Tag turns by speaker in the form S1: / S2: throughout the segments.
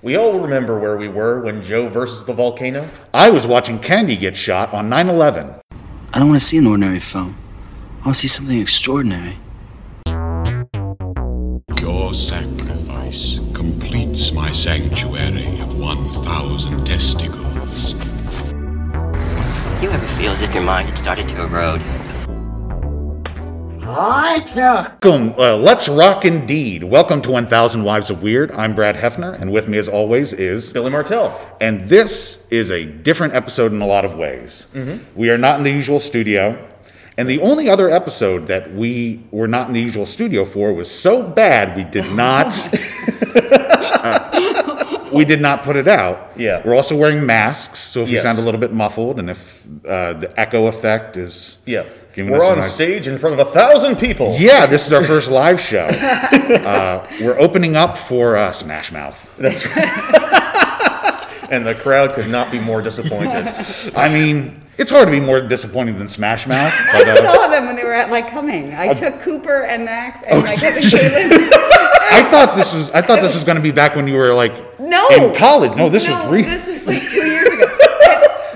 S1: We all remember where we were when Joe versus the volcano.
S2: I was watching Candy get shot on 9 11.
S3: I don't want to see an ordinary film. I want to see something extraordinary.
S4: Your sacrifice completes my sanctuary of 1,000 testicles.
S5: Do you ever feel as if your mind had started to erode?
S2: Welcome, uh, let's rock indeed. Welcome to 1000 Wives of Weird. I'm Brad Hefner, and with me, as always, is.
S1: Billy Martell.
S2: And this is a different episode in a lot of ways.
S1: Mm-hmm.
S2: We are not in the usual studio. And the only other episode that we were not in the usual studio for was so bad we did not. uh, we did not put it out.
S1: Yeah.
S2: We're also wearing masks, so if we
S1: Yes.
S2: sound a little bit muffled and if uh, the echo effect is.
S1: Yeah.
S2: Giving
S1: We're
S2: us a
S1: on
S2: nice-
S1: stage in front of a thousand people.
S2: Yeah, this is our first live show. Uh, we're opening up for uh, Smash Mouth.
S1: That's right. and the crowd could not be more disappointed.
S2: I mean, it's hard to be more disappointed than Smash Mouth.
S6: I
S2: but, uh,
S6: saw them when they were at like coming.
S1: Uh,
S6: I took Cooper and Max
S1: oh,
S6: and my cousin Caitlin.
S2: I thought this was I thought this was going to be back when you were like
S6: No,
S2: in college. No, this
S6: no,
S2: was real.
S6: This was like two years ago.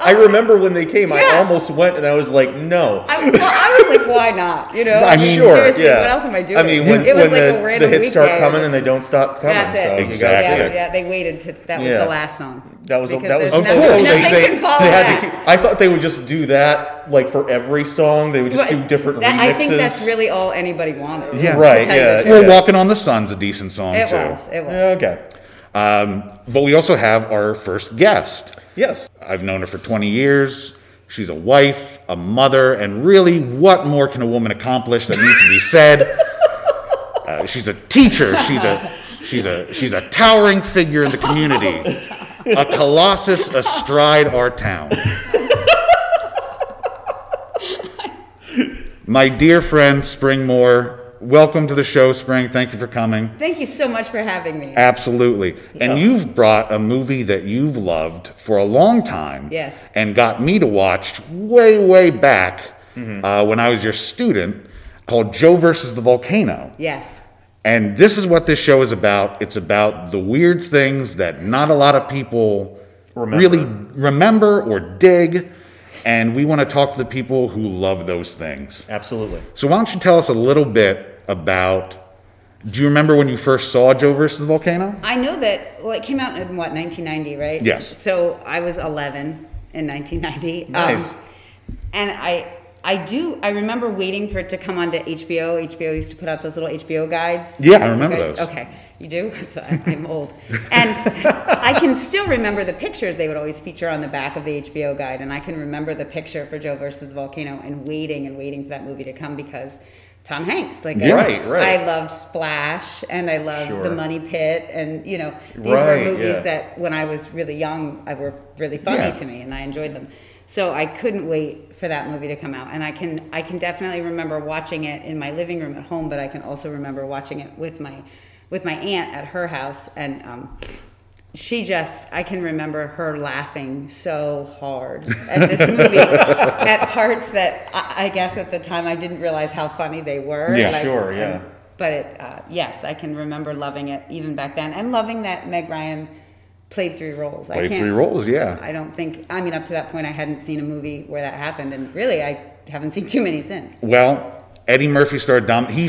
S1: I remember when they came, I
S6: Yeah.
S1: almost went and I was like, no.
S6: I, well, I was like, why not? You know,
S2: I mean,
S1: sure.
S6: seriously,
S1: yeah.
S6: what else am I doing?
S1: I mean, when,
S6: it was
S1: when
S6: like
S1: the,
S6: a random
S1: the hits
S6: weekday.
S1: start coming and they don't stop coming.
S6: That's it.
S1: So you gotta see
S2: Exactly.
S6: yeah,
S1: it.
S6: yeah, they waited to that was
S1: Yeah.
S6: the last song.
S1: That was
S6: Because
S1: that was
S6: there's
S2: Of
S6: no-
S2: course.
S6: nothing
S1: they,
S6: can follow
S1: they had
S6: that.
S1: To keep, I thought they would just do that like for every song. They would just do different
S6: That-
S1: remixes.
S6: I think that's really all anybody wanted.
S2: Yeah.
S1: Right,
S6: to tell you
S1: yeah.
S6: the truth.
S2: Well, Walking on the Sun's a decent song
S6: It
S2: too.
S6: was. It was.
S1: Yeah, okay.
S2: Um, but we also have our first guest.
S1: Yes.
S2: I've known her for 20 years. She's a wife, a mother, and really, what more can a woman accomplish that needs to be said? Uh, she's a teacher. She's a she's a she's a towering figure in the community, a colossus astride our town. My dear friend Spring Moore, welcome to the show, Spring. Thank you for coming.
S6: Thank you so much for having me.
S2: Absolutely. And you've brought a movie that you've loved for a long time.
S6: Yes.
S2: And got me to watch way, way back uh, when I was your student called Joe versus the Volcano.
S6: Yes.
S2: And this is what this show is about it's about the weird things that not a lot of people really remember or dig. And we want to talk to the people who love those things.
S1: Absolutely.
S2: So why don't you tell us a little bit about. Do you remember when you first saw Joe versus the Volcano?
S6: I know that. Well, it came out in what 1990, right?
S2: Yes.
S6: So I was 11 in 1990.
S1: Nice.
S6: and I. I do. I remember waiting for it to come onto HBO. HBO used to put out those little HBO guides.
S2: Yeah, I
S6: Do you
S2: remember
S6: guys-
S2: those.
S6: Okay, you do. So I, I'm old, and I can still remember the pictures they would always feature on the back of the HBO guide. And I can remember the picture for Joe versus the volcano, and waiting and waiting for that movie to come because Tom Hanks. Like, I,
S1: Right, right.
S6: I loved Splash, and I loved
S1: Sure.
S6: The Money Pit, and you know these
S1: Right,
S6: were movies
S1: yeah.
S6: that when I was really young I were really funny
S2: Yeah.
S6: to me and I enjoyed them. So I couldn't wait for that movie to come out. And I can I can definitely remember watching it in my living room at home, but I can also remember watching it with my with my aunt at her house and um she just I can remember her laughing so hard at this movie at parts that I, I guess at the time I didn't realize how funny they were.
S2: Yeah,
S6: And I-
S1: sure,
S6: and-
S1: yeah.
S6: but it, uh, yes, I can remember loving it even back then, and loving that Meg Ryan played three roles. I
S2: Played
S6: can't-
S2: three roles, yeah.
S6: I don't think. I mean, up to that point, I hadn't seen a movie where that happened, and really, I haven't seen too many since.
S2: Well, Eddie Murphy started dom. He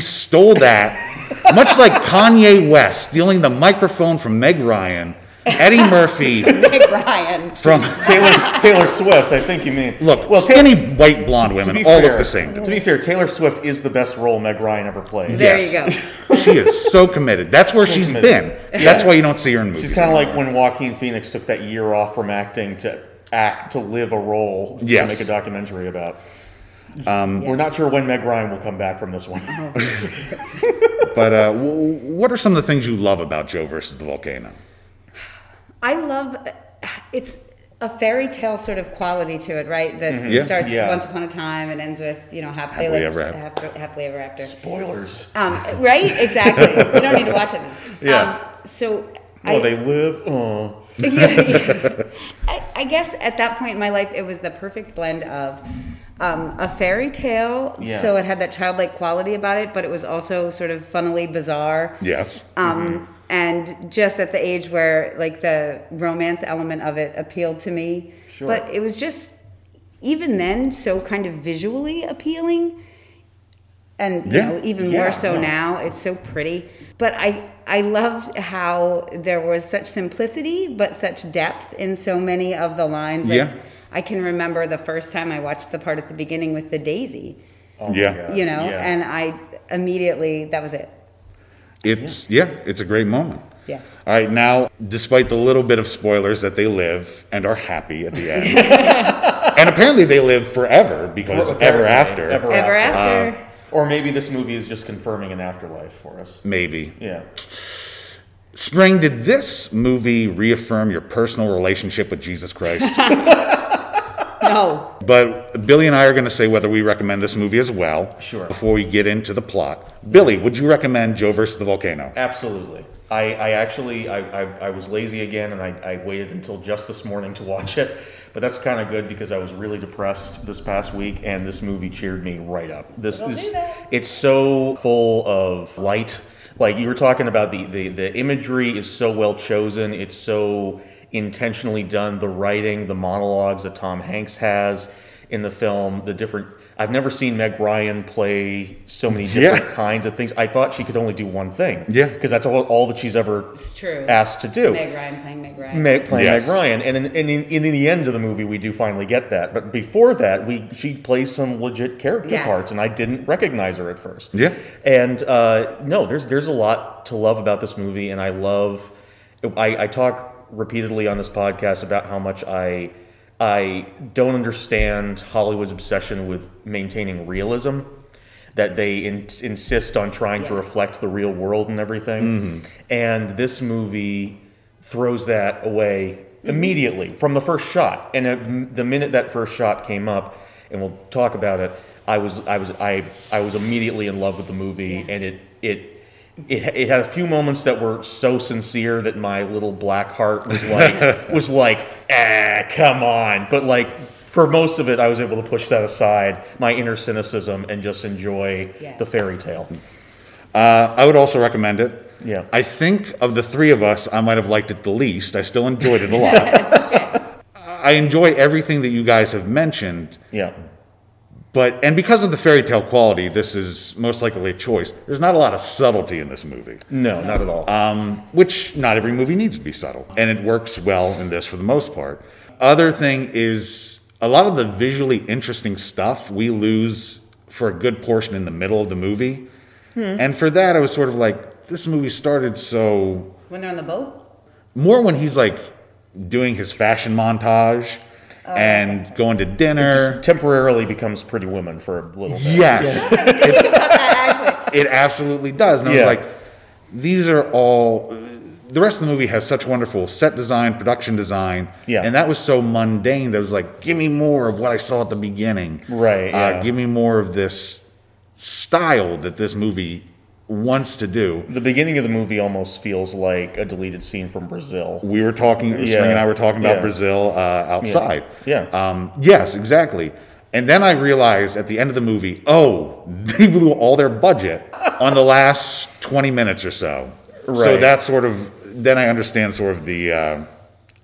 S2: stole that, much like Kanye West stealing the microphone from Meg Ryan. Eddie Murphy
S6: Meg Ryan.
S2: from
S1: Taylor Taylor Swift, I think you mean.
S2: look
S1: well, Taylor-
S2: skinny white blonde
S1: to
S2: women
S1: be
S2: all
S1: fair-
S2: look the same. to me.
S1: To be fair, Taylor Swift is the best role Meg Ryan ever played.
S6: There
S2: Yes. she is so committed. That's where
S1: So
S2: she's
S1: committed.
S2: been. That's why you don't see her in movies.
S1: She's kind of
S2: anymore.
S1: like when Joaquin Phoenix took that year off from acting to act to live a role
S2: Yes. Um,
S1: to make a documentary about. We're not sure when Meg Ryan will come back from this one.
S2: But uh, w- what are some of the things you love about Joe versus the Volcano?
S1: Oh,
S6: I love it's a fairy tale sort of quality to it, right? That
S2: Mm-hmm. Yeah.
S6: starts
S1: Yeah.
S6: once upon a time and ends with you know happily,
S2: Happily
S6: ever,
S2: ever after.
S6: hap- happily ever after.
S1: Spoilers.
S6: Um, right? Exactly. you don't need to watch it.
S1: Yeah.
S6: Um, so.
S1: Well,
S6: I,
S1: they live. Oh.
S6: Yeah. I, I guess at that point in my life, it was the perfect blend of um, a fairy tale,
S1: Yeah.
S6: so it had that childlike quality about it, but it was also sort of funnily bizarre.
S2: Yes.
S1: Mm-hmm.
S6: Um, and just at the age where like the romance element of it appealed to me.
S1: Sure.
S6: But it was just even then so kind of visually appealing and you
S2: Yeah.
S6: know even
S1: Yeah,
S6: more so
S1: no.
S6: now it's so pretty but i i loved how there was such simplicity but such depth in so many of the lines Like,
S2: Yeah.
S6: i can remember the first time i watched the part at the beginning with the daisy
S2: yeah.
S6: you know
S1: yeah.
S6: and i immediately that was it
S2: It's yeah. it's a great moment.
S6: Yeah.
S2: All right, now, despite the little bit of spoilers that they live and are happy at the end, and apparently they live forever because ever
S1: Apparently,
S2: after,
S1: Ever,
S6: ever
S1: after.
S6: after
S1: Or maybe this movie is just confirming an afterlife for us.
S2: maybe.
S1: Yeah.
S2: Spring, did this movie reaffirm your personal relationship with Jesus Christ?
S6: no
S2: But Billy and I are going to say whether we recommend this movie as well.
S1: Sure.
S2: Before we get into the plot, Billy, would you recommend Joe versus the Volcano?
S1: Absolutely. I, I actually I, I, I was lazy again and I, I waited until just this morning to watch it. But that's kind of good because I was really depressed this past week and this movie cheered me right up. This is it's so full of light. Like you were talking about the, the, the imagery is so well chosen, it's so intentionally done, the writing, the monologues that Tom Hanks has in the film, the different I've never seen Meg Ryan play so many different
S2: Yeah.
S1: kinds of things. I thought she could only do one thing.
S2: Yeah.
S1: Because that's all, all that she's ever
S6: it's true
S1: asked to do.
S6: meg ryan playing meg ryan
S1: Meg, playing
S2: Yes.
S1: Meg Ryan, and in, and in, in the end of the movie, we do finally get that. But before that, we she plays some legit character
S6: Yes.
S1: parts, and I didn't recognize her at first.
S2: Yeah.
S1: And uh, no, there's there's a lot to love about this movie, and I love. I, I talk repeatedly on this podcast about how much I I don't understand Hollywood's obsession with maintaining realism. That they in, insist on trying to reflect the real world and everything,
S2: Mm-hmm.
S1: and this movie throws that away immediately from the first shot. And it, the minute that first shot came up, and we'll talk about it, I was I was I I was immediately in love with the movie, and it it. It, it had a few moments that were so sincere that my little black heart was like was like ah come on but like for most of it I was able to push that aside my inner cynicism and just enjoy
S6: Yeah.
S1: the fairy tale
S2: Uh, I would also recommend it.
S1: Yeah.
S2: I think of the three of us, I might have liked it the least. I still enjoyed it a lot. I enjoy everything that you guys have mentioned,
S1: yeah
S2: but and because of the fairy tale quality, this is most likely a choice. There's not a lot of subtlety in this movie.
S1: no not at all Uh,
S2: which not every movie needs to be subtle. And it works well in this for the most part. Other thing is a lot of the visually interesting stuff we lose for a good portion in the middle of the movie. And for that, I was sort of like, this movie started so
S6: when they're on the boat
S2: more when he's like doing his fashion montage and going to dinner.
S1: temporarily becomes pretty women for a little bit
S2: Yes. it, it absolutely does. And I
S1: Yeah.
S2: was like, these are all. The rest of the movie has such wonderful set design, production design.
S1: Yeah.
S2: And that was so mundane that it was like, give me more of what I saw at the beginning.
S1: Right, yeah.
S2: Uh, give me more of this style that this movie wants to do.
S1: The beginning of the movie almost feels like a deleted scene from Brazil.
S2: We were talking, Spring and I were talking about
S1: Yeah.
S2: Brazil uh, outside.
S1: Yeah.
S2: Um, yes, exactly. And then I realized at the end of the movie, oh, they blew all their budget on the last 20 minutes or so. So
S1: Right.
S2: that's sort of, then I understand sort of the uh,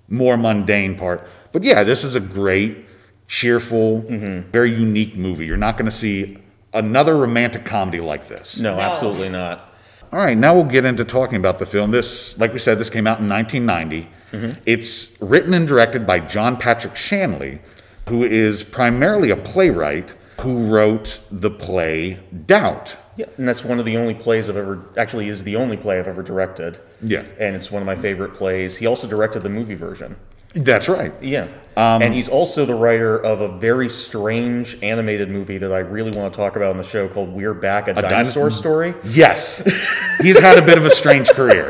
S2: more mundane part. But yeah, this is a great, cheerful,
S1: Mm-hmm.
S2: very unique movie. You're not going to see another romantic comedy like this.
S1: No, absolutely not.
S2: All right, now we'll get into talking about the film. This, like we said, this came out in 1990.
S1: Mm-hmm.
S2: It's written and directed by John Patrick Shanley, who is primarily a playwright who wrote the play Doubt.
S1: Yeah, and that's one of the only plays I've ever actually is the only play I've ever directed.
S2: Yeah.
S1: and it's one of my favorite plays. He also directed the movie version.
S2: That's right.
S1: Yeah, Um, and he's also the writer of a very strange animated movie that I really want to talk about on the show called "We're Back: A, Mm. Dinosaur Story."
S2: Yes. He's had a bit of a strange career.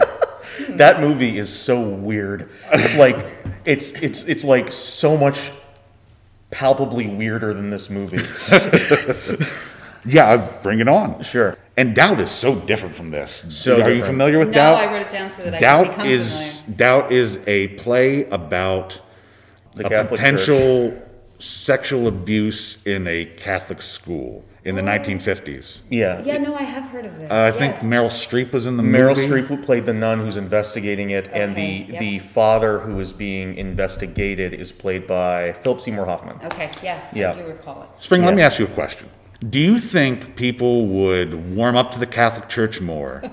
S1: That movie is so weird. It's like it's it's it's like so much palpably weirder than this movie.
S2: Yeah, bring it on.
S1: Sure.
S2: And Doubt is so different from this.
S1: So
S2: are you
S1: different.
S2: familiar with
S6: no
S2: Doubt?
S6: i wrote it down so that i could
S2: Doubt
S6: become
S2: is Doubt is a play about
S1: The
S2: a
S1: Catholic Church.
S2: potential sexual abuse in a Catholic school in the 1950s.
S1: Yeah.
S6: Yeah, no, I have heard of this.
S2: Uh, I
S6: Yeah.
S2: think Meryl Streep was in the
S1: Meryl
S2: movie.
S1: Streep played the nun who's investigating it, and the
S6: Okay,
S1: the
S6: yep.
S1: father who is being investigated is played by Philip Seymour Hoffman.
S6: Okay, yeah,
S1: Yeah.
S6: I do recall it.
S2: Spring, let
S1: Yeah.
S2: me ask you a question. Do you think people would warm up to the Catholic Church more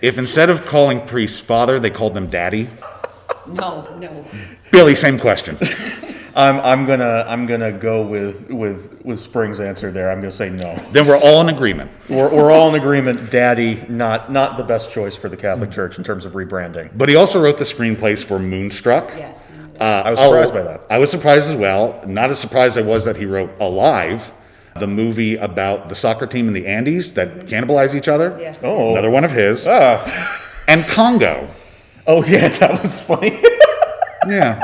S2: if instead of calling priests father, they called them daddy?
S6: No, no.
S2: Billy, same question.
S1: I'm I'm gonna I'm gonna go with with with Spring's answer there. I'm gonna say no.
S2: then we're all in agreement.
S1: We're, we're all in agreement. Daddy, not not the best choice for the Catholic Church in terms of rebranding.
S2: But he also wrote the screenplays for Moonstruck.
S6: Yes.
S2: Uh,
S1: I was
S2: Al-
S1: surprised by that.
S2: I was surprised as well. Not as surprised I was that he wrote Alive, the movie about the soccer team in the Andes that cannibalize each other.
S6: Yeah.
S1: Oh.
S2: Another one of his.
S1: Ah.
S2: And Congo.
S1: Oh yeah, that was funny.
S2: Yeah.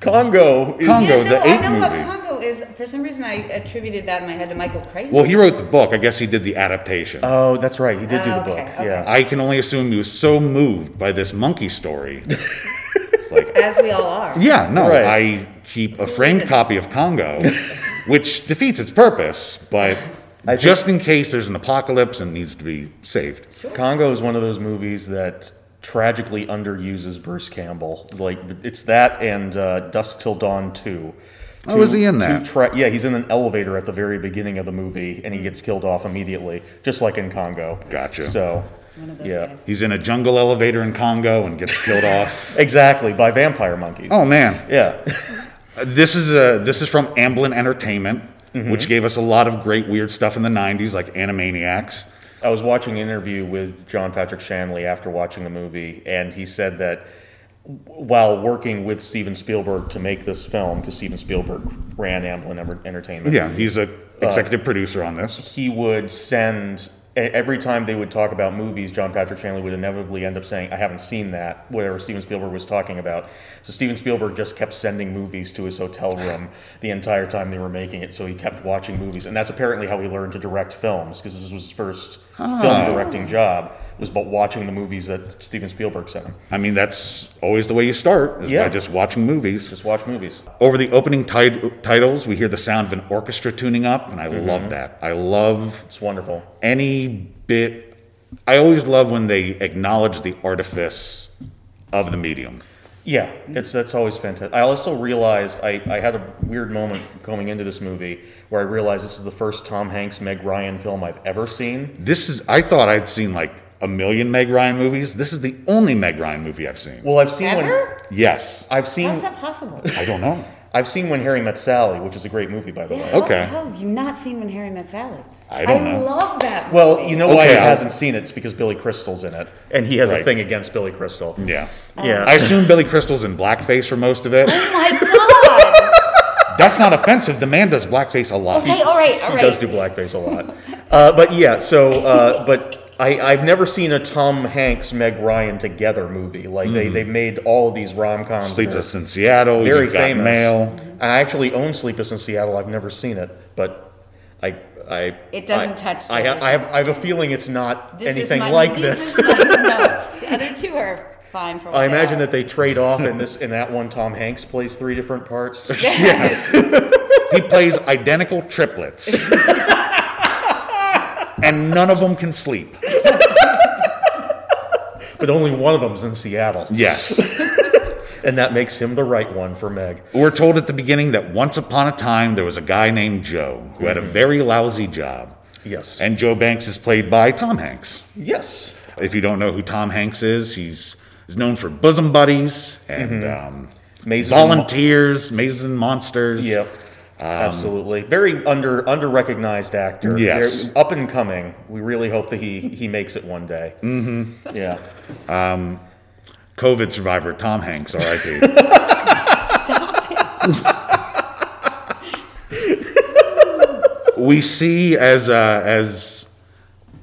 S1: Congo. Is,
S2: Congo,
S6: yeah, no,
S2: the
S6: I
S2: ape
S6: know
S2: movie.
S6: what Congo is. For some reason, I attributed that in my head to Michael Crichton.
S2: Well, he wrote the book. I guess he did the adaptation.
S1: Oh, that's right. He did do the
S6: Okay,
S1: book.
S6: okay.
S1: Yeah.
S2: I can only assume he was so moved by this monkey story. it's like,
S6: as we all are.
S2: yeah, no,
S1: Right.
S2: I keep a framed copy of Congo, which defeats its purpose, but just in case there's an apocalypse and needs to be saved.
S1: Congo is one of those movies that tragically underuses Bruce Campbell. Like it's that and uh, Dusk Till Dawn two.
S2: Oh, is he in
S1: two
S2: that?
S1: tra- yeah, he's in an elevator at the very beginning of the movie, and he gets killed off immediately, just like in Congo.
S2: Gotcha.
S1: So,
S6: One of those
S1: yeah,
S6: guys.
S2: He's in a jungle elevator in Congo and gets killed off.
S1: exactly by vampire monkeys.
S2: Oh man,
S1: Yeah,
S2: Uh, this is a this is from Amblin Entertainment, which gave us a lot of great weird stuff in the '90s, like Animaniacs.
S1: I was watching an interview with John Patrick Shanley after watching the movie, and he said that while working with Steven Spielberg to make this film, because Steven Spielberg ran Amblin Emer- Entertainment,
S2: Yeah, he's a executive producer on this.
S1: he would send e- every time they would talk about movies john patrick shanley would inevitably end up saying i haven't seen that whatever steven spielberg was talking about so steven spielberg just kept sending movies to his hotel room the entire time they were making it so he kept watching movies and that's apparently how he learned to direct films because this was his first film directing job was but watching the movies that steven spielberg sent him
S2: I mean, that's always the way you start is
S1: Yeah.
S2: by just watching movies.
S1: just watch movies
S2: Over the opening tit- titles, we hear the sound of an orchestra tuning up, and I love that. I love
S1: it's wonderful
S2: any bit. I always love when they acknowledge the artifice of the medium.
S1: Yeah, it's that's always fantastic. I also realized I, I had a weird moment going into this movie where I realized this is the first Tom Hanks Meg Ryan film I've ever seen.
S2: This is. I thought I'd seen like a million Meg Ryan movies. This is the only Meg Ryan movie I've seen.
S1: Well, I've seen when
S6: Ever?
S2: yes.
S1: I've seen
S6: How's that possible?
S2: I don't know.
S1: I've seen when Harry Met Sally, which is a great movie by the way.
S6: How
S2: Okay.
S6: the hell have you not seen When Harry Met Sally?
S2: I don't
S6: I
S2: know.
S6: love that.
S1: Well, you know why
S2: Okay,
S1: he
S2: I'll-
S1: hasn't seen it? It's because Billy Crystal's in it, and he has a
S2: Right.
S1: thing against Billy Crystal.
S2: Yeah.
S1: Yeah,
S2: I assume Billy Crystal's in blackface for most of it.
S6: oh my god.
S2: That's not offensive. The man does blackface a lot.
S6: okay, oh. all right, all
S1: he
S6: right.
S1: does do blackface a lot. Uh, but yeah, so uh, but I, I've never seen a Tom Hanks Meg Ryan together movie like they they made all of these rom coms.
S2: Sleepless in Seattle.
S1: very
S2: Oh, You've Got
S1: famous.
S2: Mail.
S1: I actually own Sleepless in Seattle. I've never seen it, but I, I.
S6: It doesn't
S1: I-
S6: touch
S1: I, ha-
S6: Taylor
S1: I have, I have a feeling it's not
S6: This is
S1: anything
S6: my-
S1: like
S6: this
S1: this.
S6: is my- no, the other two are fine for what
S1: I imagine
S6: they
S1: that they trade off in this. In that one, Tom Hanks plays three different parts.
S2: He plays identical triplets. and none of them can sleep.
S1: but only one of them's in Seattle,
S2: Yes.
S1: and that makes him the right one for Meg.
S2: We're told at the beginning that once upon a time there was a guy named Joe who had
S1: Mm-hmm.
S2: a very lousy job.
S1: Yes.
S2: And Joe Banks is played by Tom Hanks.
S1: yes.
S2: If you don't know who Tom Hanks is, he's, he's known for Bosom Buddies and um,
S1: Mazes and Mo-
S2: Volunteers, Mazes and Monsters.
S1: Yep. Absolutely. Um, Very under under recognized actor.
S2: Yes.
S1: Very Up and coming. We really hope that he he makes it one day. Mm-hmm. Yeah.
S2: COVID survivor Tom Hanks, RIP. we see as uh, as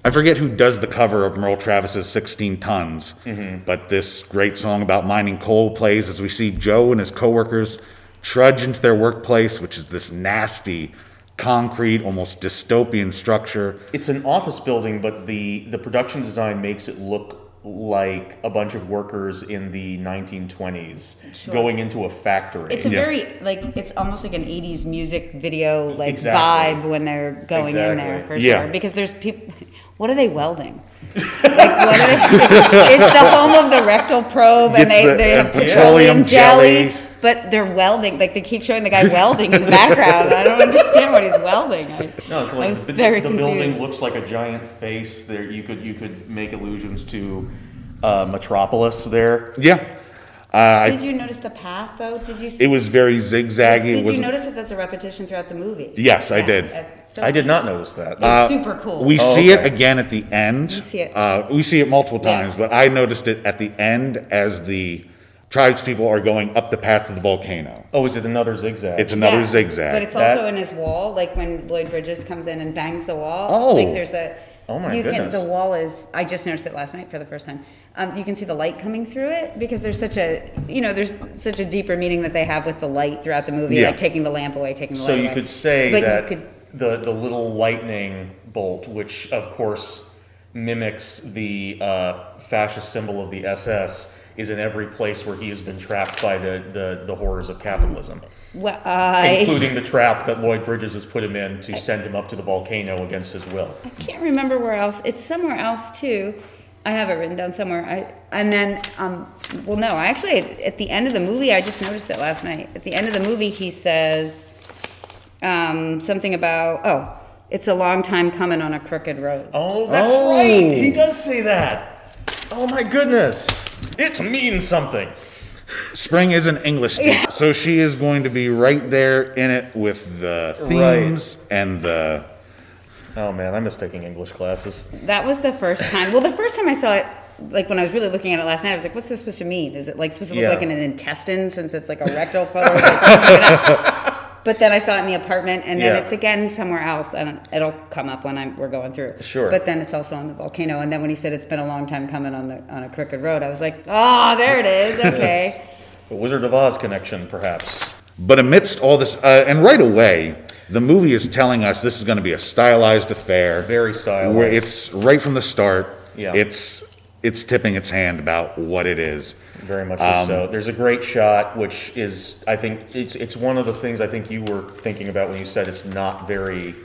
S2: I forget who does the cover of Merle Travis's 16 Tons,
S6: Mm-hmm.
S2: but this great song about mining coal plays as we see Joe and his coworkers trudge into their workplace, which is this nasty concrete, almost dystopian structure.
S1: It's an office building, but the the production design makes it look like a bunch of workers in the 1920s
S6: Sure.
S1: going into a factory.
S6: It's a
S2: Yeah.
S6: very like it's almost like an '80s music video like
S1: Exactly.
S6: vibe when they're going in there
S1: Exactly.
S6: for
S2: Yeah.
S6: sure because there's people. What are they welding? like what are they, it's the home of the rectal probe and
S2: It's
S6: they,
S2: the-
S6: they
S1: uh,
S2: and
S6: have
S2: petroleum
S6: petroleum jelly,
S2: jelly.
S6: but they're welding. Like they keep showing the guy welding in the background. I don't understand what he's welding. I,
S1: No, it's
S6: I
S1: like
S6: was
S1: the,
S6: very
S1: the
S6: confused.
S1: building looks like a giant face. There, you could you could make allusions to uh, Metropolis there.
S2: Yeah. Uh,
S6: Did you notice the path though? Did you? See,
S2: it was very zigzaggy.
S6: did
S2: it was,
S6: you notice that that's a repetition throughout the movie?
S2: Yes, I did.
S6: that's so
S1: I did not notice that.
S6: It's super cool.
S2: We
S1: Oh,
S2: see
S1: okay.
S2: it again at the end. We
S6: see it.
S2: Uh, we see it multiple
S6: Yeah.
S2: times, but I noticed it at the end as the tribespeople are going up the path to the volcano.
S1: oh, is it another zigzag?
S2: It's another
S6: Yeah,
S2: zigzag.
S6: But it's
S1: That-
S6: also in his wall, like when Lloyd Bridges comes in and bangs the wall.
S2: Oh.
S6: like there's a.
S1: Oh my
S6: you
S1: goodness.
S6: Can, the wall is. I just noticed it last night for the first time. Um, you can see the light coming through it because there's such a, you know, there's such a deeper meaning that they have with the light throughout the movie,
S2: Yeah.
S6: like taking the lamp away, taking the
S1: so
S6: light
S1: you
S6: away.
S1: could say
S6: But you
S1: that
S6: could-
S1: the the little lightning bolt, which of course mimics the uh, fascist symbol of the SS, is in every place where he has been trapped by the the, the horrors of capitalism,
S6: Well, I,
S1: including the trap that Lloyd Bridges has put him in to send him up to the volcano against his will.
S6: I can't remember where else. It's somewhere else too. I have it written down somewhere. I and then um, well, no, I actually at the end of the movie, I just noticed it last night. At the end of the movie, he says. um, something about oh, it's a long time coming on a crooked road.
S1: Oh, that's
S2: Oh.
S1: right. He does say that. Oh my goodness. It means something.
S2: Spring is an English teacher, so she is going to be right there in it with the
S1: Right.
S2: themes and the.
S1: Oh man, I miss taking English classes.
S6: That was the first time. Well, the first time I saw it, like when I was really looking at it last night, I was like, "What's this supposed to mean? Is it like supposed to look
S1: Yeah.
S6: like an, intestine since it's like a rectal photo?" But then I saw it in the apartment, and then
S1: Yeah.
S6: it's again somewhere else, and it'll come up when I'm, we're going through.
S1: Sure.
S6: But then it's also on the volcano, and then when he said it's been a long time coming on the on a crooked road, I was like, "Oh, there it is. Okay."
S1: The Wizard of Oz connection, perhaps.
S2: But amidst all this, uh, and right away, the movie is telling us this is going to be a stylized affair.
S1: Very stylized.
S2: Where it's right from the start.
S1: Yeah.
S2: It's it's tipping its hand about what it is.
S1: Very much so. There's a great shot, which is, I think, it's, it's one of the things I think you were thinking about when you said it's not very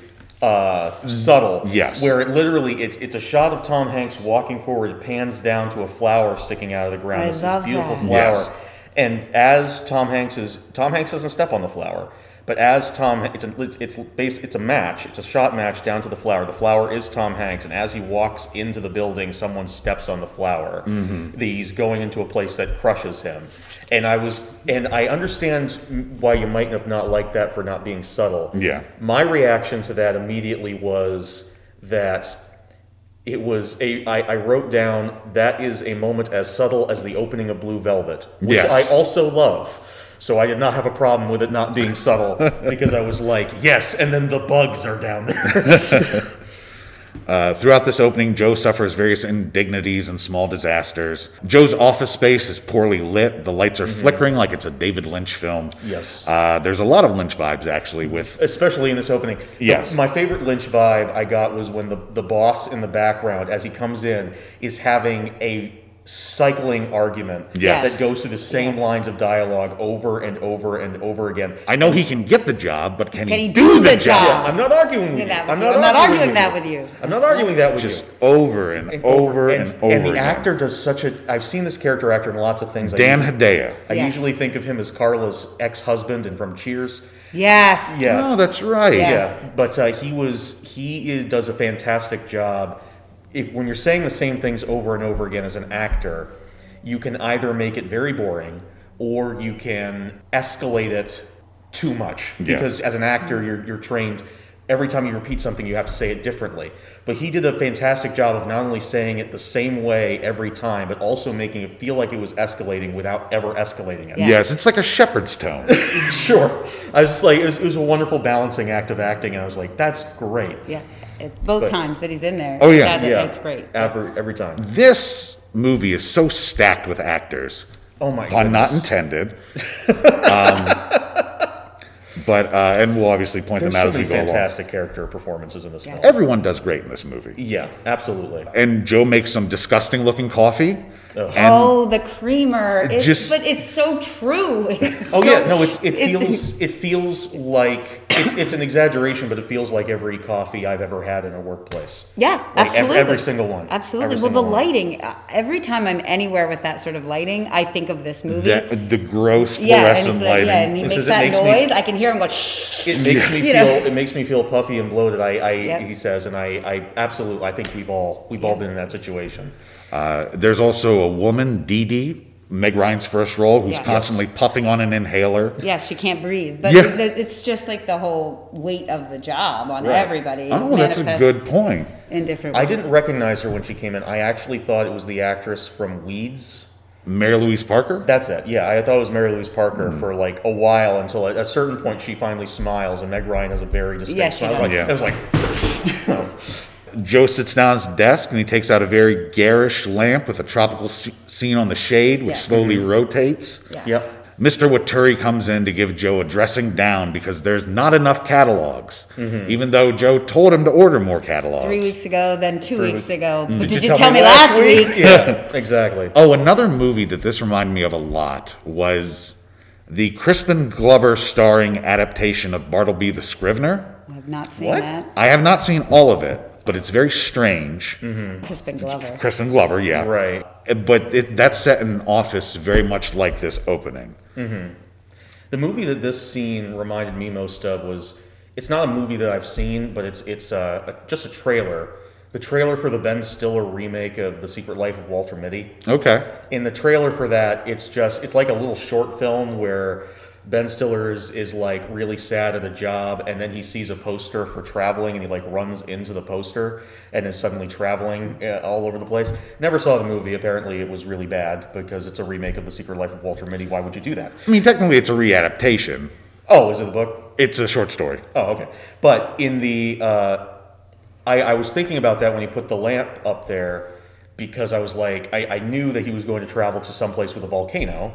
S1: uh, subtle.
S2: Yes.
S1: Where it literally, it's, it's a shot of Tom Hanks walking forward. It pans down to a flower sticking out of the ground.
S6: I
S1: It's
S6: love
S1: this beautiful
S6: that.
S1: flower.
S2: Yes.
S1: And as Tom Hanks is, Tom Hanks doesn't step on the flower. But as Tom, it's a, it's it's, base, it's a match. It's a shot match down to the flower. The flower is Tom Hanks, and as he walks into the building, someone steps on the flower. The- He's going into a place that crushes him. And I was, and I understand why you might have not liked that for not being subtle.
S2: Yeah.
S1: My reaction to that immediately was that it was a. I, I wrote down that is a moment as subtle as the opening of Blue Velvet, which
S2: Yes.
S1: I also love. So I did not have a problem with it not being subtle because I was like, yes, and then the bugs are down there.
S2: Uh, throughout this opening, Joe suffers various indignities and small disasters. Joe's office space is poorly lit. The lights are flickering like it's a David Lynch film.
S1: Mm-hmm. Yes.
S2: Uh, there's a lot of Lynch vibes actually with.
S1: Especially in this opening.
S2: Yes.
S1: My favorite Lynch vibe I got was when the, the boss in the background, as he comes in, is having a cycling argument
S2: Yes.
S1: that goes through the same lines of dialogue over and over and over again.
S2: I know he can get the job, but can,
S6: Can he do the job?
S1: Yeah, I'm not arguing with
S6: Look
S1: you.
S6: at that
S1: I'm
S6: with you.
S1: not,
S6: I'm not
S1: arguing,
S6: arguing
S1: with
S6: that
S1: you.
S6: with you.
S1: I'm not arguing that with
S2: Just
S1: you.
S2: over and, over and, over.
S1: and the
S2: again.
S1: actor does such a. I've seen this character actor in lots of things. I
S2: Dan
S1: usually-
S2: Hedaya.
S1: I
S6: Yeah.
S1: usually think of him as Carla's ex-husband and from Cheers.
S6: Yes.
S1: Yeah,
S2: Oh, that's right.
S6: Yeah.
S1: yeah. But uh, he was he is, does a fantastic job. If when you're saying the same things over and over again as an actor, you can either make it very boring or you can escalate it too much
S2: Yeah.
S1: because as an actor you're you're trained every time you repeat something you have to say it differently. But he did a fantastic job of not only saying it the same way every time but also making it feel like it was escalating without ever escalating it.
S6: Yeah.
S2: Yes, it's like a shepherd's tone.
S1: Sure. I was just like, it was, it was a wonderful balancing act of acting, and I was like, that's great.
S6: Yeah. It- Both times that he's in there.
S2: Oh,
S6: he
S2: yeah.
S6: does it, It's great.
S1: Every, every time.
S2: this movie is so stacked with actors.
S1: Oh my
S2: Pun
S1: god.
S2: not intended. um, But uh, and we'll obviously point
S1: There's
S2: them out
S1: so
S2: as we
S1: many
S2: go along.
S1: fantastic character performances in this film.
S2: Everyone does great in this movie.
S1: Yeah, absolutely.
S2: And Joe makes some disgusting looking coffee. And
S6: oh, the creamer. It's,
S2: just-
S6: but it's so true. It's
S1: Oh
S6: so-
S1: yeah, no, it's it
S6: it's-
S1: feels it feels like it's it's an exaggeration, but it feels like every coffee I've ever had in a workplace.
S6: Yeah,
S1: Like, ev-
S6: absolutely.
S1: every single one.
S6: Absolutely.
S1: Every
S6: well, the
S1: single one.
S6: lighting. uh, Every time I'm anywhere with that sort of lighting, I think of this movie.
S2: that, the gross
S6: yeah, and,
S2: fluorescent
S6: it's like,
S2: lighting.
S6: yeah, and he
S1: uh, This
S6: makes
S1: is- it
S6: that
S1: makes me-
S6: noise. I can hear him going. "Shh."
S1: It makes me
S6: You
S1: feel
S6: know?
S1: it makes me feel puffy and bloated. I, I
S6: Yep.
S1: he says, and I, I absolutely I think we've all we've all been in that situation.
S2: Uh, there's also a woman, Dee Dee, Meg Ryan's first role, who's
S6: Yeah.
S2: constantly puffing on an inhaler.
S6: Yeah, she can't breathe. But
S2: Yeah.
S6: the, it's just like the whole weight of the job on
S1: Right.
S6: everybody.
S2: Oh, that's a
S6: manifests
S2: good point.
S6: In different.
S1: I
S6: Ways.
S1: didn't recognize her when she came in. I actually thought it was the actress from Weeds.
S2: Mary Louise Parker?
S1: That's it. Yeah, I thought it was Mary Louise Parker for like a while until at a certain point she finally smiles, and Meg Ryan has a very distinct
S6: Yeah, she
S1: smile. I was
S6: does.
S1: like,
S2: Yeah.
S1: I was like,
S2: Joe sits down at his desk and he takes out a very garish lamp with a tropical s- scene on the shade, which
S6: Yeah.
S2: slowly
S1: Mm-hmm.
S2: rotates.
S6: Yeah.
S1: yep.
S2: Mr. Waturi comes in to give Joe a dressing down because there's not enough catalogs, even though Joe told him to order more catalogs.
S6: Three weeks ago, then two weeks ago. But did, you tell, me last week?
S1: yeah, exactly.
S2: Oh, another movie that this reminded me of a lot was the Crispin Glover starring adaptation of Bartleby the Scrivener.
S6: I've not seen
S1: What?
S6: that.
S2: I have not seen all of it, but it's very strange.
S6: Crispin Glover.
S2: Crispin Glover, yeah. Uh,
S1: Right.
S2: But it, that's set in an office very much like this opening.
S1: The movie that this scene reminded me most of was it's not a movie that I've seen, but it's it's uh, a, just a trailer. The trailer for the Ben Stiller remake of The Secret Life of Walter Mitty.
S2: Okay.
S1: in the trailer for that, it's just it's like a little short film where Ben Stiller is, is like really sad at a job, and then he sees a poster for traveling, and he like runs into the poster, and is suddenly traveling uh, all over the place. Never saw the movie. Apparently, it was really bad because it's a remake of The Secret Life of Walter Mitty. Why would you do that?
S2: I mean, technically, it's a readaptation.
S1: Oh, is it the book?
S2: It's a short story.
S1: Oh, okay. But in the, uh, I, I was thinking about that when he put the lamp up there because I was like, I, I knew that he was going to travel to someplace with a volcano.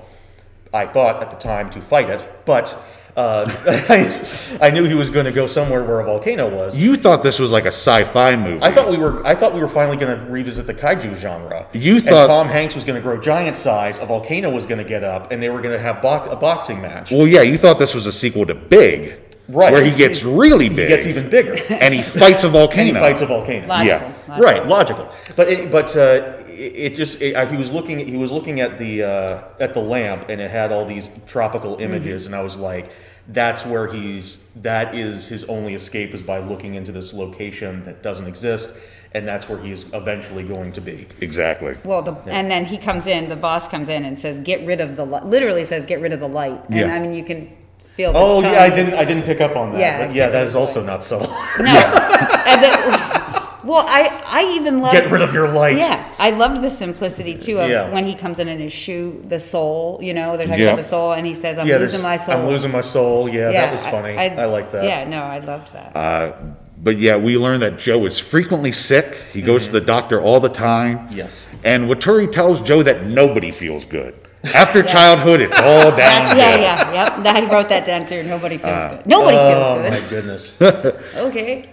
S1: I thought at the time to fight it, but uh, I, I knew he was going to go somewhere where a volcano was.
S2: You thought this was like a sci-fi movie.
S1: I thought we were. I thought we were finally going to revisit the kaiju genre.
S2: You
S1: and
S2: thought-
S1: Tom Hanks was going to grow giant size, a volcano was going to get up, and they were going to have bo- a boxing match.
S2: Well, yeah, you thought this was a sequel to Big,
S1: Right.
S2: Where he gets really
S1: It
S2: big,
S1: gets even bigger.
S2: and he fights a
S1: and he
S2: volcano.
S1: fights a volcano.
S6: Logical.
S2: Yeah.
S6: Logical.
S1: Right, logical. But it, but uh, it- it just it, I, he was looking he was looking at the uh, at the lamp and it had all these
S6: Mm-hmm.
S1: tropical images and I was like, that's where he's that is his only escape is by looking into this location that doesn't exist and that's where he is eventually going to be.
S2: exactly.
S6: Well, the, and then he comes in, the boss comes in and says, "Get rid of the li-, literally says, "Get rid of the light." And
S2: Yeah.
S6: I mean, you can feel. The
S1: Oh yeah, I
S6: tone.
S1: didn't I didn't pick up on that.
S6: Yeah.
S1: But yeah, that is also not subtle.
S6: No. And the- well, I I even love.
S1: Get rid of your light.
S6: Yeah, I loved the simplicity too of
S1: Yeah.
S6: when he comes in in his shoe, the soul. You know, they're talking
S2: Yeah.
S6: about the soul, and he says, "I'm
S1: Yeah,
S6: losing
S1: there's-
S6: my soul."
S1: I'm losing my soul. Yeah, that was funny. I, like that. Ah,
S6: Yeah, no, I loved that.
S2: But yeah, we learn that Joe is frequently sick. He goes to the doctor all the time.
S1: Yes.
S2: And Waturi tells Joe that nobody feels good after childhood. It's all
S6: That's,
S2: downhill.
S6: yeah, yeah, yep. That- I wrote that down too. Nobody feels good. Nobody
S1: Oh
S6: feels
S1: my
S6: good.
S1: goodness.
S6: Okay.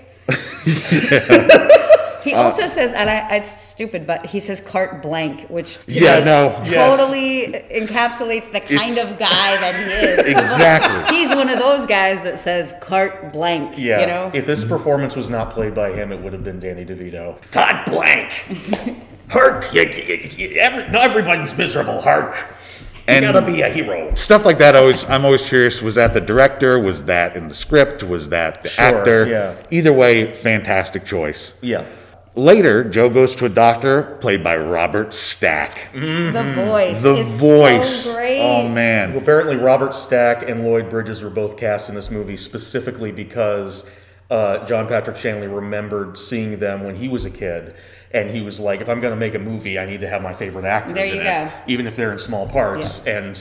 S6: he also says, and I, it's stupid, but he says carte blank, which to
S2: Yeah,
S6: us
S2: no.
S1: Yes.
S6: totally encapsulates the kind
S2: It's-
S6: of guy that he is.
S2: Exactly.
S6: He's one of those guys that says carte blank.
S1: Yeah.
S6: You know?
S1: If this performance was not played by him, it would have been Danny DeVito.
S7: God blank. Hark. y- y- y- every- no, everybody's miserable. Hark. You
S2: And-
S7: gotta be a hero.
S2: Stuff like that. Always, I'm always curious. Was that the director? Was that in the script? Was that the
S1: Sure,
S2: actor?
S1: yeah.
S2: Either way, fantastic choice.
S1: Yeah.
S2: Later, Joe goes to a doctor played by Robert Stack.
S6: the voice.
S2: The
S6: It's so
S2: voice.
S6: great.
S2: Oh man.
S1: Apparently, Robert Stack and Lloyd Bridges were both cast in this movie specifically because uh, John Patrick Shanley remembered seeing them when he was a kid. And he was like, if I'm going to make a movie, I need to have my favorite actors
S6: There you
S1: in
S6: go.
S1: it, even if they're in small parts. And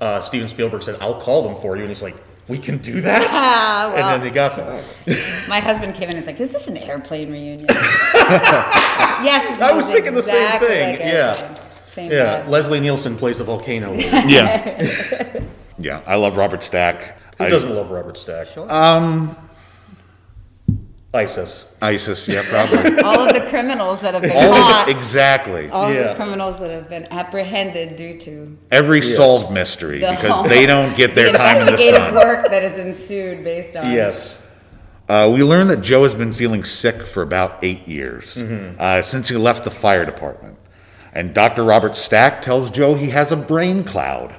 S1: uh, Steven Spielberg said, I'll call them for you. And he's like, we can do that?
S6: Ah,
S1: and
S6: well.
S1: then they got them.
S6: My husband came in and was like, Is this an airplane reunion? yes. it
S1: I was thinking the same
S6: exactly
S1: thing,
S6: like
S1: yeah.
S6: Airplane. Same
S1: Yeah.
S6: vibe.
S1: Leslie Nielsen plays the volcano.
S2: Yeah. yeah, I love Robert Stack.
S1: Who
S2: I-
S1: doesn't love Robert Stack? Sure. Um, ISIS.
S2: ISIS, yeah, probably.
S6: All of the criminals that have been
S2: All
S6: caught.
S2: of the, exactly.
S6: all of
S1: Yeah.
S6: the criminals that have been apprehended due to
S2: Every solved mystery
S6: the
S2: because they don't get their
S6: the
S2: time in the
S6: investigative
S2: sun.
S6: work that has ensued based on
S1: Yes.
S2: Uh, we learned that Joe has been feeling sick for about eight years
S1: Mm-hmm.
S2: uh, since he left the fire department. And Dr. Robert Stack tells Joe he has a brain cloud.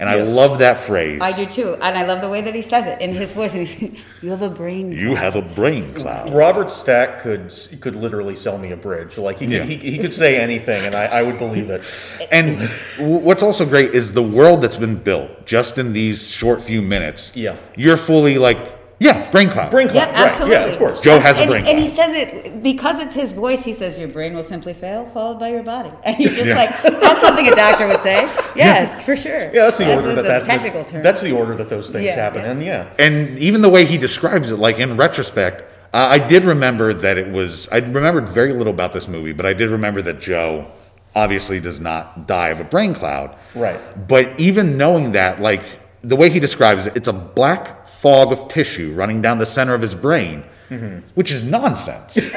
S2: And
S1: Yes.
S2: I love that phrase.
S6: I do too, and I love the way that he says it in his voice. And he's, "You have a brain."
S2: You have a brain cloud.
S1: Robert Stack could could literally sell me a bridge. Like he could,
S2: Yeah.
S1: he, he could say anything, and I, I would believe it.
S2: And w- what's also great is the world that's been built just in these short few minutes.
S1: Yeah.
S2: You're fully like, yeah, brain cloud.
S1: Brain
S6: Yeah,
S1: club, right?
S6: absolutely.
S1: Yeah, of course.
S2: Joe has a
S6: and,
S2: brain
S6: and he
S2: cloud.
S6: says it because it's his voice. He says, "Your brain will simply fail, followed by your body," and you're just like, "That's something a doctor would say." Yes, for sure.
S1: Yeah, that's the
S6: That's
S1: order
S6: the
S1: that that's
S6: technical
S1: the,
S6: term.
S1: That's the order that those things
S6: Yeah,
S1: happen
S6: yeah.
S1: in. Yeah.
S2: And even the way he describes it, like in retrospect, uh, I did remember that it was. I remembered very little about this movie, but I did remember that Joe obviously does not die of a brain cloud.
S1: Right.
S2: But even knowing that, like the way he describes it, it's a black fog of tissue running down the center of his brain,
S1: Mm-hmm.
S2: which is nonsense. it's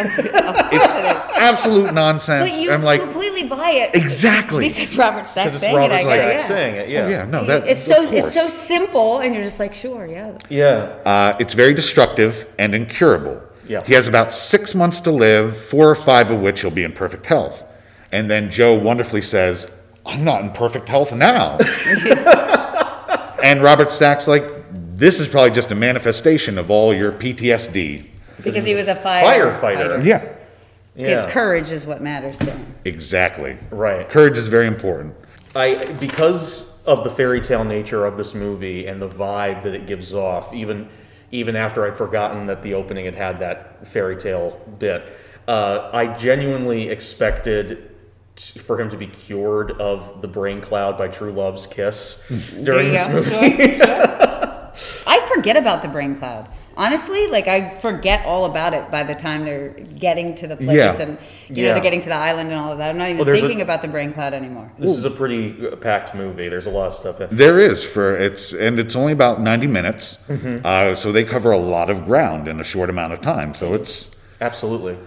S2: absolute nonsense.
S6: But you
S2: I'm like,
S6: completely buy it
S2: exactly.
S6: because Robert Stack's
S1: Because it's
S6: saying
S1: Robert
S6: it. I
S1: Stack
S6: guess, yeah.
S1: saying it. Yeah.
S2: Yeah, no, that,
S6: it's
S2: of
S6: so it's
S2: course.
S6: so simple, and you're just like, "Sure, yeah."
S1: Yeah.
S2: Uh, it's very destructive and incurable.
S1: Yeah.
S2: He has about six months to live, four or five of which he'll be in perfect health. And then Joe wonderfully says, I'm not in perfect health now. and Robert Stack's like, This is probably just a manifestation of all your PTSD.
S6: Because he was a fire
S1: Firefighter.
S2: Yeah.
S6: His
S1: Yeah.
S6: courage is what matters to him.
S2: Exactly.
S1: Right.
S2: Courage is very important.
S1: I because of the fairy tale nature of this movie and the vibe that it gives off, even even after I'd forgotten that the opening had had that fairy tale bit, uh, I genuinely expected t- for him to be cured of the brain cloud by True Love's kiss
S6: There
S1: during
S6: you
S1: this
S6: go.
S1: movie.
S6: Sure, sure. I forget about the brain cloud. Honestly, like I forget all about it by the time they're getting to the place
S2: Yeah.
S6: and you know
S1: Yeah.
S6: they're getting to the island and all of that. I'm not even
S1: Well, there's a-
S6: thinking about the brain cloud anymore.
S1: This is a pretty uh, packed movie. There's a lot of stuff. In.
S2: There is for it's and it's only about ninety minutes, uh, so they cover a lot of ground in a short amount of time. So it's
S1: Absolutely.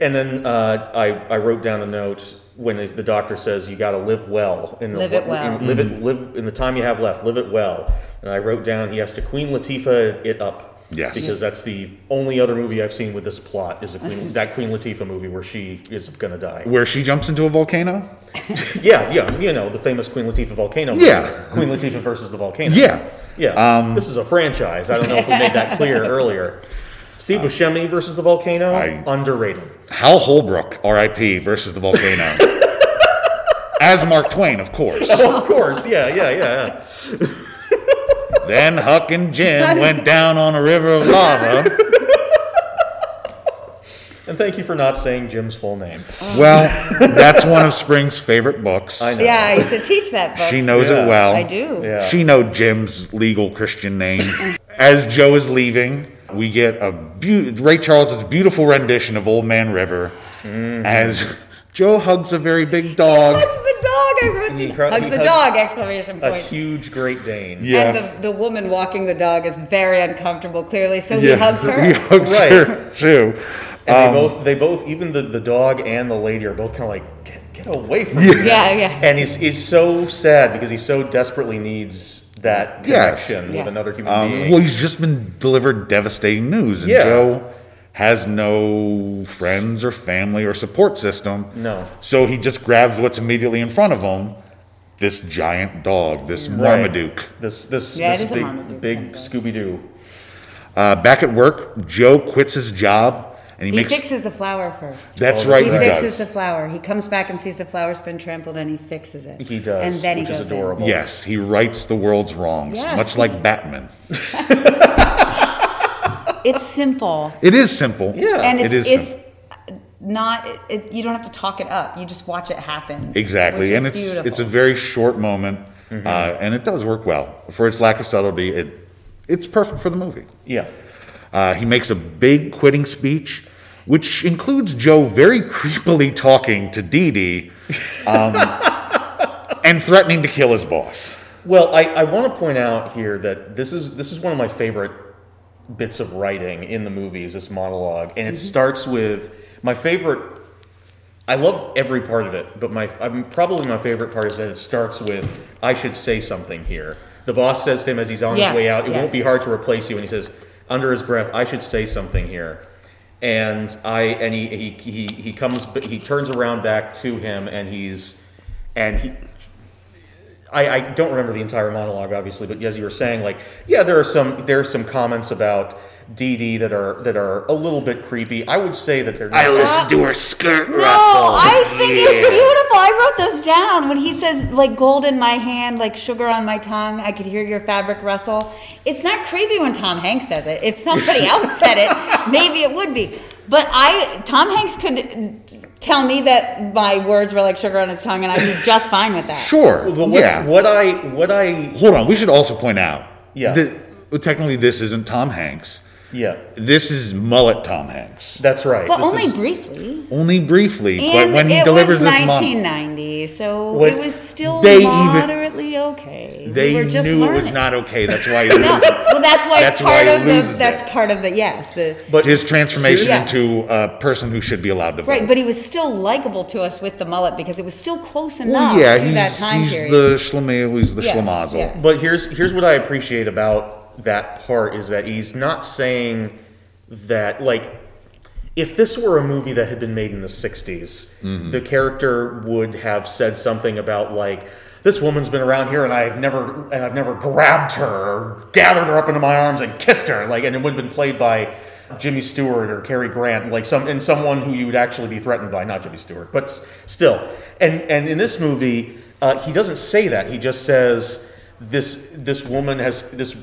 S1: And then uh, I, I wrote down a note when the doctor says you got to live well in the
S6: Live it well.
S1: in, live it
S2: Mm-hmm.
S1: live in the time you have left live it well. And I wrote down he has to Queen Latifah it up.
S2: Yes.
S1: Because that's the only other movie I've seen with this plot is a Queen, that Queen Latifah movie where she is gonna die.
S2: where she jumps into a volcano.
S1: Yeah, yeah, you know the famous Queen Latifah volcano.
S2: Yeah.
S1: movie. Queen Latifah versus the volcano.
S2: Yeah. Um,
S1: yeah. this is a franchise. I don't know if we made that clear earlier. Steve Buscemi versus the volcano.
S2: I-
S1: underrated.
S2: Hal Holbrook, R.I.P. versus the volcano. As Mark Twain, of course.
S1: Oh, of course. Yeah, yeah, yeah, yeah.
S2: then Huck and Jim went down on a river of lava.
S1: And thank you for not saying Jim's full name.
S2: Well, that's one of Spring's favorite books.
S1: I know.
S6: Yeah, I used to teach that book.
S2: She knows
S1: Yeah.
S2: it well.
S6: I do.
S1: Yeah.
S2: She know Jim's legal Christian name. As Joe is leaving, we get a beau- Ray Charles's beautiful rendition of Old Man River.
S1: Mm-hmm.
S2: As Joe hugs a very big dog.
S6: Hugs the dog. I wrote
S1: He
S6: the-
S1: cr-
S6: hugs
S1: he
S6: the
S1: hugs
S6: dog! Exclamation
S1: A
S6: point.
S1: huge Great Dane.
S2: Yes.
S6: And the, the woman walking the dog is very uncomfortable, clearly, so he
S2: Yeah.
S6: hugs her.
S2: He hugs
S1: Right.
S2: her too.
S1: And
S2: Um,
S1: they both, they both, even the, the dog and the lady are both kind of like, get, get away from me.
S6: Yeah, yeah.
S1: And he's, he's so sad because he so desperately needs that
S2: Yes.
S1: connection with
S6: Yeah.
S1: another human
S2: Um,
S1: being.
S2: well, he's just been delivered devastating news, and
S1: Yeah.
S2: Joe has no friends or family or support system.
S1: No.
S2: So he just grabs what's immediately in front of him this giant dog, this
S1: Right.
S2: Marmaduke.
S1: This, this,
S6: Yeah, it
S1: this
S6: is a
S1: big,
S6: Marmaduke,
S1: big
S6: thank God.
S1: Scooby Doo.
S2: Uh, back at work, Joe quits his job and he,
S6: He
S2: makes.
S6: fixes the flower first.
S2: that's
S1: Oh,
S2: right,
S6: He
S2: he,
S6: fixes
S2: does.
S6: the flower. He comes back and sees the flower's been trampled, and he fixes it.
S1: He does.
S6: and then he
S1: which
S6: goes
S1: is adorable.
S2: yes, he rights the world's wrongs,
S6: Yes.
S2: much like Batman.
S6: In. It's simple,
S2: It is simple.
S1: Yeah.
S6: and
S2: it
S6: it's
S2: is
S6: it's
S2: simple.
S6: not. It, it- you don't have to talk it up. You just watch it happen. which
S2: Exactly,
S6: is
S2: and it's
S6: beautiful.
S2: it's a very short moment, uh, and it does work well for its lack of subtlety. It it's perfect for the movie.
S1: Yeah.
S2: Uh, he makes a big quitting speech, which includes Joe very creepily talking to Dee Dee, um, and threatening to kill his boss.
S1: Well, I, I want to point out here that this is this is one of my favorite bits of writing in the movie is this monologue, and
S6: Mm-hmm.
S1: it starts with my favorite. I love every part of it, but my I'm, probably my favorite part is that it starts with I should say something here. The boss says to him as he's on
S6: Yeah,
S1: his way out, it
S6: yes.
S1: won't be hard to replace you, and he says under his breath, I should say something here. And I and he he he, he comes but he turns around back to him and he's and he I, I don't remember the entire monologue, obviously, but as you were saying, like, yeah, there are some there are some comments about DD that are that are a little bit creepy. I would say that they're not.
S2: I listened to her skirt
S6: No,
S2: rustle.
S6: I think
S2: Yeah.
S6: it's beautiful. I wrote those down. When he says like gold in my hand, like sugar on my tongue, I could hear your fabric rustle. It's not creepy when Tom Hanks says it. If somebody else said it, maybe it would be. But I Tom Hanks could tell me that my words were like sugar on his tongue and I'd be just fine with that.
S2: Sure.
S1: But what,
S2: yeah.
S1: what I what I
S2: Hold on. We should also point out.
S1: Yeah.
S2: That, well, technically, this isn't Tom Hanks.
S1: yeah,
S2: This is mullet Tom Hanks.
S1: that's right.
S6: But
S1: This
S6: only
S1: is-
S6: briefly.
S2: Only briefly,
S6: And
S2: but when he
S6: it
S2: delivers
S6: was
S2: this monologue,
S6: 1990, so
S1: What-
S6: it was still
S2: they even-
S6: moderately okay. We
S2: they
S6: were just
S2: knew it was
S6: learning.
S2: not okay. That's why he loses it.
S6: well, that's why
S2: That's
S6: it's
S2: why
S6: part
S2: he
S6: of the.
S2: loses
S6: That's
S2: it.
S6: part of the yes. The
S1: but
S2: his transformation
S6: Yeah.
S2: into a person who should be allowed to vote.
S6: right, but he was still likable to us with the mullet because it was still close enough
S2: well, yeah,
S6: to
S2: he's,
S6: that time
S2: he's
S6: period.
S2: the schlemazel, he's the
S6: Yes,
S2: schlemazel.
S6: yes.
S1: But here's here's what I appreciate about that part is that he's not saying that like if this were a movie that had been made in the 60s, the character would have said something about like this woman's been around here and I've never and I've never grabbed her, or gathered her up into my arms and kissed her like and it would have been played by Jimmy Stewart or Cary Grant, like some and someone who you would actually be threatened by, not Jimmy Stewart, but s- still. And and in this movie, uh, he doesn't say that. He just says this this woman has this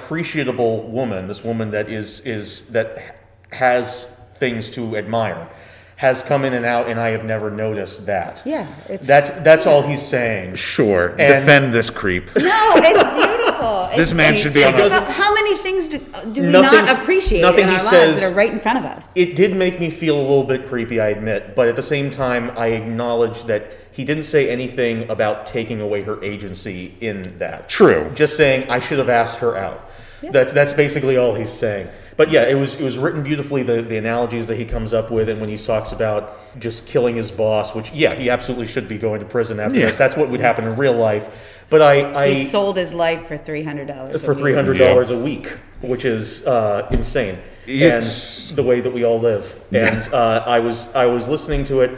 S1: appreciable woman, this woman that is is that has things to admire, has come in and out, and I have never noticed that.
S6: Yeah, it's-
S1: that's that's all he's saying.
S2: Sure,
S1: And-
S2: defend this creep.
S6: no, it's beautiful.
S2: This
S6: It's-
S2: man
S6: it's
S2: should be on
S6: just
S2: a-
S6: about How many things do, do we
S1: Nothing-
S6: not appreciate
S1: nothing
S6: in
S1: he
S6: our lives
S1: says-
S6: that are right in front of us?
S1: It did make me feel a little bit creepy, I admit, but at the same time, I acknowledge that he didn't say anything about taking away her agency in that.
S2: True.
S1: Just saying, I should have asked her out. That's that's basically all he's saying. But yeah, it was it was written beautifully. The the analogies that he comes up with, and when he talks about just killing his boss, which yeah, he absolutely should be going to prison after
S2: Yeah.
S1: this. That's what would happen in real life. But I, I
S6: He sold his life for three hundred dollars.
S1: for three hundred dollars a week, which is uh, insane,
S2: It's-
S1: and the way that we all live. And uh, I was I was listening to it,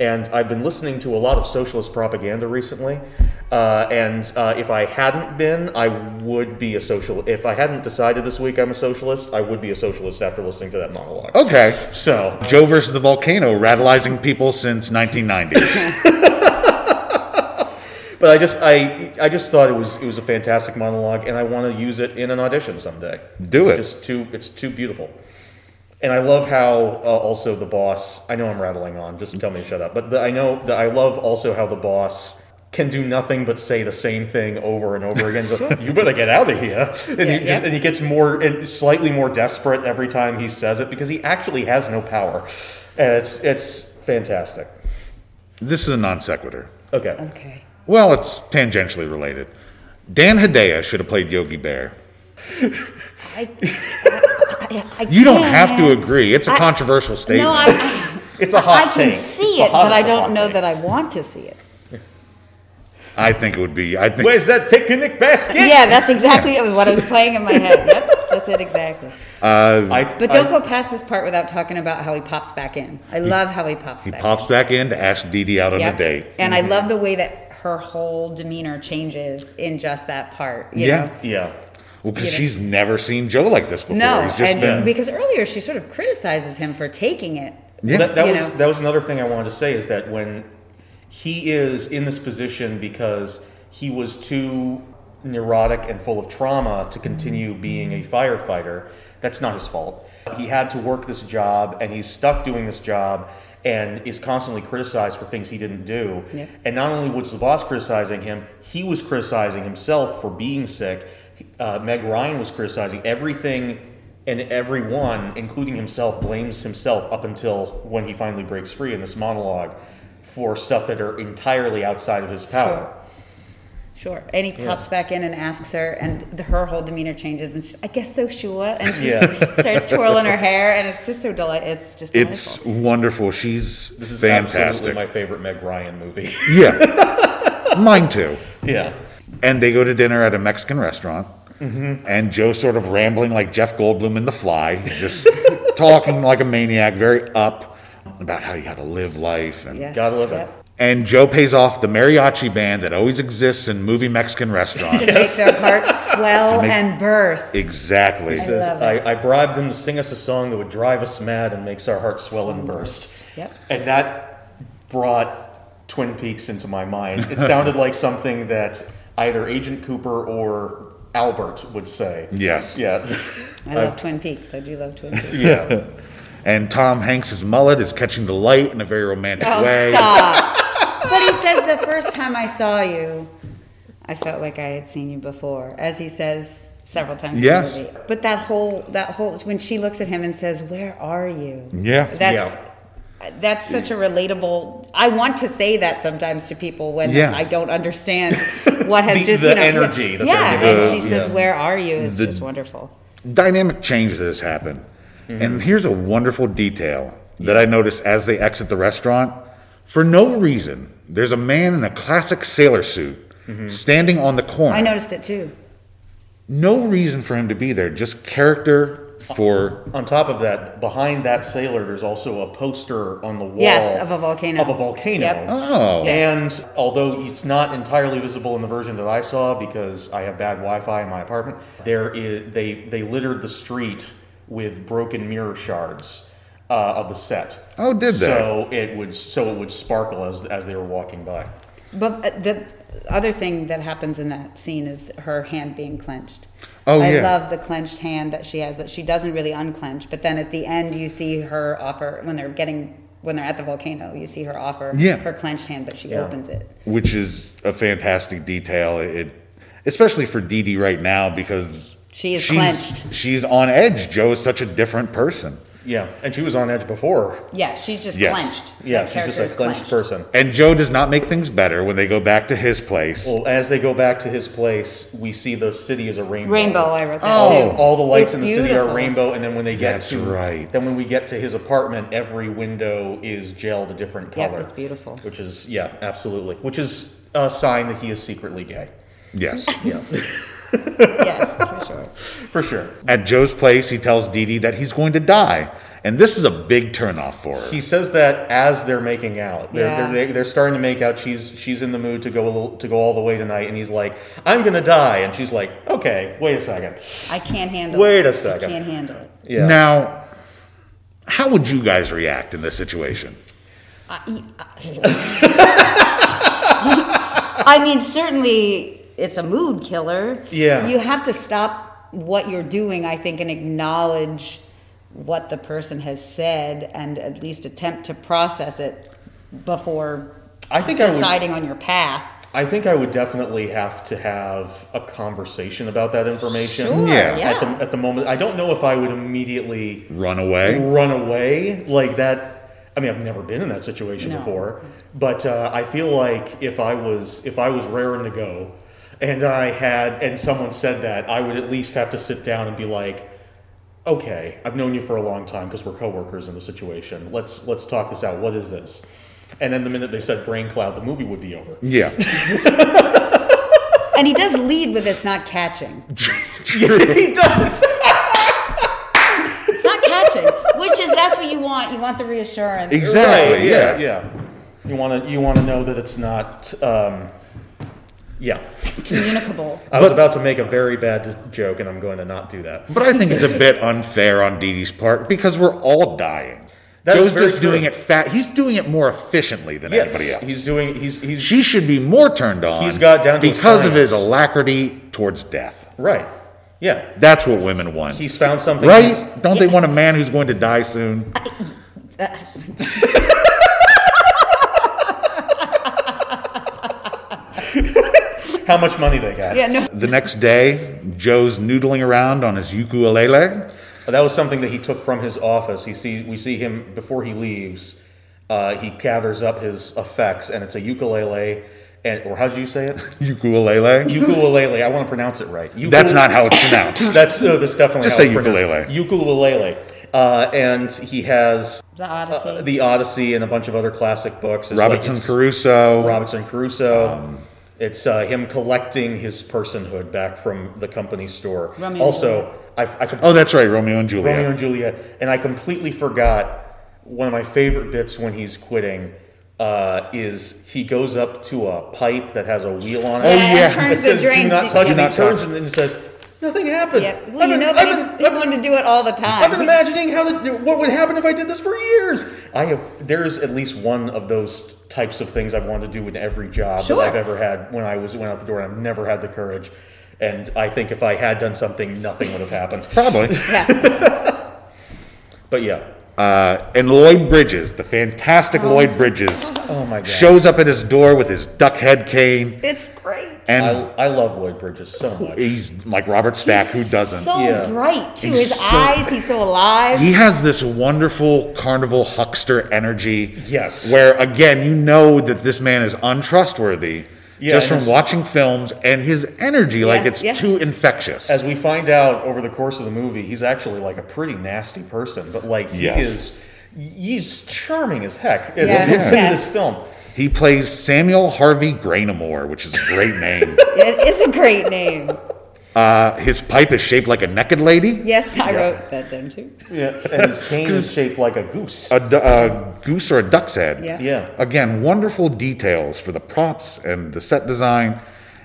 S1: and I've been listening to a lot of socialist propaganda recently. Uh, and uh, if I hadn't been, I would be a social. If I hadn't decided this week I'm a socialist, I would be a socialist after listening to that monologue.
S2: Okay.
S1: So
S2: Joe versus the volcano, radicalizing people since 1990.
S1: But I just I I just thought it was it was a fantastic monologue, and I want to use it in an audition someday.
S2: Do
S1: it's
S2: it.
S1: Just too it's too beautiful. And I love how uh, also the boss. I know I'm rattling on. Just tell me to shut up. But the, I know that I love also how the boss can do nothing but say the same thing over and over again. He's like, you better get out of here. And, he just,
S6: yeah.
S1: and he gets more and slightly more desperate every time he says it because he actually has no power. And it's it's fantastic.
S2: this is a non sequitur.
S1: Okay.
S6: Okay.
S2: Well, it's tangentially related. Dan Hedaya should have played Yogi Bear.
S6: I, I, I
S2: You don't
S6: can't.
S2: have to agree. It's a
S6: I-
S2: controversial statement.
S6: No, I,
S1: It's a
S6: I
S1: hot
S6: can
S1: take. It's
S6: see
S1: the
S6: it, but
S1: hottest
S6: I
S1: of hot
S6: don't know that
S1: takes.
S6: I want to see it.
S2: I think it would be. I think
S1: Where's that picnic basket?
S6: Yeah, that's exactly what I was playing in my head. Yep, that's it exactly.
S2: uh,
S1: I,
S6: But don't
S1: I-
S6: go past this part without talking about how he pops back in. I love how he pops
S2: he
S6: back.
S2: pops back in to ask Dee Dee out on
S6: in.
S2: a
S6: Yep.
S2: date. Mm-hmm.
S6: And I love the way that her whole demeanor changes in just that part. you
S2: Yeah.
S6: know?
S1: Yeah.
S2: Well, because
S6: You know.
S2: she's never seen Joe like this before.
S6: No,
S2: He's just
S6: and
S2: been.
S6: because earlier she sort of criticizes him for taking it.
S2: Yeah.
S1: That, that
S6: You
S1: was
S6: know.
S1: that was another thing I wanted to say is that when he is in this position because he was too neurotic and full of trauma to continue being a firefighter, that's not his fault. He had to work this job and he's stuck doing this job and is constantly criticized for things he didn't do.
S6: Yeah.
S1: And not only was the boss criticizing him, he was criticizing himself for being sick. Uh, Meg Ryan was criticizing everything and everyone, including himself, blames himself up until when he finally breaks free in this monologue for stuff that are entirely outside of his power.
S6: Sure. And he pops back in and asks her, and the, her whole demeanor changes, and she's, I guess so, sure. And she
S1: Yeah.
S6: starts twirling her hair, and it's just so delight. It's just
S2: It's
S6: delightful.
S2: wonderful. She's
S1: This is absolutely
S2: fantastic.
S1: my favorite Meg Ryan movie.
S2: yeah, mine too.
S1: yeah.
S2: And they go to dinner at a Mexican restaurant.
S6: Mm-hmm.
S2: And Joe's sort of rambling like Jeff Goldblum in The Fly, He's just talking like a maniac, very up about how you got to live life. And,
S6: Yes.
S1: Gotta love it.
S6: Yep.
S2: and Joe pays off the mariachi band that always exists in movie Mexican restaurants.
S6: Make their hearts swell
S2: make-
S6: and burst.
S2: exactly.
S1: Says,
S6: love
S1: I, I bribed them to sing us a song that would drive us mad and makes our hearts swell and burst.
S6: Yep.
S1: And that brought Twin Peaks into my mind. It sounded like something that either Agent Cooper or Albert would say.
S2: Yes.
S1: Yeah.
S6: I love Twin Peaks. I do love Twin Peaks.
S1: yeah.
S2: And Tom Hanks's mullet is catching the light in a very romantic
S6: Oh,
S2: way.
S6: stop. but he says, the first time I saw you, I felt like I had seen you before, as he says several times
S2: Yes.
S6: in the movie. But that whole, that whole, when she looks at him and says, where are you?
S2: Yeah.
S6: That's, that's such a relatable, I want to say that sometimes to people when
S2: Yeah.
S6: I don't understand what has
S1: The-
S6: just,
S1: the
S6: you know.
S1: energy that
S6: Yeah,
S1: they're
S6: and
S1: giving.
S6: she says, where are you? It's
S2: The-
S6: just wonderful.
S2: dynamic change that has happened. And here's a wonderful detail that I noticed as they exit the restaurant. For no reason, there's a man in a classic sailor suit standing on the corner.
S6: I noticed it too.
S2: No reason for him to be there, just character for.
S1: On top of that, behind that sailor, there's also a poster on the wall.
S6: Yes, of a volcano.
S1: Of a volcano.
S6: Yep.
S2: Oh.
S1: And although it's not entirely visible in the version that I saw because I have bad Wi-Fi in my apartment, there is they they littered the street with broken mirror shards uh, of the set.
S2: Oh, did they?
S1: So it would so it would sparkle as as they were walking by.
S6: But uh, the other thing that happens in that scene is her hand being clenched.
S2: Oh,
S6: I
S2: yeah.
S6: love the clenched hand that she has that she doesn't really unclench, but then at the end you see her offer when they're getting when they're at the volcano, you see her offer
S2: Yeah.
S6: her clenched hand, but she opens it.
S2: Which is a fantastic detail. It, especially for Dee Dee right now because
S6: She is
S2: she's,
S6: clenched.
S2: she's on edge. Joe is such a different person.
S1: Yeah, and she was on edge before.
S6: Yeah, she's just
S2: Yes.
S6: clenched.
S1: Yeah,
S6: That
S1: she's just
S6: character
S1: a
S6: is
S1: clenched, person.
S2: And Joe does not make things better when they go back to his place.
S1: Well, as they go back to his place, we see the city as a rainbow.
S6: Rainbow, I wrote that
S2: Oh.
S6: too.
S1: All the lights
S6: It's
S1: in the city are
S6: beautiful.
S1: rainbow, and then when they get
S2: That's
S1: to
S2: right.
S1: then when we get to his apartment, every window is gelled a different
S6: Yep,
S1: color.
S6: it's beautiful.
S1: Which is yeah, absolutely. Which is a sign that he is secretly gay,
S2: Yes.
S6: yes, for sure.
S1: for sure.
S2: At Joe's place, he tells Dee Dee that he's going to die. And this is a big turnoff for her.
S1: He says that as they're making out, they're,
S6: Yeah.
S1: they're, they're starting to make out. She's she's in the mood to go a little, to go all the way tonight, and he's like, "I'm gonna die," and she's like, "Okay, wait a second.
S6: I can't handle it.
S1: Wait a
S6: I
S1: second.
S6: can't handle it.
S1: Yeah.
S2: Now, how would you guys react in this situation?
S6: I mean, certainly it's a mood killer.
S1: Yeah.
S6: You have to stop what you're doing, I think, and acknowledge what the person has said and at least attempt to process it before
S1: I think I would
S6: deciding on your path.
S1: I think I would definitely have to have a conversation about that information.
S6: Sure,
S2: Yeah.
S6: yeah.
S1: At the at the moment, I don't know if I would immediately
S2: Run away?
S1: run away like that. I mean, I've never been in that situation
S6: No.
S1: before, but uh, I feel like if I was if I was raring to go, and I had and someone said that, I would at least have to sit down and be like, okay, I've known you for a long time because we're coworkers in the situation. Let's let's talk this out. What is this? And then the minute they said brain cloud, the movie would be over.
S2: Yeah.
S6: and he does lead with it's not catching.
S1: he does.
S6: It's not catching, which is that's what you want. You want the reassurance.
S2: Exactly.
S1: Right,
S2: yeah.
S1: yeah, yeah. You want to you want to know that it's not. Um, yeah,
S6: Communicable.
S1: I was about to make a very bad joke, and I'm going to not do that.
S2: But I think it's a bit unfair on Dee Dee's part because we're all dying.
S1: That is
S2: Joe's
S1: very
S2: just doing
S1: true.
S2: it fat. He's doing it more efficiently than
S1: Yes,
S2: anybody else.
S1: he's doing. He's he's
S2: she should be more turned on
S1: He's got down to a
S2: because of his
S1: science.
S2: alacrity towards death.
S1: right. Yeah,
S2: That's what women want.
S1: he's found something. he's-
S2: right? Don't they want a man who's going to die soon?
S1: How much money they got?
S6: Yeah, no.
S2: The next day, Joe's noodling around on his ukulele.
S1: That was something that he took from his office. He see we see him before he leaves. Uh, he gathers up his effects, and it's a ukulele and or how did you say it?
S2: Ukulele.
S1: Ukulele. I want to pronounce it right. Ukulele.
S2: That's not how it's pronounced.
S1: That's no. That's definitely
S2: Just
S1: how
S2: say
S1: it's pronounced. Ukulele. Uh, and he has
S6: The Odyssey.
S1: uh, the Odyssey and a bunch of other classic books. It's
S2: Robinson
S1: like it's-
S2: Crusoe.
S1: Robinson Crusoe.
S2: Um,
S1: it's uh, him collecting his personhood back from the company store.
S6: Romeo and
S1: also, I, I could
S2: oh, that's right, Romeo and Juliet.
S1: Romeo and Juliet, and I completely forgot one of my favorite bits when he's quitting uh, is he goes up to a pipe that has a wheel on it.
S2: Oh,
S6: yeah, and
S2: yeah.
S1: It
S6: turns the
S1: says,
S6: drain.
S1: do not touch,
S2: Do
S1: and he
S2: not
S1: turns
S2: touch.
S1: and then says, nothing happened.
S6: Yeah.
S1: I've
S6: Well, you
S1: been-
S6: know
S1: I've
S6: that
S1: been-
S6: he, he
S1: I've been-
S6: wanted to do it all the time.
S1: I've been imagining how the, what would happen if I did this for years. I have there is at least one of those types of things I've wanted to do in every job
S6: Sure.
S1: that I've ever had when I was went out the door and I've never had the courage. And I think if I had done something, nothing would have happened.
S2: Probably.
S1: But yeah,
S2: Uh, and Lloyd Bridges, the fantastic Lloyd Bridges,
S1: oh my god,
S2: shows up at his door with his duck head cane,
S6: It's great.
S1: I,
S2: and
S1: I love Lloyd Bridges so much.
S2: he's like Robert Stack, who doesn't.
S6: So
S1: Yeah.
S6: bright too.
S2: He's
S6: His
S2: so-
S6: eyes. He's so alive.
S2: He has this wonderful carnival huckster energy.
S1: Yes.
S2: Where again, you know that this man is untrustworthy
S1: Yeah,
S2: just
S1: and
S2: from
S1: his-
S2: watching films and his energy, like
S6: Yes,
S2: it's
S6: yes.
S2: too infectious.
S1: As we find out over the course of the movie, he's actually like a pretty nasty person, but like he
S2: Yes.
S1: is. He's charming as heck. As
S6: Yes,
S1: yeah. in
S6: yes.
S1: this film,
S2: he plays Samuel Harvey Grainamore, which is a great name.
S6: it is a great name.
S2: uh, his pipe is shaped like a naked lady,
S6: Yes, I wrote that down too.
S1: yeah, and his cane is shaped like a goose.
S2: a, du- a goose or a duck's head.
S6: Yeah.
S1: yeah,
S2: Again, wonderful details for the props and the set design.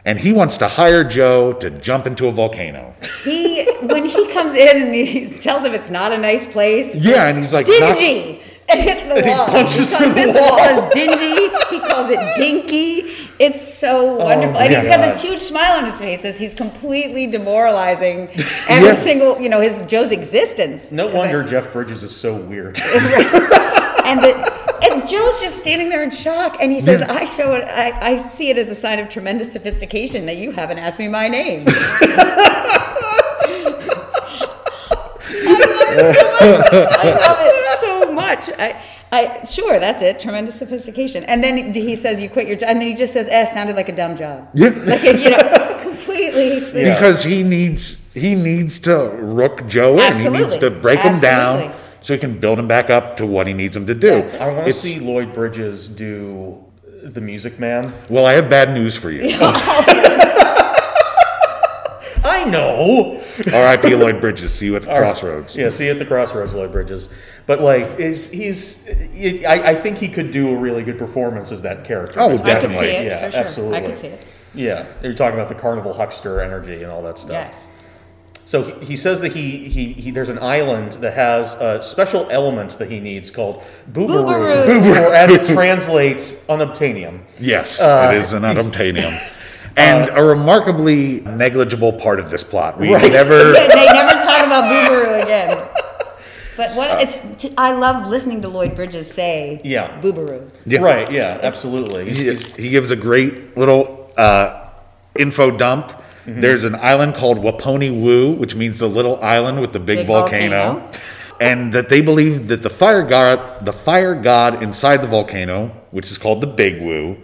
S2: And he wants to hire Joe to jump into a volcano.
S6: He when he comes in and he tells him it's not a nice place.
S2: Yeah, and he's like, "Not-
S6: dingy. And hits the wall.
S1: punches
S6: calls
S1: through the
S6: it- he
S1: wall.
S6: calls dingy. He calls it dinky. It's
S2: Oh,
S6: so wonderful, and
S1: my
S6: he's got
S1: God.
S6: this huge smile on his face as he's completely demoralizing every
S2: Yeah.
S6: single, you know, his Joe's existence.
S1: No
S6: But-
S1: wonder Jeff Bridges is so weird.
S6: and the, and Joe's just standing there in shock, and he says, "I show it. I, I see it as a sign of tremendous sophistication that you haven't asked me my name." I love it so much. I love it so much. I, I sure that's it. Tremendous sophistication. And then he says, "You quit your job," and then he just says, "Eh, sounded like a dumb job."
S2: Yeah.
S6: Like you know, completely.
S2: because he needs he needs to rook Joe in. He needs to
S6: Absolutely.
S2: break him down
S6: Absolutely.
S2: so he can build him back up to what he needs him to do.
S6: That's it.
S1: I want to
S2: It's-
S1: see Lloyd Bridges do the Music Man.
S2: Well, I have bad news for you.
S1: I know.
S2: R.I.P. Lloyd Bridges. See you at the crossroads.
S1: Yeah, see you at the crossroads, Lloyd Bridges. But like, is he's? I, I think he could do a really good performance as that character.
S2: Oh,
S6: I could see
S2: Definitely,
S6: it
S1: yeah,
S6: for sure. I
S1: absolutely.
S6: could see it.
S1: Yeah, you're talking about the carnival huckster energy and all that stuff.
S6: Yes.
S1: So he, he says that he, he he there's an island that has a special element that he needs called boobaroo,
S6: Boobaroo.
S1: or as it translates, unobtainium.
S2: Yes,
S1: Uh,
S2: it is an unobtainium. And a remarkably negligible part of this plot. We
S1: Right.
S2: never.
S6: But they never talk about Boobaroo again. But what it's t- I love listening to Lloyd Bridges say
S1: Yeah.
S6: Boobaroo.
S2: Yeah.
S1: Right. Yeah. Absolutely. He's-
S2: He, he gives a great little uh, info dump.
S6: Mm-hmm.
S2: There's an island called Waponi Woo, which means the little island with the big,
S6: Big
S2: volcano.
S6: volcano.
S2: And that they believe that the fire god, the fire god inside the volcano, which is called the Big Woo.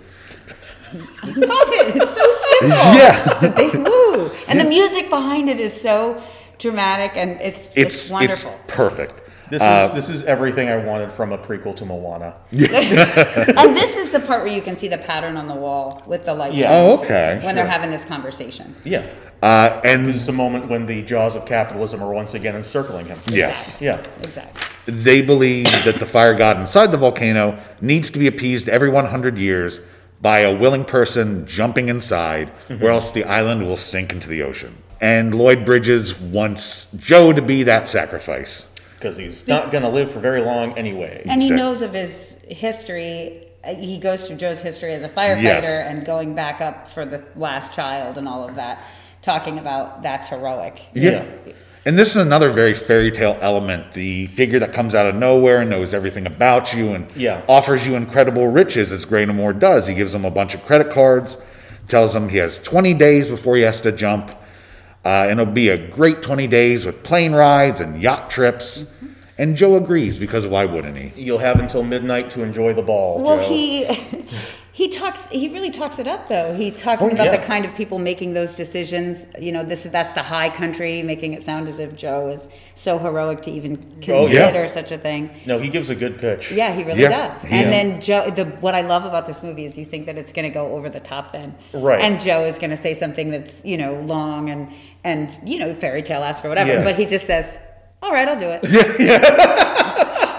S6: Love it. It's so simple.
S2: Yeah.
S6: The big woo. And the music behind it is so dramatic and it's it's,
S2: It's it's,
S6: wonderful.
S2: perfect. Uh,
S1: This is this is everything I wanted from a prequel to Moana.
S6: and this is the part where you can see the pattern on the wall with the light.
S1: Yeah.
S6: shine
S2: Oh, okay.
S6: When they're having this conversation.
S1: Yeah,
S2: Uh, and
S1: it's a moment when the jaws of capitalism are once again encircling him.
S2: yes,
S1: Yeah,
S6: Exactly.
S2: they believe that the fire god inside the volcano needs to be appeased every 100 years by a willing person jumping inside, or else the island will sink into the ocean. And Lloyd Bridges wants Joe to be that sacrifice.
S1: because he's not gonna live for very long anyway.
S6: And
S2: Exactly.
S6: he knows of his history. Uh, He goes through Joe's history as a firefighter
S2: Yes.
S6: and going back up for the last child and all of that, talking about that's heroic.
S1: Yeah.
S2: And this is another very fairy tale element the figure that comes out of nowhere and knows everything about you and
S1: Yeah.
S2: offers you incredible riches, as Grainamore does. He gives him a bunch of credit cards, tells him he has 20 days before he has to jump, uh, and it'll be a great 20 days with plane rides and yacht trips.
S1: Mm-hmm.
S2: And Joe agrees because why wouldn't he?
S1: You'll have until midnight to enjoy the ball.
S6: Well,
S1: Joe.
S6: he He talks. He really talks it up, though. He talking
S1: Oh,
S6: about
S1: yeah.
S6: the kind of people making those decisions. You know, this is that's the high country, making it sound as if Joe is so heroic to even consider
S1: Oh, yeah.
S6: such a thing.
S1: No, he gives a good pitch.
S6: Yeah, he really
S2: Yeah,
S6: does.
S2: yeah.
S6: And then Joe, the what I love about this movie is you think that it's going to go over the top then,
S1: Right.
S6: And Joe is going to say something that's you know long and and you know fairy tale esque or whatever,
S1: Yeah.
S6: but he just says, "All right, I'll do it."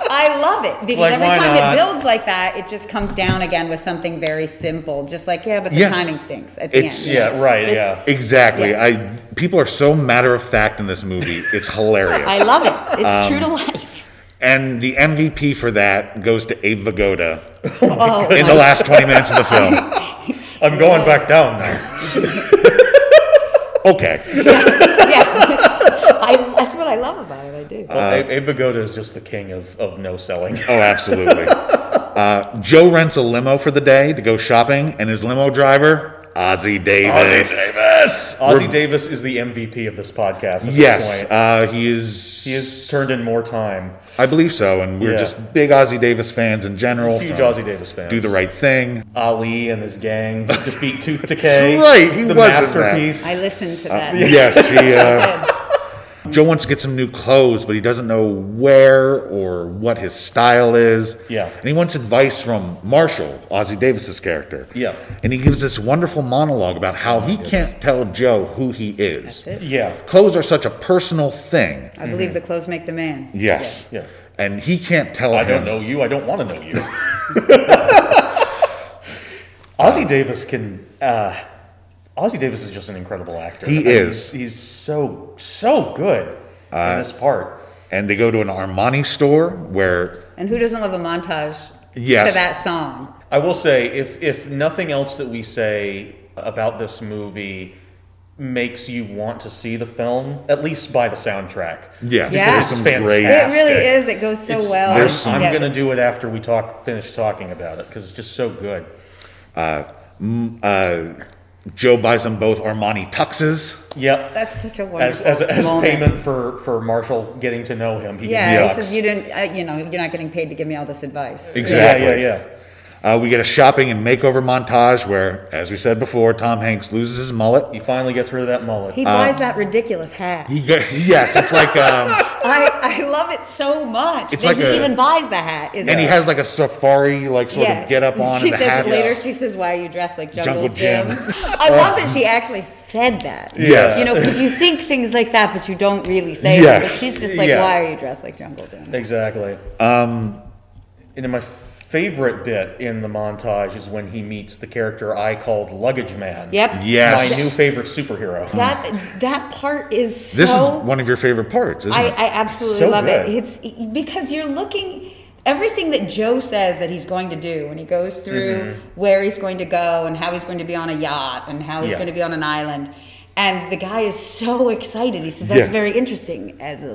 S6: I love it because
S1: Like,
S6: every
S1: why
S6: time
S1: not?
S6: it builds like that, it just comes down again with something very simple, just like yeah, but the
S2: Yeah.
S6: timing stinks at the
S2: It's-
S6: end.
S1: Yeah, right.
S6: Just-
S1: yeah.
S2: Exactly. I people are so matter of fact in this movie. It's hilarious.
S6: I love it. It's
S1: Um,
S6: true to life.
S2: and the MVP for that goes to Abe Vigoda
S6: Oh,
S2: in
S6: my-
S2: the last 20 minutes of the film.
S1: I'm going back down
S2: Uh,
S1: now.
S2: Okay.
S6: yeah. I, that's what I love about it. I do.
S1: Well, Abe- Abe Vigoda is just the king of, of no selling.
S2: Oh, absolutely. Uh, Joe rents a limo for the day to go shopping, and his limo driver, Ozzy Davis.
S1: Davis! Ozzy
S2: Rem-
S1: Davis is the MVP of this podcast. At this
S2: Yes,
S1: point.
S2: uh, he is.
S1: he has turned in more time.
S2: I believe so, and we're
S1: Yeah.
S2: just big Ozzy Davis fans in general.
S1: Huge
S2: from
S1: Ozzy Davis fans.
S2: Do the right thing.
S1: Ali and his gang just beat Tooth Decay.
S2: right, he
S1: the
S2: was in that.
S1: masterpiece.
S6: I listened to that.
S2: Yes, he. Uh, Joe wants to get some new clothes, but he doesn't know where or what his style is.
S1: Yeah.
S2: And he wants advice from Marshall, Ozzy Davis's character.
S1: Yeah.
S2: And he gives this wonderful monologue about how he can't tell Joe who he is.
S6: That's it.
S1: Yeah,
S2: Clothes are such a personal thing.
S6: I believe the clothes make the man.
S2: Yes.
S1: Yeah.
S2: And he can't tell
S1: I
S2: him.
S1: don't know you. I don't want to know you. Ozzy Davis can. Uh, Ozzy Davis is just an incredible actor.
S2: He
S1: I mean,
S2: is.
S1: He's,
S2: Uh,
S1: he's so so good in this part.
S2: And they go to an Armani store where
S6: And who doesn't love a montage
S2: Yes.
S6: to that song?
S1: I will say, if if nothing else that we say about this movie makes you want to see the film, at least by the soundtrack.
S2: yes,
S6: Yeah.
S2: there's
S6: It's
S2: some
S6: It
S2: great
S1: fantastic.
S6: really is. It goes so
S1: It's-
S6: well.
S1: I'm,
S2: There's some-
S1: I'm
S6: Yeah,
S1: gonna do it after we talk. Finish talking about it because it's just so good.
S2: uh, Joe buys them both Armani tuxes.
S1: Yep.
S6: That's such a
S1: as,
S6: wonderful
S1: as, as
S6: moment.
S1: payment for, for Marshall getting to know him. He
S6: Yeah,
S1: gets
S6: he
S1: bucks.
S6: says you didn't. Uh, you know, you're not getting paid to give me all this advice.
S2: Exactly.
S1: Yeah, yeah, yeah.
S2: Uh, we get a shopping and makeover montage where, as we said before, Tom Hanks loses his mullet.
S1: He finally gets rid of that mullet.
S6: He buys that ridiculous hat.
S2: uh, He go- yes, it's like, um,
S6: I, I love it so much
S2: It's
S6: that
S2: like
S6: he
S2: a-
S6: even buys the hat. Is
S2: and he has like a safari like sort of get up on.
S6: She
S2: and the
S6: says
S2: hats.
S6: later. She says, "Why are you dressed like Jungle,
S2: Jungle Jim."
S6: Jim?" I love that she actually said that.
S2: Yes.
S6: You know, because you think things like that, but you don't really say
S2: Yes.
S6: it. But she's just like,
S1: Yeah.
S6: "Why are you dressed like Jungle Jim?"
S1: exactly. Um, and then my favorite bit in the montage is when he meets the character I called Luggage Man.
S6: Yep.
S1: My
S2: Yes.
S1: new favorite superhero.
S6: That that part is so.
S2: This is one of your favorite parts, isn't
S6: I,
S2: it?
S6: I absolutely
S1: So
S6: love
S1: good.
S6: it. It's because you're looking everything that Joe says that he's going to do when he goes through where he's going to go and how he's going to be on a yacht and how
S1: Mm-hmm.
S6: he's
S1: Yeah.
S6: going to be on an island. And the guy is so excited. He says, "That's
S2: Yeah.
S6: very interesting as a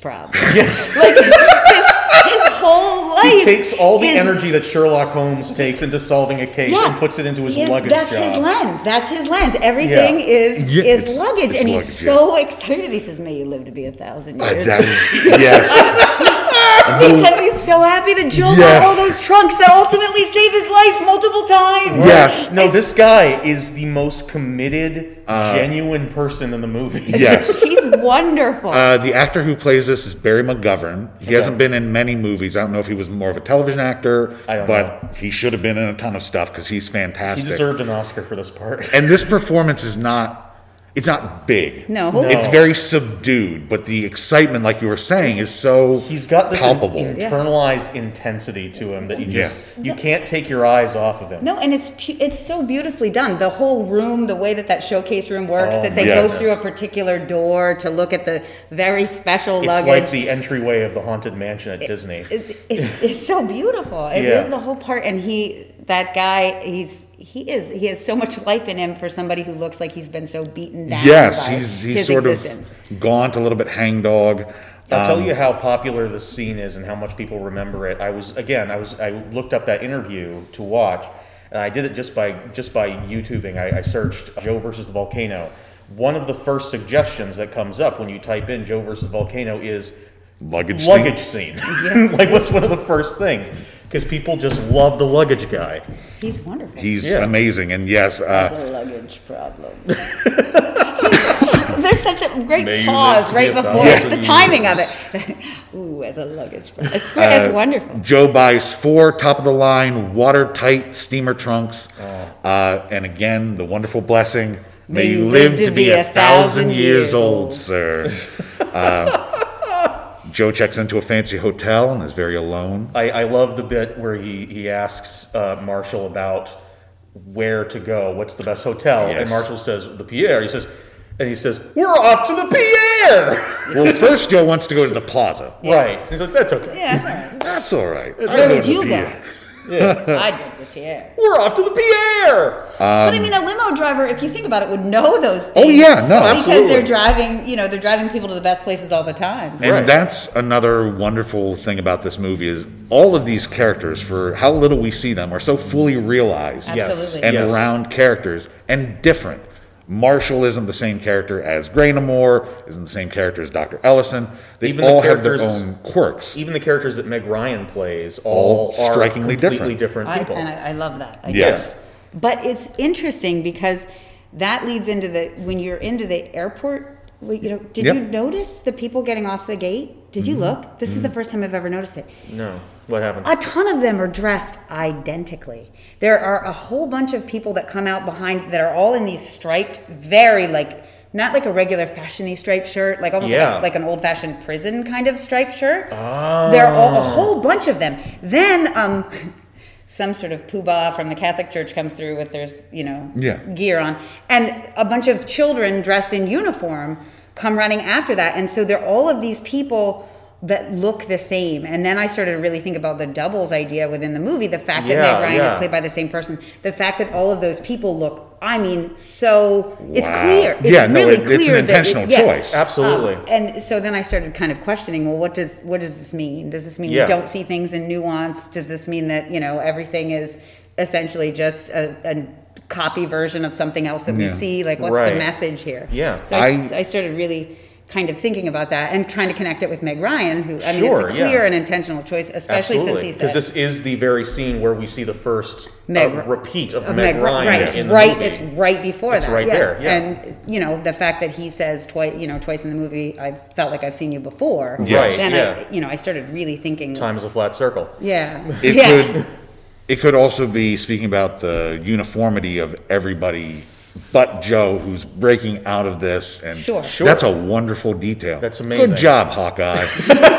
S6: problem." Yes, like his, his whole life.
S1: He takes all the
S6: is-
S1: energy that Sherlock Holmes takes into solving a case and puts it into his
S6: His-
S1: luggage
S6: That's
S1: job.
S6: his lens. That's his lens. Everything
S1: Yeah.
S6: is
S2: Yeah,
S6: is
S2: it's-
S6: luggage,
S2: it's
S6: and he's
S2: luggage, yeah.
S6: so excited. He says, "May you live to be a thousand
S2: Uh,
S6: years."
S2: that was yes.
S6: because he's so happy that Joe
S2: Yes.
S6: got all those trunks that ultimately save his life multiple times.
S2: Yes.
S1: No, this guy is the most committed,
S2: Uh,
S1: genuine person in the movie.
S2: Yes.
S6: He's wonderful.
S2: Uh, the actor who plays this is Barry McGovern. He hasn't been in many movies. I don't know if he was more of a television actor,
S1: I don't
S2: but he should have been in a ton of stuff because he's
S1: He
S2: fantastic.
S1: deserved an Oscar for this part.
S2: and this performance is not it's not big
S6: No. No.
S2: it's very subdued but the excitement like you were saying is so
S1: He's got this in-
S2: palpable
S1: internalized intensity to him that you
S2: Yeah.
S1: just you can't take your eyes off of him.
S6: no, and it's pu- it's so beautifully done. The whole room, the way that that showcase room works,
S1: Oh,
S6: that they
S2: my
S6: go
S2: goodness.
S6: through a particular door to look at the very special
S1: It's
S6: luggage.
S1: like the entryway of the haunted mansion at Disney.
S6: It- it's, it's so beautiful. It
S1: Yeah.
S6: really, the whole part, and he, that guy, he's he is he has so much life in him for somebody who looks like he's been so beaten down.
S2: yes
S6: by
S2: he's he's
S6: his
S2: sort
S6: existence.
S2: of gaunt a little bit hangdog
S1: I'll tell you how popular this scene is and how much people remember it. I was again, I was I looked up that interview to watch, and I did it just by just by YouTubing. I, I searched Joe versus the volcano. One of the first suggestions that comes up when you type in Joe versus volcano is
S2: luggage.
S1: luggage
S2: Thing.
S1: scene. like what's one of the first things because people just love the luggage guy.
S6: He's wonderful.
S2: He's
S1: Yeah.
S2: amazing, and yes,
S8: a
S2: uh,
S8: luggage problem.
S6: There's such a great
S1: May you live
S6: pause
S1: to
S6: right
S1: be a
S6: before
S1: thousand
S6: the timing of it. Ooh, as a luggage problem. It's, great.
S2: Uh,
S6: it's wonderful.
S2: Joe buys four top of the line, watertight steamer trunks, uh, and again, the wonderful blessing. May you live to be a thousand years old, sir. Uh, Joe checks into a fancy hotel and is very alone.
S1: I, I love the bit where he he asks uh, Marshall about where to go, what's the best hotel, and
S2: Yes.
S1: Marshall says the Pierre. He says, and he says we're off to the Pierre.
S2: Well, first Joe wants to go to the plaza.
S1: Right. He's like that's okay.
S6: Yeah,
S2: That's all right.
S8: Where would you go?
S6: I did with Pierre.
S1: We're off to the Pierre.
S6: but I mean, a limo driver, if you think about it, would know those things.
S2: Um, Oh, yeah, no,
S6: because
S1: absolutely.
S6: they're driving. You know, they're driving people to the best places all the time.
S2: And
S1: Right.
S2: that's another wonderful thing about this movie is all of these characters, for how little we see them, are so fully realized
S6: Absolutely.
S2: and
S1: Yes.
S2: round characters and different. Marshall isn't the same character as Grainamore, isn't the same character as Dr. Ellison. They
S1: Even the
S2: all have their
S1: characters-
S2: own quirks.
S1: Even the characters that Meg Ryan plays all,
S2: All
S1: are
S2: strikingly
S1: completely
S2: different.
S1: different,
S6: I,
S1: people.
S6: and I, I love that. I
S2: Yes.
S6: do. But it's interesting because that leads into the when you're into the airport. well, You know, did
S2: Yep. Mm-hmm.
S6: you notice the people getting off the gate? Did you look? This is the first time I've ever noticed it.
S1: no, what happened?
S6: A ton of them are dressed identically. There are a whole bunch of people that come out behind that are all in these striped, very like not like a regular fashiony striped shirt, like almost
S1: Yeah.
S6: like, like an old fashioned prison kind of striped shirt. Oh. There are all, a whole bunch of them. Then um, some sort of poobah from the Catholic Church comes through with their you know
S2: Yeah.
S6: gear on, and a bunch of children dressed in uniform come running after that, and so they're all of these people that look the same. And then I started to really think about the doubles idea within the movie. The fact that
S1: Yeah,
S6: Meg Ryan is
S1: yeah.
S6: played by the same person, the fact that all of those people look, I mean, so it's
S2: Wow.
S6: clear. It's
S2: yeah, no,
S6: really
S2: it-
S6: clear
S2: it's an
S6: that it-
S2: intentional
S6: yeah.
S2: choice.
S1: Absolutely.
S6: Um, and so then I started kind of questioning, well, what does what does this mean? Does this mean
S1: Yeah.
S6: we don't see things in nuance? Does this mean that you know everything is essentially just a, a copy version of something else that we
S2: Yeah.
S6: see? Like, what's
S1: Right.
S6: the message here?
S1: Yeah.
S6: So I,
S2: I-
S6: I started really kind of thinking about that and trying to connect it with Meg Ryan, who I mean,
S1: Sure,
S6: it's a
S1: yeah.
S6: clear and intentional choice, especially
S1: Absolutely,
S6: since he said
S1: this is the very scene where we see the first uh,
S6: Meg-
S1: repeat of,
S6: of
S1: Meg, Ryan
S6: Right, it's
S1: in the
S6: right.
S1: movie.
S6: It's right before
S1: It's
S6: that.
S1: right there, yeah.
S6: And you know the fact that he says twice, you know, twice in the movie, I felt like I've seen you before.
S1: Yes.
S6: Then
S1: yeah.
S6: I, you know, I started really thinking.
S1: Time is a flat circle.
S6: Yeah.
S2: It
S6: yeah.
S2: could it could also be speaking about the uniformity of everybody but Joe who's breaking out of this and
S6: Sure. Sure.
S2: that's a wonderful detail.
S1: That's amazing.
S2: Good job, Hawkeye.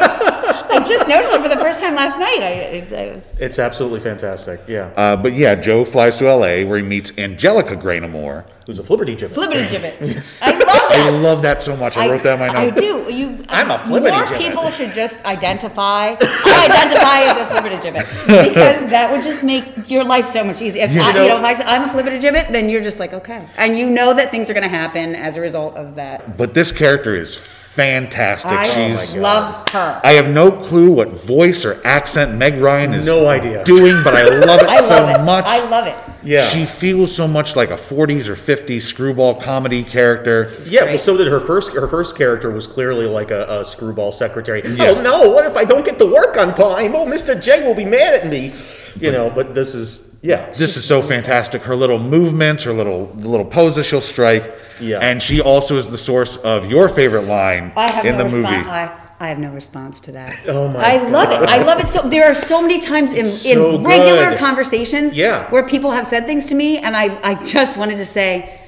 S6: I just noticed it for the first time last night. I, I, I was.
S1: It's absolutely fantastic. Yeah,
S2: uh, but yeah, Joe flies to LA where he meets Angelica Grainamore.
S1: who's a flippity gibbet?
S6: Flippity gibbet. I love that.
S2: I love that so much. I, wrote that in my
S6: I
S2: notes.
S6: do. You. um,
S1: I'm a flippity
S6: More
S1: gibbet.
S6: people should just identify. I identify as a flippity gibbet because that would just make your life so much easier. If I,
S1: know-
S6: you know, if I, I'm a flippity gibbet, then you're just like okay, and you know that things are going to happen as a result of that.
S2: But this character is fantastic.
S6: I Oh
S2: She's.
S6: love her.
S2: I have no clue what voice or accent Meg Ryan is
S1: No idea.
S2: doing, but I love it
S6: I
S2: so
S6: love it.
S2: much.
S6: I love it.
S1: Yeah,
S2: She feels so much like a 40s or 50s screwball comedy character.
S1: yeah. Well,
S6: great.
S1: so did her first. Her first character was clearly like a, a screwball secretary. Oh no! What if I don't get to work on time? Oh, Mr. J will be mad at me. You know, but this is yeah.
S2: This is so fantastic. Her little movements, her little the little poses she'll strike.
S1: Yeah.
S2: And she also is the source of your favorite line
S6: I have
S2: in
S6: no
S2: the
S6: response.
S2: movie.
S6: I, I have no response to that.
S1: Oh my
S6: I love it. I love it so. There are so many times in,
S1: so
S6: in regular
S1: good.
S6: conversations
S1: Yeah.
S6: where people have said things to me, and I, I just wanted to say,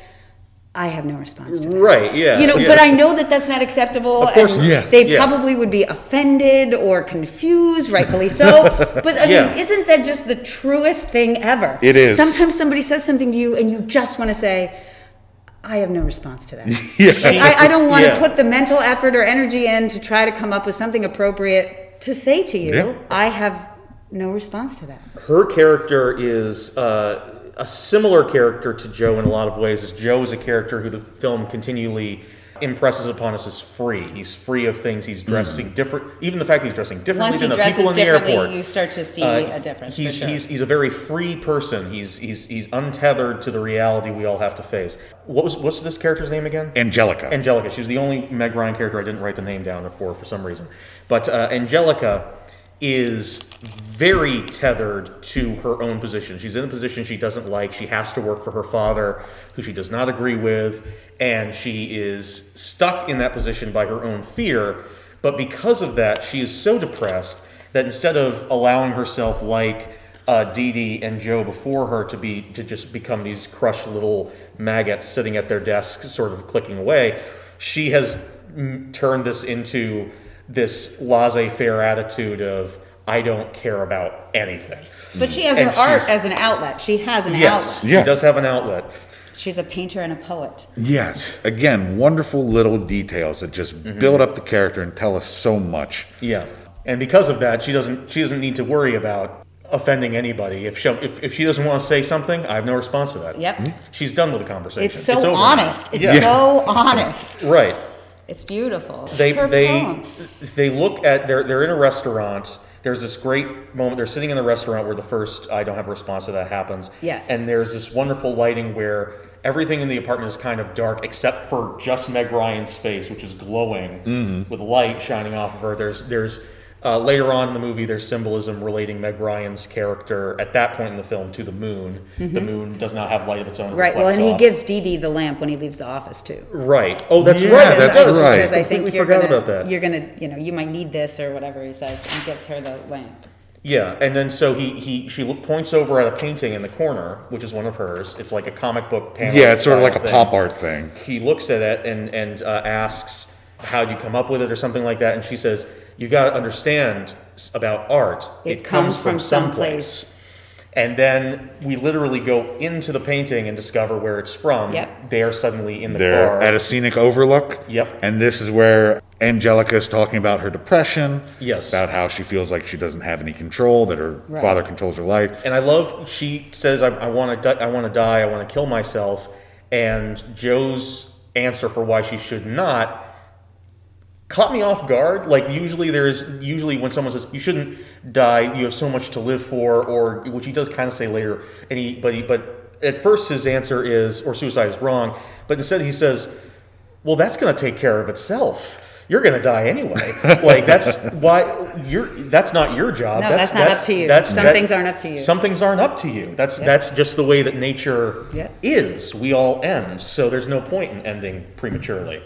S6: I have no response to that.
S1: right. Yeah.
S6: You know,
S1: yeah.
S6: but I know that that's not acceptable.
S1: Of course
S6: and
S1: not. Yeah.
S6: They
S1: Yeah.
S6: probably would be offended or confused, rightfully so. but I mean,
S1: Yeah.
S6: isn't that just the truest thing ever?
S2: It is.
S6: Sometimes somebody says something to you, and you just want to say, I have no response to that.
S2: Yeah.
S6: I, I don't want
S1: Yeah.
S6: to put the mental effort or energy in to try to come up with something appropriate to say to you.
S2: Yeah.
S6: I have no response to that.
S1: her character is uh, a similar character to Joe in a lot of ways. As Joe is a character who the film continually impresses upon us as free. He's free of things. He's dressing different. Even the fact that he's dressing differently
S6: Once he
S1: than the
S6: dresses
S1: people in the airport.
S6: differently, you start to see
S1: Uh,
S6: a difference. for
S1: He's,
S6: sure.
S1: he's, he's a very free person. He's, he's, he's untethered to the reality we all have to face. What was what's this character's name again?
S2: Angelica.
S1: Angelica. She's the only Meg Ryan character I didn't write the name down for for some reason. But uh, Angelica is very tethered to her own position. She's in a position she doesn't like. She has to work for her father, who she does not agree with, and she is stuck in that position by her own fear. But because of that, she is so depressed that instead of allowing herself like uh, Dee Dee and Joe before her to be to just become these crushed little maggots sitting at their desks, sort of clicking away. She has mm, turned this into this laissez-faire attitude of I don't care about anything.
S6: but she has
S1: and
S6: her art
S1: she's-
S6: as an outlet. She has an
S1: Yes,
S6: outlet.
S1: she
S2: Yeah.
S1: does have an outlet.
S6: She's a painter and a poet.
S2: Yes. Again, wonderful little details that just
S6: Mm-hmm.
S2: build up the character and tell us so much.
S1: Yeah, and because of that, she doesn't she doesn't need to worry about offending anybody. If she if, if she doesn't want to say something, I have no response to that.
S6: Yep.
S1: she's done with the conversation.
S6: It's so
S1: Hmm? over.
S6: honest. It's
S1: Yeah.
S6: so honest.
S1: Right.
S6: It's beautiful.
S1: they
S6: Her
S1: they
S6: poem.
S1: they look at they're they're in a restaurant. There's this great moment. They're sitting in the restaurant where the first I don't have a response to that happens.
S6: Yes.
S1: And there's this wonderful lighting where everything in the apartment is kind of dark except for just Meg Ryan's face, which is glowing
S2: Mm-hmm.
S1: with light shining off of her. There's there's uh, later on in the movie there's symbolism relating Meg Ryan's character at that point in the film to the moon. The moon does not have light of its own. it
S6: Mm-hmm. Right. Well,
S1: reflects
S6: and he
S1: off.
S6: gives Dee Dee the lamp when he leaves the office too.
S1: right. Oh, that's
S2: Yeah,
S1: right.
S2: that's
S1: That's
S2: right.
S6: Because I think
S1: Completely
S6: you're
S1: forgot
S6: gonna,
S1: about that.
S6: you're gonna, you know, you might need this or whatever he says, and gives her the lamp.
S1: Yeah, and then so he he she lo- points over at a painting in the corner, which is one of hers. It's like a comic book panel.
S2: Yeah, it's sort of
S1: style
S2: like a
S1: thing.
S2: pop art thing.
S1: He looks at it and and uh, asks how you come up with it or something like that, and she says, "You got to understand s- about art.
S6: It comes from someplace."
S1: And then we literally go into the painting and discover where it's from.
S6: Yep.
S1: They are suddenly in the
S2: They're
S1: car.
S2: at a scenic overlook.
S1: Yep.
S2: And this is where Angelica is talking about her depression.
S1: Yes.
S2: About how she feels like she doesn't have any control, that her father controls her life.
S1: and I love. She says, "I, I want to. Di- I want to die. I want to kill myself." And Joe's answer for why she should not caught me off guard. Like usually, there's usually when someone says you shouldn't die, you have so much to live for, or which he does kind of say later. And he, but he, but at first his answer is or suicide is wrong. But instead he says, well, that's going to take care of itself. You're going to die anyway. like that's why you're. That's not your job.
S6: No, that's not up to you. Some things aren't up to you.
S1: Some things aren't up to you. That's that's just the way that nature
S6: Yep.
S1: is. We all end, so there's no point in ending prematurely.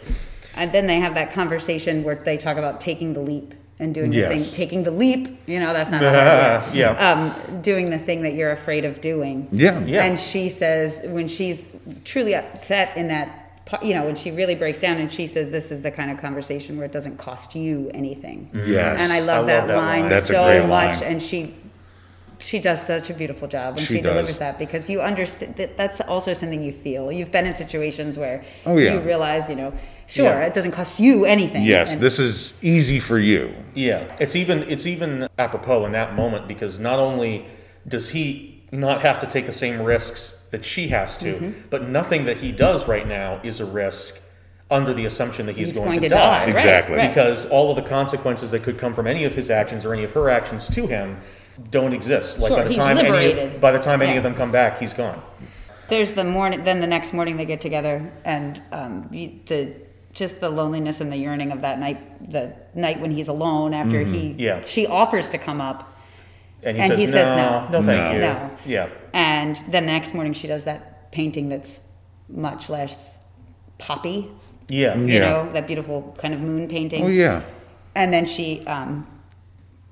S6: And then they have that conversation where they talk about taking the leap and doing
S2: Yes.
S6: the thing, taking the leap. You know, that's not a hard word.
S1: Yeah.
S6: Um, doing the thing that you're afraid of doing.
S2: Yeah.
S1: Yeah.
S6: And she says, when she's truly upset in that, po- you know, when she really breaks down and she says, this is the kind of conversation where it doesn't cost you anything.
S2: Yes.
S6: And I love, that, line,
S2: That's a
S6: so
S2: great
S6: much.
S2: line.
S6: And she she does such a beautiful job when
S2: She
S6: she,
S2: does.
S6: delivers that because you understand that that's also something you feel. You've been in situations where
S2: Oh, yeah.
S6: you realize, you know, sure,
S1: Yeah.
S6: it doesn't cost you anything.
S2: Yes,
S6: And
S2: this is easy for you.
S1: Yeah, it's even it's even apropos in that moment because not only does he not have to take the same risks that she has to,
S6: Mm-hmm.
S1: but nothing that he does right now is a risk under the assumption that he's,
S6: he's
S1: going, to, die.
S6: Right,
S2: Exactly.
S6: right.
S1: Because all of the consequences that could come from any of his actions or any of her actions to him don't exist. Like
S6: Sure,
S1: by the
S6: he's
S1: time any
S6: liberated.
S1: by the time any
S6: Yeah.
S1: of them come back, he's gone.
S6: There's the morning, then the next morning they get together, and um, you, the just the loneliness and the yearning of that night, the night when he's alone after
S2: Mm-hmm.
S6: he,
S1: Yeah.
S6: she offers to come up,
S1: And he
S6: And
S1: says,
S6: he
S1: no,
S6: says no.
S1: no, thank
S2: No.
S1: you.
S6: No.
S1: Yeah.
S6: and then the next morning she does that painting that's much less poppy,
S1: Yeah.
S6: you
S2: Yeah.
S6: know, that beautiful kind of moon painting.
S2: Oh, yeah.
S6: and then she um,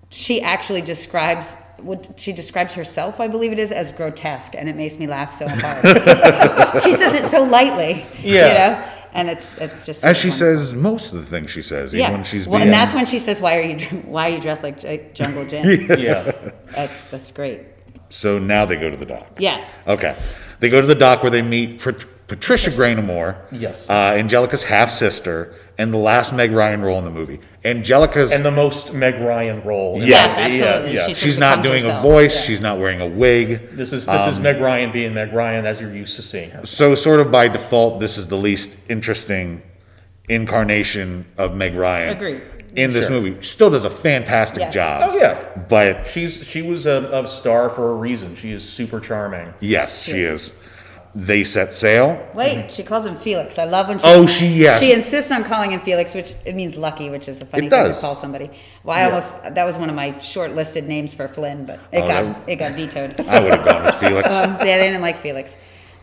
S6: she actually describes what she describes herself, I believe it is, as grotesque, and it makes me laugh so hard. she says it so lightly, you
S1: Yeah.
S6: know, and it's it's just
S2: As she
S6: wonderful.
S2: says, most of the things she says, even
S6: yeah,
S2: when she's
S6: well,
S2: being.
S6: and that's when she says, "Why are you why are you dressed like J- Jungle Jim?"
S1: Yeah.
S6: That's that's great.
S2: so now they go to the dock.
S6: Yes,
S2: Okay. They go to the dock where they meet Pat- Patricia Graynamore.
S1: Yes.
S2: Uh, Angelica's half sister and the last Meg Ryan role in the movie. Angelica's.
S1: and the most Meg Ryan role. in
S2: Yes.
S1: that.
S6: Yes, absolutely.
S1: Yeah.
S6: She's
S2: she's
S6: sort of
S2: not
S6: becomes
S2: doing a
S6: herself.
S2: voice.
S6: Yeah.
S2: She's not wearing a wig.
S1: This is this is
S2: Um,
S1: Meg Ryan being Meg Ryan as you're used to seeing her.
S2: So, sort of by default, this is the least interesting incarnation of Meg Ryan
S6: Agreed.
S2: in this
S1: Sure.
S2: movie. Still does a fantastic
S6: Yes.
S2: job.
S1: Oh, yeah.
S2: But
S1: She's she was a, a star for a reason. She is super charming.
S2: Yes, she is. They set sail.
S6: Wait, she calls him Felix. I love when she.
S2: Mm-hmm. Oh, she yes.
S6: She insists on calling him Felix, which it means lucky, which is a funny
S2: It
S6: thing
S2: does.
S6: to call somebody. Well, I almost that was one of my short-listed names for Flynn, but it got it got vetoed.
S2: Oh, I Mm-hmm. would have gone with Felix.
S6: um, they didn't like Felix.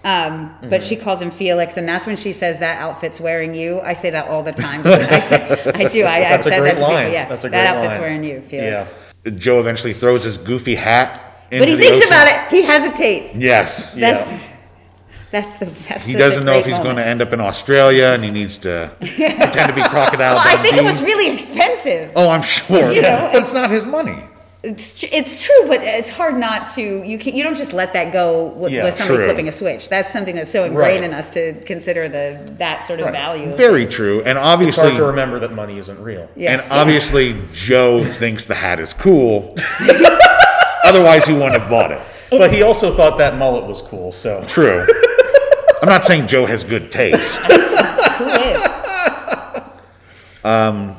S6: Um, But she calls him Felix, and that's when she says that outfit's wearing you. I say that all the time. I, say, I do. I, I've
S1: That's a
S6: said
S1: great
S6: that to people.
S1: line.
S6: Yeah,
S1: That's a
S6: that
S1: great
S6: outfit's
S1: line.
S6: wearing you, Felix.
S1: Yeah.
S2: Joe eventually throws his goofy hat. Into
S6: But he
S2: the
S6: thinks
S2: ocean.
S6: about it. He hesitates.
S2: Yes.
S6: That's
S1: Yeah.
S6: that's the that's
S2: He
S6: such a
S2: doesn't know
S6: great
S2: if he's
S6: moment.
S2: going to end up in Australia, and he needs to pretend to be crocodile.
S6: Well, I think it
S2: Dundee.
S6: was really expensive.
S2: Oh, I'm sure.
S6: You know,
S2: but it's not his money.
S6: It's, tr- it's true, but it's hard not to. You can, you don't just let that go with,
S1: Yeah,
S6: with somebody
S2: true.
S6: flipping a switch. That's something that's so ingrained
S1: Right.
S6: in us to consider the that sort of value.
S2: Very true. And
S1: It's hard
S2: obviously,
S1: to remember that money isn't real.
S6: Yes,
S2: and
S6: yeah.
S2: obviously, Joe thinks the hat is cool. Otherwise, he wouldn't have bought it.
S1: But he also thought that mullet was cool, so
S2: True. I'm not saying Joe has good taste.
S6: Who is?
S2: Um,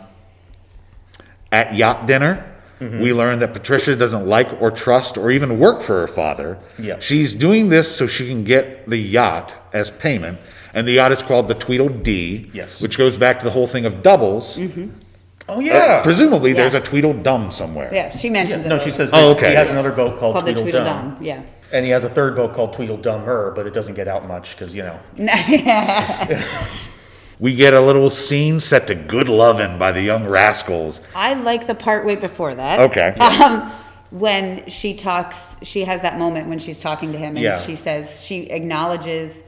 S2: At yacht dinner,
S1: Mm-hmm.
S2: we learn that Patricia doesn't like or trust or even work for her father.
S1: Yeah.
S2: She's doing this so she can get the yacht as payment. And the yacht is called the Tweedledee,
S1: Yes. Mm-hmm.
S2: which goes back to the whole thing of doubles.
S1: Oh yeah.
S2: Presumably, there's a
S6: Yes.
S2: Tweedledum somewhere.
S6: Yeah, she mentions it.
S1: no,
S6: later.
S1: she says
S2: Oh,
S1: that
S2: okay.
S1: he has another boat called,
S6: called the
S1: Tweedledum.
S6: Tweedledum. Yeah.
S1: And he has a third boat called Tweedledummer, but it doesn't get out much because, you know.
S2: We get a little scene set to Good Lovin' by the Young Rascals.
S6: I like the part way before that.
S2: Okay.
S6: Um, when she talks, she has that moment when she's talking to him and
S1: Yeah.
S6: she says, she acknowledges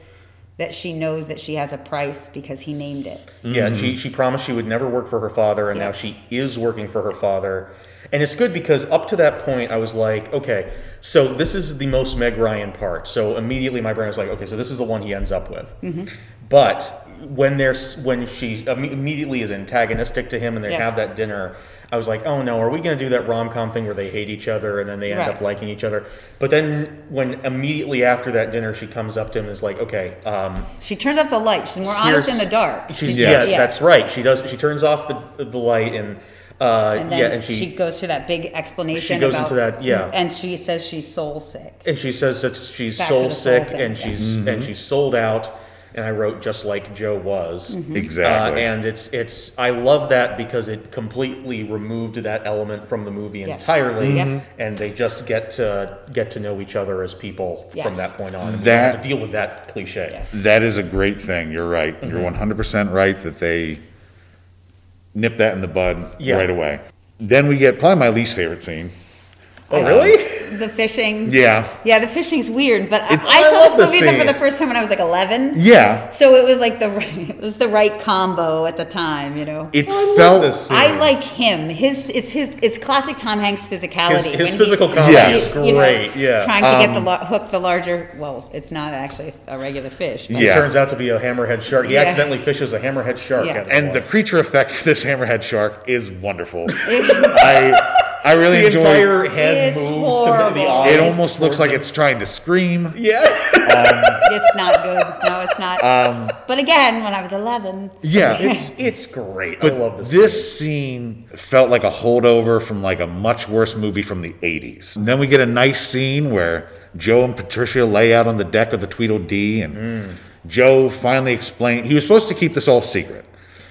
S6: that she knows that she has a price because he named it.
S2: Mm-hmm.
S1: Yeah, she, she promised she would never work for her father, and now she is working for her father. And it's good because up to that point, I was like, okay, so this is the most Meg Ryan part. So immediately my brain was like, okay, so this is the one he ends up with.
S6: Mm-hmm.
S1: But when there's when she imme- immediately is antagonistic to him and they
S6: Yes.
S1: have that dinner, I was like, oh no, are we going to do that rom com thing where they hate each other and then they end
S6: Right.
S1: up liking each other? But then when immediately after that dinner, she comes up to him and is like, okay, um,
S6: She turns up the light. She's more honest in
S1: Here's-
S6: the dark.
S1: She's,
S2: Yeah.
S1: yes,
S6: Yeah.
S1: that's right. She does. She turns off the the light and uh,
S6: And then
S1: yeah, and
S6: she,
S1: she,
S6: goes through that big explanation.
S1: goes
S6: about,
S1: into that, yeah.
S6: And she says she's soul sick.
S1: and she says that she's
S6: Back to the
S1: soul
S6: soul
S1: sick
S6: thing,
S1: and
S6: yeah.
S1: she's
S2: Mm-hmm.
S1: and she's sold out. And I wrote just like Joe was
S6: Mm-hmm.
S2: Exactly.
S1: Uh, and it's it's I love that because it completely removed that element from the movie
S6: Yes.
S1: entirely,
S2: Mm-hmm.
S6: Yeah. Mhm.
S1: and they just get to get to know each other as people
S6: Yes.
S1: from that point on. We
S2: That-
S1: have to deal with that cliche.
S2: That is a great thing. You're right.
S1: Mm-hmm.
S2: You're 100% right that they nip that in the bud
S1: Yeah.
S2: right away. Then we get probably my least favorite scene.
S1: Oh really?
S6: The fishing.
S2: Yeah.
S6: Yeah, the fishing's weird, but I,
S2: It's-
S6: I
S1: I
S6: saw
S1: love
S6: this movie
S1: the
S6: the- for the
S1: scene.
S6: first time when I was like 11.
S2: Yeah.
S6: So it was like the it was the right combo at the time, you know.
S2: It felt
S1: this scene.
S6: I like him. His it's his it's classic Tom Hanks
S1: His,
S6: physicality.
S1: his
S6: when
S1: physical
S6: he's,
S1: comedy
S2: Yes.
S1: is
S6: you know,
S1: great. yeah, Um,
S6: Trying to get the lar- hook the larger. Well, it's not actually a regular fish. But
S1: He
S2: Yeah.
S1: turns out to be a hammerhead shark. He
S6: Yeah.
S1: accidentally fishes a hammerhead shark.
S6: Yeah.
S1: Out of
S2: And
S1: water.
S2: the creature effect for this hammerhead shark is wonderful. I I really
S1: the
S2: enjoy
S1: entire head
S6: It's
S1: moves to the
S6: horrible.
S1: eyes.
S2: it almost looks like it's trying to scream.
S1: yeah. Um,
S6: It's not good. No, it's not. but again, when I was 11,
S2: Yeah.
S1: It's it's great. I love this.
S2: This scene felt like a holdover from like a much worse movie from the 80s. And then we get a nice scene where Joe and Patricia lay out on the deck of the Tweedledee and
S1: Mm.
S2: Joe finally explains he was supposed to keep this all secret.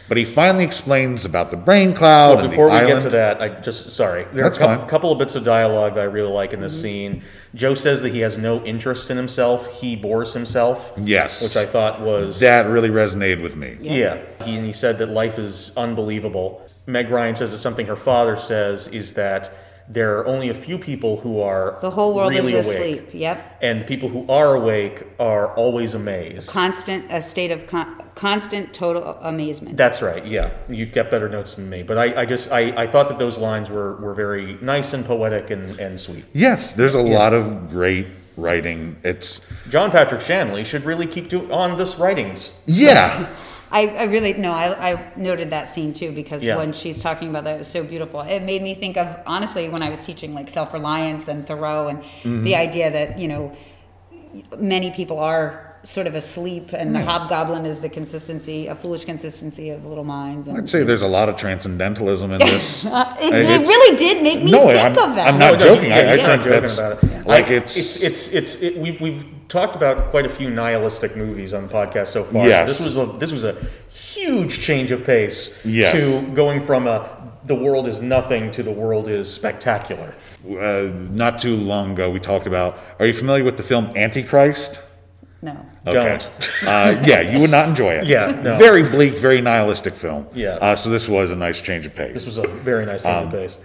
S2: But he finally explains about the brain cloud
S1: Well,
S2: and
S1: before
S2: the
S1: we
S2: island.
S1: get to that, I just sorry. There
S2: That's
S1: are a cou-
S2: fine.
S1: couple of bits of dialogue that I really like in this
S6: Mm-hmm.
S1: scene. Joe says that he has no interest in himself. He bores himself.
S2: Yes.
S1: Which I thought was
S2: that really resonated with me.
S1: Yeah. He, and he said that life is unbelievable. Meg Ryan says that something her father says is that there are only a few people who are
S6: the whole world
S1: really
S6: is
S1: awake.
S6: asleep. Yep.
S1: and the people who are awake are always amazed.
S6: Constant a state of con- constant total amazement.
S1: That's right. Yeah, you get better notes than me, but I, I just I, I thought that those lines were, were very nice and poetic and, and sweet.
S2: Yes, there's a lot of great writing. It's
S1: John Patrick Shanley should really keep do- on this writings.
S2: yeah.
S6: I, I really no, I, I noted that scene too because
S1: Yeah.
S6: when she's talking about that, it was so beautiful. It made me think of honestly when I was teaching like
S1: Mm-hmm.
S6: self reliance and Thoreau and the idea that you know many people are sort of asleep, and
S1: Mm.
S6: the hobgoblin is the consistency, a foolish consistency of little minds. And,
S2: I'd say there's a lot of transcendentalism in this.
S6: Uh, it,
S2: I-
S6: it
S2: it's-
S6: really did make me
S2: No,
S6: think
S2: I'm-
S6: of that.
S2: I'm
S1: No,
S2: not
S1: no,
S2: joking.
S1: yeah,
S2: I, I
S1: he's not
S2: think
S1: joking
S2: that's
S1: about it.
S2: like
S1: I-
S2: it's,
S1: it's it's it's it, we've we've talked about quite a few nihilistic movies on the podcast so far.
S2: Yes.
S1: So this was a this was a huge change of pace
S2: Yes.
S1: to going from a the world is nothing to the world is spectacular.
S2: uh, not too long ago we talked about. Are you familiar with the film Antichrist?
S6: no.
S1: Don't.
S2: uh, yeah, you would not enjoy it.
S1: Yeah, no.
S2: Very bleak, very nihilistic film.
S1: Yeah.
S2: Uh, so this was a nice change of pace.
S1: This was a very nice change
S2: Um,
S1: of pace.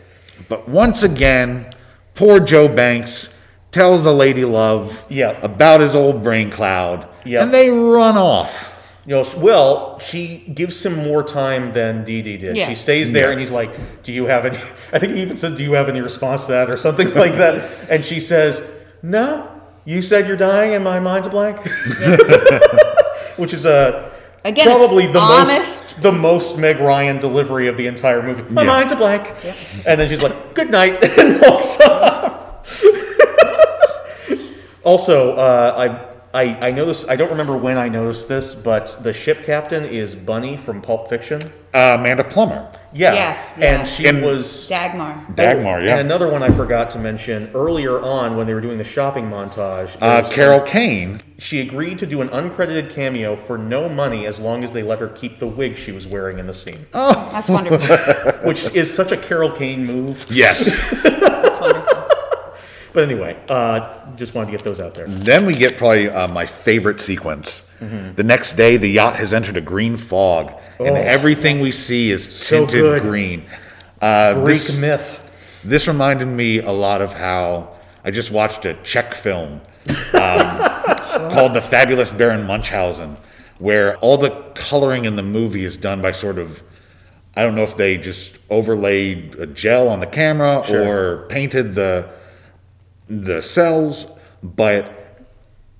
S2: But once again, poor Joe Banks tells a lady love
S1: Yeah.
S2: about his old brain cloud,
S1: Yeah.
S2: and they run off.
S1: You know, s- well, she gives him more time than Dee Dee did.
S6: Yeah.
S1: She stays there, and he's like, "Do you have any?" I think he even said, "Do you have any response to that?" or something like that. And she says, "No, you said you're dying, and my mind's a blank," which is a
S6: Again,
S1: probably
S6: it's
S1: the
S6: honest.
S1: most the most Meg Ryan delivery of the entire movie. My
S2: Yeah.
S1: mind's a blank, and then she's like, "Good night," and walks off. Also, uh, I, I I noticed I don't remember when I noticed this, but the ship captain is Bunny from Pulp Fiction.
S2: Uh, Amanda Plummer,
S1: Yeah.
S6: Yes, yeah.
S1: And she
S2: And-
S1: was
S6: Dagmar.
S2: Dagmar, yeah.
S1: And another one I forgot to mention earlier on when they were doing the shopping montage.
S2: uh,
S1: is
S2: Carol Kane.
S1: She agreed to do an uncredited cameo for no money as long as they let her keep the wig she was wearing in the scene,
S6: That's wonderful. That's
S1: which is such a Carol Kane move.
S2: Yes.
S6: wonderful.
S1: But anyway, uh, just wanted to get those out there.
S2: Then we get probably uh, my favorite sequence.
S1: Mm-hmm.
S2: The next day, the yacht has entered a green fog, and everything we see is
S1: Oh. So
S2: tinted
S1: good.
S2: green. Uh,
S1: Greek
S2: this,
S1: myth.
S2: this reminded me a lot of how I just watched a Czech film um, called The Fabulous Baron Munchausen, where all the coloring in the movie is done by sort of. I don't know if they just overlaid a gel on the camera or painted the the cells, but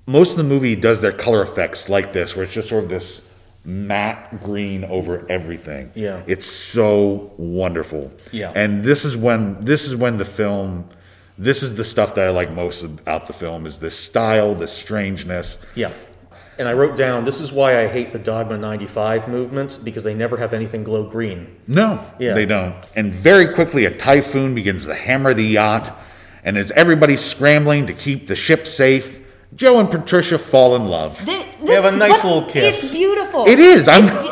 S2: most of the movie does their color effects like this, where it's just sort of this matte green over everything.
S1: Yeah.
S2: It's so wonderful.
S1: Yeah.
S2: And this is when this is when the film this is the stuff that I like most about the film is this style, this strangeness.
S1: Yeah. And I wrote down, this is why I hate the Dogma 95 movement, because they never have anything glow green.
S2: No,
S1: Yeah.
S2: they don't. And very quickly, a typhoon begins to hammer the yacht. And as everybody's scrambling to keep the ship safe, Joe and Patricia fall in love.
S6: They,
S1: have a nice
S6: but
S1: little kiss.
S6: It's beautiful.
S2: It is. I'm.
S6: I am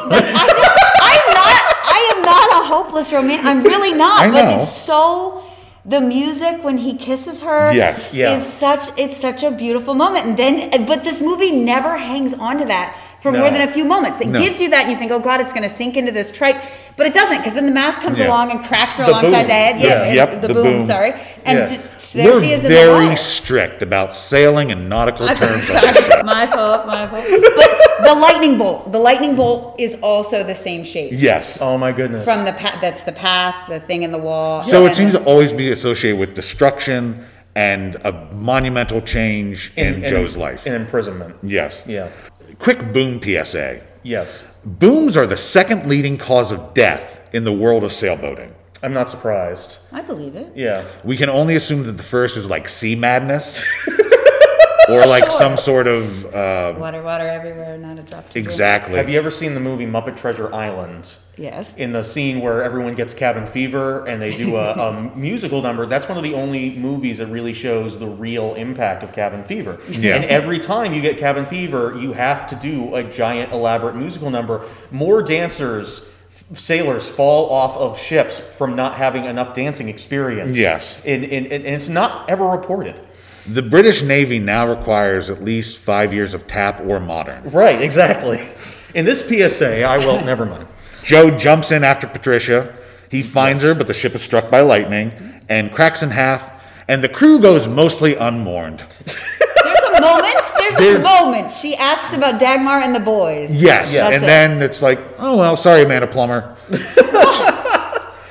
S6: not. I am not a hopeless romantic. I'm really not.
S2: I
S6: But
S2: know.
S6: it's so. The music when he kisses her
S2: Yes.
S1: Yeah.
S6: is such. It's such a beautiful moment. And then, but this movie never hangs on to that for
S1: No.
S6: more than a few moments. It
S2: No.
S6: gives you that, and you think, oh God, it's going to sink into this tripe. But it doesn't, because then the mask comes
S2: Yeah.
S6: along and cracks her
S1: The
S6: alongside
S1: boom.
S6: the head. Yeah,
S2: Yeah.
S6: and
S2: Yep,
S6: the,
S2: the
S6: boom,
S2: boom.
S6: Sorry, and
S1: Yeah.
S6: j- there
S2: We're
S6: she is in the
S2: very
S6: water.
S2: strict about sailing and nautical
S6: I'm
S2: terms. on
S6: sorry.
S2: this show.
S6: my fault, my fault. But the lightning bolt, the lightning bolt is also the same shape
S2: Yes.
S1: Oh my goodness.
S6: from the path. That's the path, the thing in the wall.
S2: so it
S6: And-
S2: seems to always be associated with destruction and a monumental change in, Joe's life.
S1: In imprisonment.
S2: yes.
S1: Yeah.
S2: Quick boom PSA.
S1: Yes.
S2: Booms are the second leading cause of death in the world of sailboating.
S1: I'm not surprised.
S6: I believe it.
S1: Yeah.
S2: We can only assume that the first is like sea madness or like some sort of. Uh,
S6: Water, water everywhere, not a drop. To drink.
S2: exactly.
S1: Have you ever seen the movie Muppet Treasure Island?
S6: Yes.
S1: In the scene where everyone gets cabin fever and they do a, a musical number, that's one of the only movies that really shows the real impact of cabin fever.
S2: Yeah.
S1: And every time you get cabin fever, you have to do a giant, elaborate musical number. More dancers, sailors fall off of ships from not having enough dancing experience.
S2: Yes.
S1: And, and, and it's not ever reported.
S2: the British Navy now requires at least five years of tap or modern.
S1: Right, exactly. In this PSA, I will, never mind.
S2: Joe jumps in after Patricia. He finds her, but the ship is struck by lightning and cracks in half, and the crew goes mostly unmourned.
S6: There's a moment. There's, a
S2: There's-
S6: moment. She asks about Dagmar and the boys.
S2: Yes.
S6: That's
S2: And
S6: it.
S2: then it's like, oh, well, sorry, Amanda Plummer.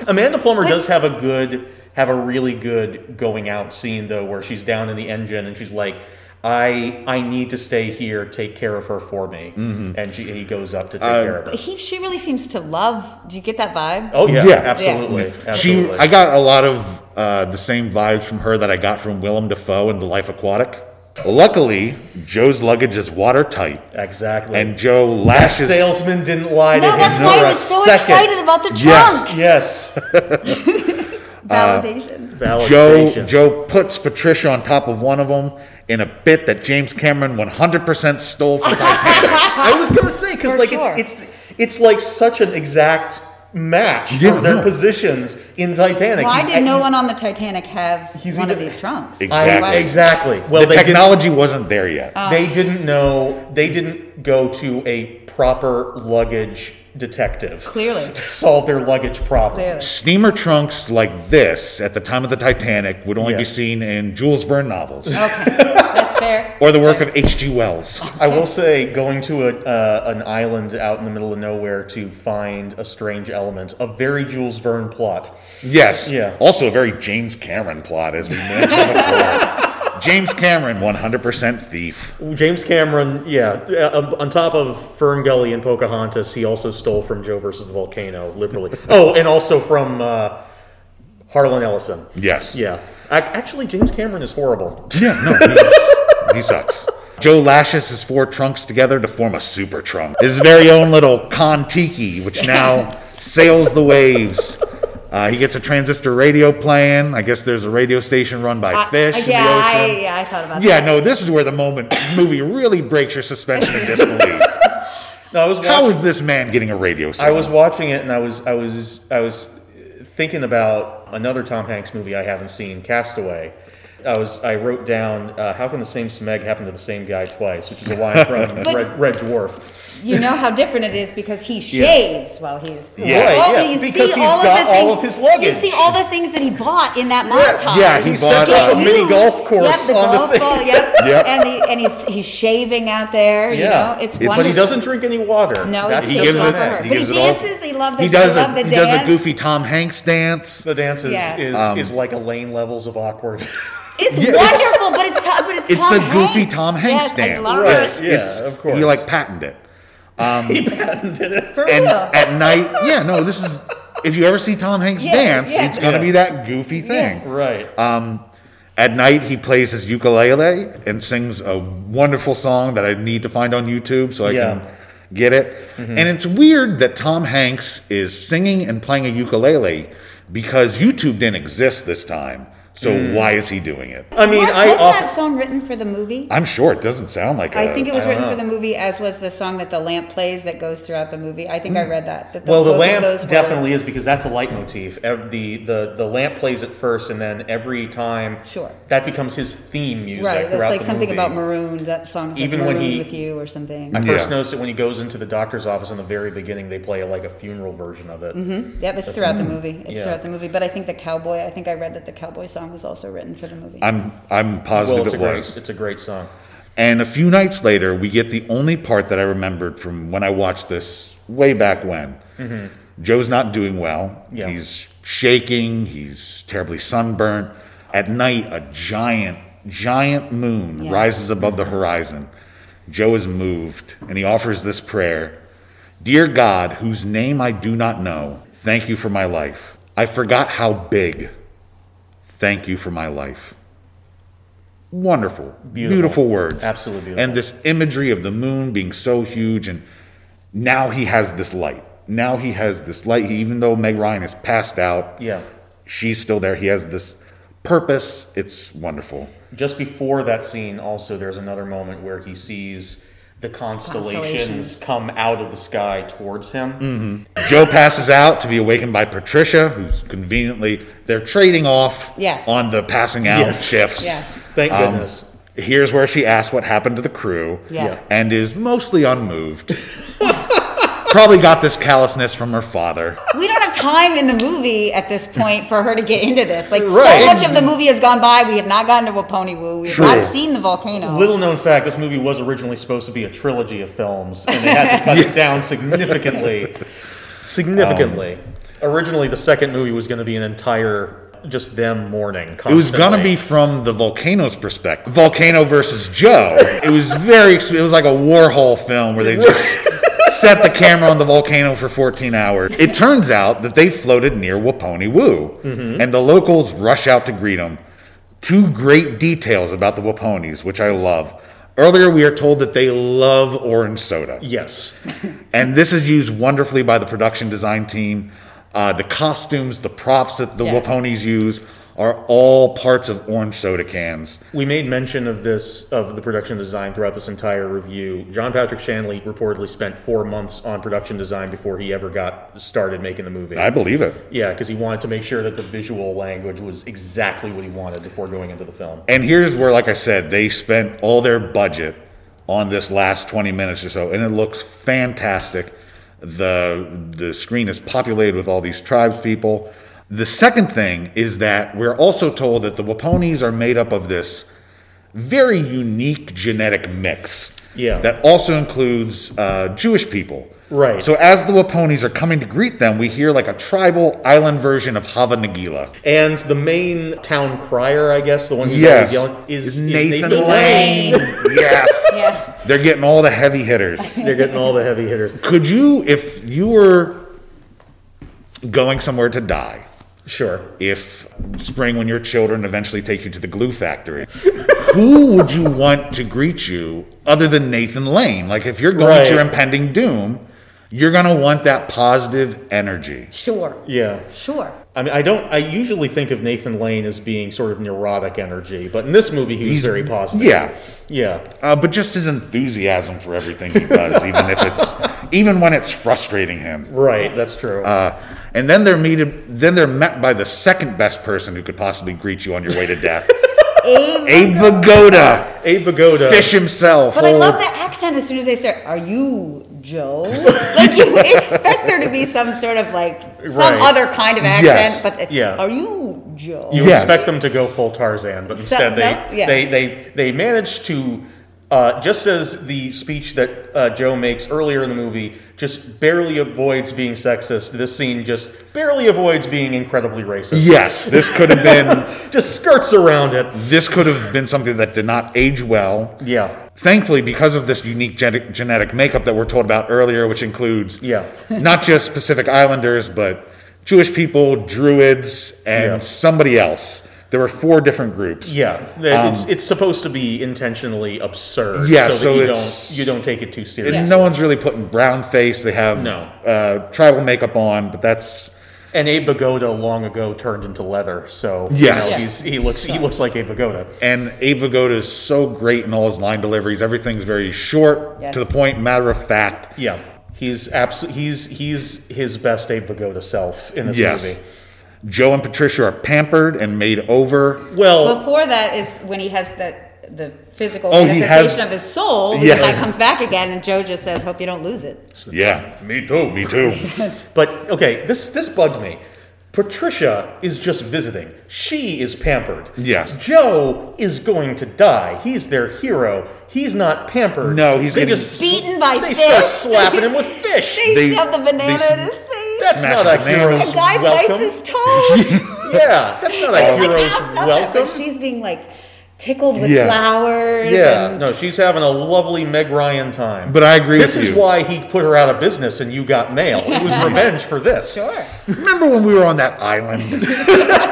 S1: Amanda Plummer does have a good, have a really good going out scene though, where she's down in the engine and she's like, "I I need to stay here. Take care of her for me."
S2: Mm-hmm.
S1: And she he goes up to take
S2: Um,
S1: care of her.
S6: He, she really seems to love. Do you get that vibe?
S1: Oh yeah,
S2: Yeah.
S1: absolutely,
S2: She,
S1: absolutely.
S2: I got a lot of uh, the same vibes from her that I got from Willem Dafoe in The Life Aquatic. Luckily, Joe's luggage is watertight,
S1: Exactly.
S2: and Joe
S1: that
S2: lashes.
S1: salesman didn't lie to
S8: No,
S1: him
S8: that's
S1: for
S8: why he
S1: a
S8: was so
S1: second.
S8: excited about the trunks.
S2: Yes, Uh,
S1: Yes.
S6: Validation.
S2: Joe
S1: Validation.
S2: Joe puts Patricia on top of one of them in a bit that James Cameron 100% stole from Titanic.
S1: I was gonna say because
S6: For
S1: like
S6: sure.
S1: it's it's it's like such an exact match
S2: Yeah,
S1: for their
S2: no.
S1: positions in Titanic.
S6: Why
S1: He's-
S6: did no
S1: he's-
S6: one on the Titanic have
S1: he's
S6: one of
S1: either-
S6: these trunks?
S2: Exactly.
S1: I,
S6: Why-
S1: exactly. Well,
S2: the
S1: they didn't
S2: technology wasn't there yet.
S1: they didn't know they didn't go to a proper luggage detective
S6: Clearly.
S1: to solve their luggage problem
S6: Clearly.
S2: Steamer trunks like this at the time of the Titanic would only
S1: Yeah.
S2: be seen in Jules Verne novels
S6: Okay, that's fair.
S2: or the work of H.G. Wells.
S1: i will say going to a, uh, an island out in the middle of nowhere to find a strange element a very jules verne plot
S2: Yes.
S1: Yeah.
S2: Also a very James Cameron plot, as we mentioned before. James Cameron, 100% thief.
S1: james cameron yeah uh, on top of fern gully and pocahontas he also stole from joe versus the volcano liberally oh and also from uh, harlan ellison
S2: Yes.
S1: yeah Ac actually james cameron is horrible
S2: Yeah, no, he's, he sucks. Joe lashes his four trunks together to form a super trunk. His very own little Kontiki, which now sails the waves. Uh, he gets a transistor radio playing. I guess there's a radio station run by fish
S6: Uh, yeah,
S2: in the
S6: I,
S2: ocean.
S6: yeah, I thought about
S2: yeah,
S6: that.
S2: no, this is where the moment movie really breaks your suspension of disbelief.
S1: no, I was watching-
S2: How is this man getting a radio signal?
S1: I was watching it and I was I was I was thinking about another Tom Hanks movie I haven't seen, Castaway. I was I wrote down uh, how can the same smeg happen to the same guy twice, which is a line from Red, Red Dwarf.
S6: You know how different it is because he shaves while he's.
S2: Yeah. Right,
S6: Well,
S1: yeah,
S6: you
S1: because
S6: see
S1: he's
S6: all of
S1: got
S6: the
S1: all
S6: things,
S1: of his luggage.
S6: You see all the things that he bought in that montage.
S2: yeah, he
S1: He
S2: bought
S1: sets
S2: uh,
S1: up a mini
S6: used.
S1: golf course
S6: Yep, the
S1: on
S6: golf
S1: the thing.
S6: ball. Yep.
S2: Yep.
S6: And, he, and he's he's shaving out there.
S1: Yeah.
S6: You know,
S2: It's-
S6: it's
S1: But he
S6: wonderful.
S1: doesn't drink any water.
S6: No,
S1: That's
S6: he
S1: the
S6: gives
S1: thing.
S6: it- her. But he
S2: it all.
S6: dances, he loved the-
S2: He does
S6: he
S2: a,
S6: loved the
S2: he does a
S6: dance.
S2: goofy Tom Hanks dance.
S1: The dance is
S6: Yes.
S1: is, is like a lane levels of awkward.
S6: It's
S2: Yeah, it's-
S6: wonderful, but it's Tom- but it's
S2: It's
S6: Tom
S2: the goofy
S6: Hanks.
S2: Tom Hanks
S6: yes,
S2: dance.
S6: I love
S1: Right.
S6: it.
S1: Yeah, of course.
S2: He like patented it.
S6: For
S2: and
S6: real.
S2: at night, yeah, no, this is if you ever see Tom Hanks
S6: Yeah,
S2: dance,
S6: yeah.
S2: it's gonna be that goofy thing. Um,
S1: right.
S2: Uh, At night, he plays his ukulele and sings a wonderful song that I need to find on YouTube so I
S1: Yeah. Mm-hmm.
S2: can get it. And it's weird that Tom Hanks is singing and playing a ukulele because YouTube didn't exist this time. So
S1: Mm.
S2: why is he doing it?
S1: I mean,
S6: Wasn't
S1: I
S6: that
S1: often,
S6: song written for the movie?
S2: I'm sure it doesn't sound like
S6: I
S2: a-
S6: think it was
S1: I don't know.
S6: written for the movie, as was the song that the lamp plays that goes throughout the movie. I think I read that. that
S1: Hmm. well, the
S6: both of
S1: lamp
S6: those were-
S1: definitely is because that's a leitmotif. Ev- The, the the lamp plays it first, and then every time
S6: Sure.
S1: that becomes his theme music
S6: Right, that's
S1: throughout
S6: like
S1: the
S6: something
S1: movie.
S6: about maroon. That song,
S1: Even
S6: like
S1: when
S6: maroon
S1: he- Hmm.
S6: with you or something.
S1: I
S2: Yeah.
S1: first noticed it when he goes into the doctor's office in the very beginning. They play like a funeral version of it.
S2: Mm-hmm.
S6: Yep, it's throughout the movie. It's
S1: Yeah.
S6: throughout the movie. But I think the cowboy. I think I read that the cowboy song was also written for the movie.
S2: I'm I'm positive
S1: Well, it's
S2: it
S1: a
S2: was.
S1: great, it's a great song.
S2: And a few nights later, we get the only part that I remembered from when I watched this way back when. Joe's not doing well.
S1: Mm-hmm. Yeah.
S2: He's shaking. He's terribly sunburnt. At night, a giant, giant moon
S6: Yeah.
S2: rises above the horizon. Joe is moved and he offers this prayer Dear God, whose name I do not know, thank you for my life. I forgot how big. Thank you for my life. Wonderful, beautiful,
S1: Beautiful.
S2: words.
S1: Absolutely beautiful.
S2: And this imagery of the moon being so huge, and now he has this light. Now he has this light. He, even though Meg Ryan is passed out,
S1: Yeah.
S2: she's still there. He has this purpose. It's wonderful.
S1: Just before that scene, also there's another moment where he sees the constellations,
S6: Constellations.
S1: come out of the sky towards him.
S2: Mm. Joe passes out to be awakened by Patricia, who's conveniently they're trading off
S6: Yes.
S2: on the passing out
S1: Yes.
S2: shifts.
S6: Yes.
S1: Thank
S2: Um,
S1: goodness.
S2: Here's where she asks what happened to the crew
S6: Yes. Yeah.
S2: and is mostly unmoved. Probably got this callousness from her father.
S6: we don't have time in the movie at this point for her to get into this. Like
S1: Right.
S6: so much of the movie has gone by. We have not gotten to a pony woo. We have
S2: True.
S6: not seen the volcano.
S1: Little known fact: this movie was originally supposed to be a trilogy of films, and they had to cut it down significantly. Significantly. originally, the second movie was going to be an entire just them mourning.
S2: It was gonna
S1: constantly.
S2: be from the volcano's perspective. Volcano versus Joe. It was very. ex- It was like a Warhol film where they just set the camera on the volcano for 14 hours. It turns out that they floated near Waponi Woo, and the locals rush out to greet them. Two great details about the Waponies, which I love. Earlier, we are told that they love orange soda.
S1: Yes.
S2: And this is used wonderfully by the production design team. Uh, the costumes, the props that the
S6: Yes.
S2: Waponies use are all parts of orange soda cans.
S1: We made mention of this of the production design throughout this entire review. John Patrick Shanley reportedly spent four months on production design before he ever got started making the movie.
S2: I believe it.
S1: yeah, because he wanted to make sure that the visual language was exactly what he wanted before going into the film.
S2: And here's where, like I said, they spent all their budget on this last 20 minutes or so, and it looks fantastic. The the screen is populated with all these tribes people. The second thing is that we're also told that the Waponies are made up of this very unique genetic mix.
S1: Yeah.
S2: That also includes uh, Jewish people.
S1: Right.
S2: So as the Waponies are coming to greet them, we hear like a tribal island version of Hava Nagila.
S1: And the main town crier, I guess, the one who's
S2: Yes.
S1: always yelling, is,
S2: Is
S1: is
S2: Nathan
S1: Nathan
S2: Lane. yes.
S6: Yeah.
S2: They're getting all the heavy hitters.
S1: They're getting all the heavy hitters.
S2: Could you, if you were going somewhere to die,
S1: Sure.
S2: if spring when your children eventually take you to the glue factory, who would you want to greet you other than Nathan Lane? Like if you're going
S1: Right.
S2: to your impending doom, you're gonna want that positive energy.
S6: Sure.
S1: Yeah.
S6: Sure.
S1: I mean, I don't. I usually think of Nathan Lane as being sort of neurotic energy, but in this movie, he was very positive.
S2: Yeah.
S1: Yeah.
S2: Uh, but just his enthusiasm for everything he does, even if it's even when it's frustrating him.
S1: Right. That's true.
S2: Uh, and then they're meted, then they're met by the second best person who could possibly greet you on your way to death.
S6: Oh Abe.
S2: Abe Vigoda,
S1: Abe Vigoda.
S2: fish himself. Oh,
S6: But I love that accent as soon as they start, are you Joe? like you expect there to be some sort of like some
S1: Right.
S6: other kind of accent,
S2: Yes.
S6: but the-
S1: Yeah.
S6: are you Joe?
S1: You
S2: Yes.
S1: expect them to go full Tarzan, but instead they,
S6: no, yeah.
S1: they they they manage to uh, just as the speech that uh, Joe makes earlier in the movie just barely avoids being sexist. This scene just barely avoids being incredibly racist.
S2: Yes, this could have been
S1: just skirts around it.
S2: this could have been something that did not age well.
S1: Yeah,
S2: Thankfully, because of this unique genetic, genetic makeup that we're told about earlier, which includes
S1: Yeah.
S2: not just Pacific Islanders, but Jewish people, Druids, and
S1: Yeah.
S2: somebody else. There were four different groups.
S1: yeah. That it's, it's supposed to be intentionally absurd,
S2: Um, Yeah,
S1: so,
S2: so
S1: that you
S2: it's-
S1: don't you don't take it too
S2: And
S1: seriously.
S2: No one's really putting brown face. They have
S1: No.
S2: uh, tribal makeup on, but that's
S1: And Abe Bagoda long ago turned into leather, so you
S2: Yes.
S1: know, he's, he looks he looks like Abe Bagoda.
S2: and Abe Vigoda is so great in all his line deliveries. Everything's very short,
S6: Yes.
S2: to the point, matter of fact.
S1: Yeah, he's abs- he's he's his best Abe Vigoda self in this
S2: Yes.
S1: movie.
S2: Joe and Patricia are pampered and made over.
S1: Well,
S6: Before that is when he has the the physical
S2: Oh, he
S6: manifestation
S2: has-
S6: of his soul,
S2: Yeah.
S6: and that comes back again, and Joe just says, "Hope you don't lose it."
S2: Yeah,
S7: Me too.
S2: me too.
S1: but okay, this this bugged me. Patricia is just visiting. She is pampered.
S2: Yes.
S1: Joe is going to die. He's their hero. He's not pampered.
S2: No, he's
S1: They
S2: getting
S1: just
S6: beaten by
S1: They
S6: fish.
S1: start slapping him with fish.
S6: They,
S2: They-
S6: shove the banana
S2: they-
S6: in his face.
S1: That's
S2: Smash
S1: not
S2: the
S1: a hero's
S2: bananas.
S6: the guy
S1: welcome.
S6: bites his toes.
S1: yeah, that's not a
S6: Like,
S1: hero's
S6: "Ah, stop it,"
S1: welcome.
S6: But she's being like tickled with
S2: Yeah.
S6: flowers.
S1: Yeah,
S6: and
S1: no, she's having a lovely Meg Ryan time.
S2: But I agree
S1: This
S2: with
S1: is
S2: you.
S1: why he put her out of business and you got mail. It was revenge for this.
S6: Sure.
S2: Remember when we were on that island?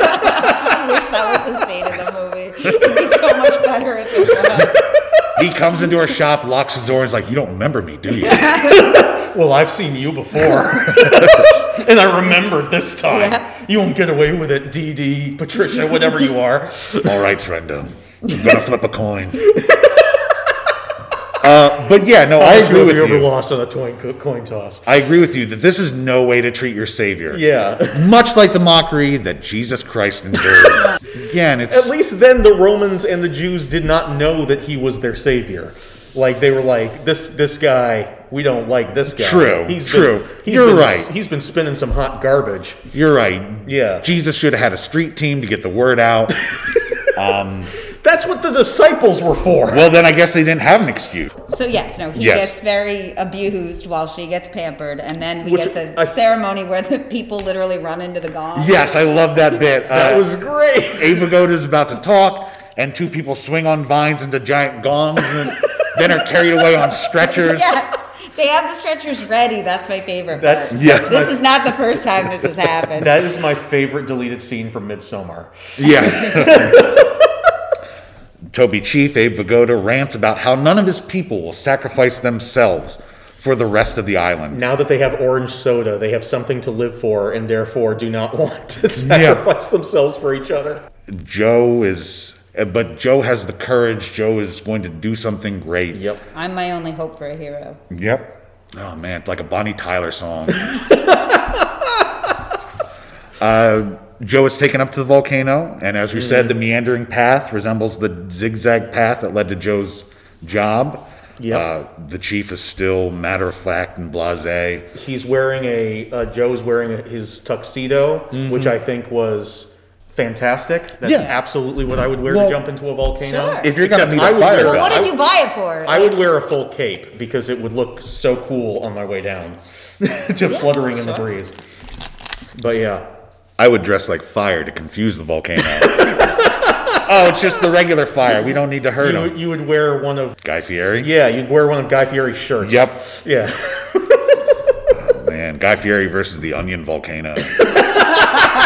S6: I wish that was the scene in the movie. It'd be so much better if it was.
S2: he comes into our shop, locks his door, and is like, "You don't remember me, do you?"
S1: Well, I've seen you before. and I remembered this time. You won't get away with it, Dee Dee, Patricia, whatever you are.
S2: All right, friendo. I'm gonna flip a coin. Uh, but yeah, no, I agree with
S1: over
S2: you.
S1: loss on a coin, coin toss.
S2: I agree with you that this is no way to treat your savior.
S1: Yeah.
S2: Much like the mockery that Jesus Christ endured. Again, it's
S1: At least then the Romans and the Jews did not know that he was their savior. Like they were like this this guy we don't like this guy.
S2: True,
S1: He's
S2: true.
S1: Been, he's
S2: You're
S1: been-
S2: right.
S1: He's been spinning some hot garbage.
S2: you're right.
S1: Yeah.
S2: Jesus should have had a street team to get the word out. Um,
S1: That's what the disciples were for.
S2: well, then I guess they didn't have an excuse.
S6: So yes, no, he
S2: Yes.
S6: gets very abused while she gets pampered, and then we
S1: Which
S6: get the
S1: I-
S6: ceremony where the people literally run into the gong.
S2: Yes, I love that bit.
S1: That
S2: Uh,
S1: was great.
S2: Ava is about to talk, and two people swing on vines into giant gongs, and then are carried away on stretchers.
S6: Yes. They have the stretchers ready. That's my favorite.
S1: That's-
S6: part.
S2: yes,
S6: This
S2: my-
S6: is not the first time this has happened.
S1: That is my favorite deleted scene from Midsommar.
S2: Yeah. Toby Chief Abe Vigoda rants about how none of his people will sacrifice themselves for the rest of the island.
S1: Now that they have orange soda, they have something to live for and therefore do not want to sacrifice themselves for each other.
S2: Joe is, uh, but Joe has the courage. Joe is going to do something great.
S1: Yep.
S6: I'm my only hope for a hero.
S2: Yep. Oh man, it's like a Bonnie Tyler song. uh, Uh, Joe is taken up to the volcano, and as we
S1: Mm-hmm.
S2: said, the meandering path resembles the zigzag path that led to Joe's job.
S1: Yep.
S2: Uh, the chief is still matter of fact and blasé.
S1: He's wearing a uh, Joe's wearing his tuxedo, which I think was fantastic. That's
S2: Yeah.
S1: absolutely what I would wear
S2: Well,
S1: to jump into a volcano.
S6: Sure.
S2: If you're gonna
S1: Except
S2: meet
S1: I
S2: a
S1: would
S2: fire
S1: wear-
S2: god,
S6: What did
S1: I-
S6: you buy it for?
S1: I would wear a full cape because it would look so cool on my way down, just fluttering in the breeze. But yeah,
S2: I would dress like fire to confuse the volcano. oh, it's just the regular fire. We don't need to hurt
S1: you,
S2: him.
S1: you would wear one of
S2: Guy Fieri.
S1: yeah, you'd wear one of Guy Fieri's shirts.
S2: Yep.
S1: Yeah.
S2: Man, Guy Fieri versus the Onion Volcano.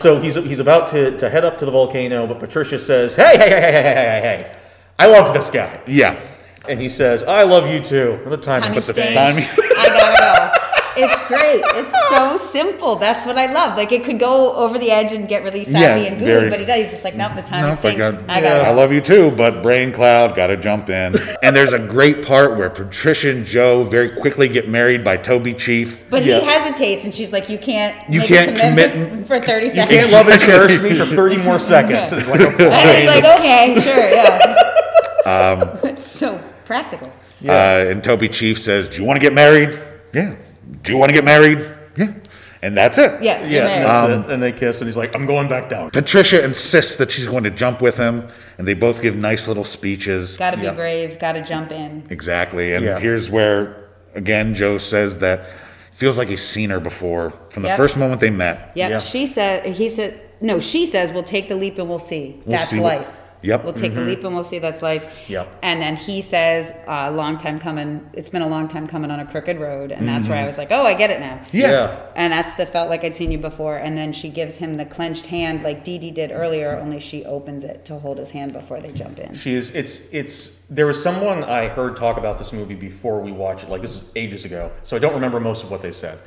S1: So he's he's about to, to head up to the volcano, but Patricia says, "Hey, hey, hey, hey, hey, hey, hey, hey! I love this guy."
S2: yeah.
S1: And he says, "I love you too." And the time,
S6: Time
S1: but the
S6: stinks.
S1: time-
S6: I gotta go. It's great. It's so simple. That's what I love. Like it could go over the edge and get really sappy
S2: Yeah,
S6: and gooey,
S2: very-
S6: but it does. He's just like, nope, the time
S2: Nope, I
S6: stinks.
S2: got-
S6: I gotta
S2: I
S6: go.
S2: love you too, but brain cloud got to jump in. and there's a great part where Patricia and Joe very quickly get married by Toby Chief.
S6: But
S1: Yeah.
S6: he hesitates, and she's like, "You can't.
S2: You
S6: make
S2: can't
S6: a commitment for thirty seconds."
S1: Can't love and cherish me for thirty more seconds. It's like a
S6: And it's like, okay, sure, yeah.
S1: Um,
S6: it's so practical.
S2: Uh, and Toby Chief says, "Do you want to get married? Yeah. Do you want to get married? Yeah." And that's it.
S1: yeah,
S6: Yeah,
S1: uh,
S6: you're
S1: and,
S6: married.
S1: that's
S2: Um,
S1: it. and they kiss, and he's like, "I'm going back down."
S2: Patricia insists that she's going to jump with him, and they both give nice little speeches.
S6: gotta be
S1: yeah.
S6: brave. Gotta jump in.
S2: Exactly. And
S1: Yeah.
S2: here's where, again, Joe says that feels like he's seen her before from the
S6: Yep.
S2: first moment they met.
S6: Yep.
S1: Yeah.
S6: She says. He said. No, she says we'll take the leap and we'll see. that's
S2: see what-
S6: life.
S2: Yep.
S6: We'll take the leap and we'll see. That's life.
S1: Mm-hmm. Yep.
S6: And then he says, uh, "Long time coming. It's been a long time coming on a crooked road." And that's where I was like, "Oh, I get it now."
S1: Mm-hmm. Yeah.
S6: And that's the felt like I'd seen you before. And then she gives him the clenched hand like Dee Dee did earlier, only she opens it to hold his hand before they jump in.
S1: She is. It's. It's. There was someone I heard talk about this movie before we watched it. Like this is ages ago, so I don't remember most of what they said,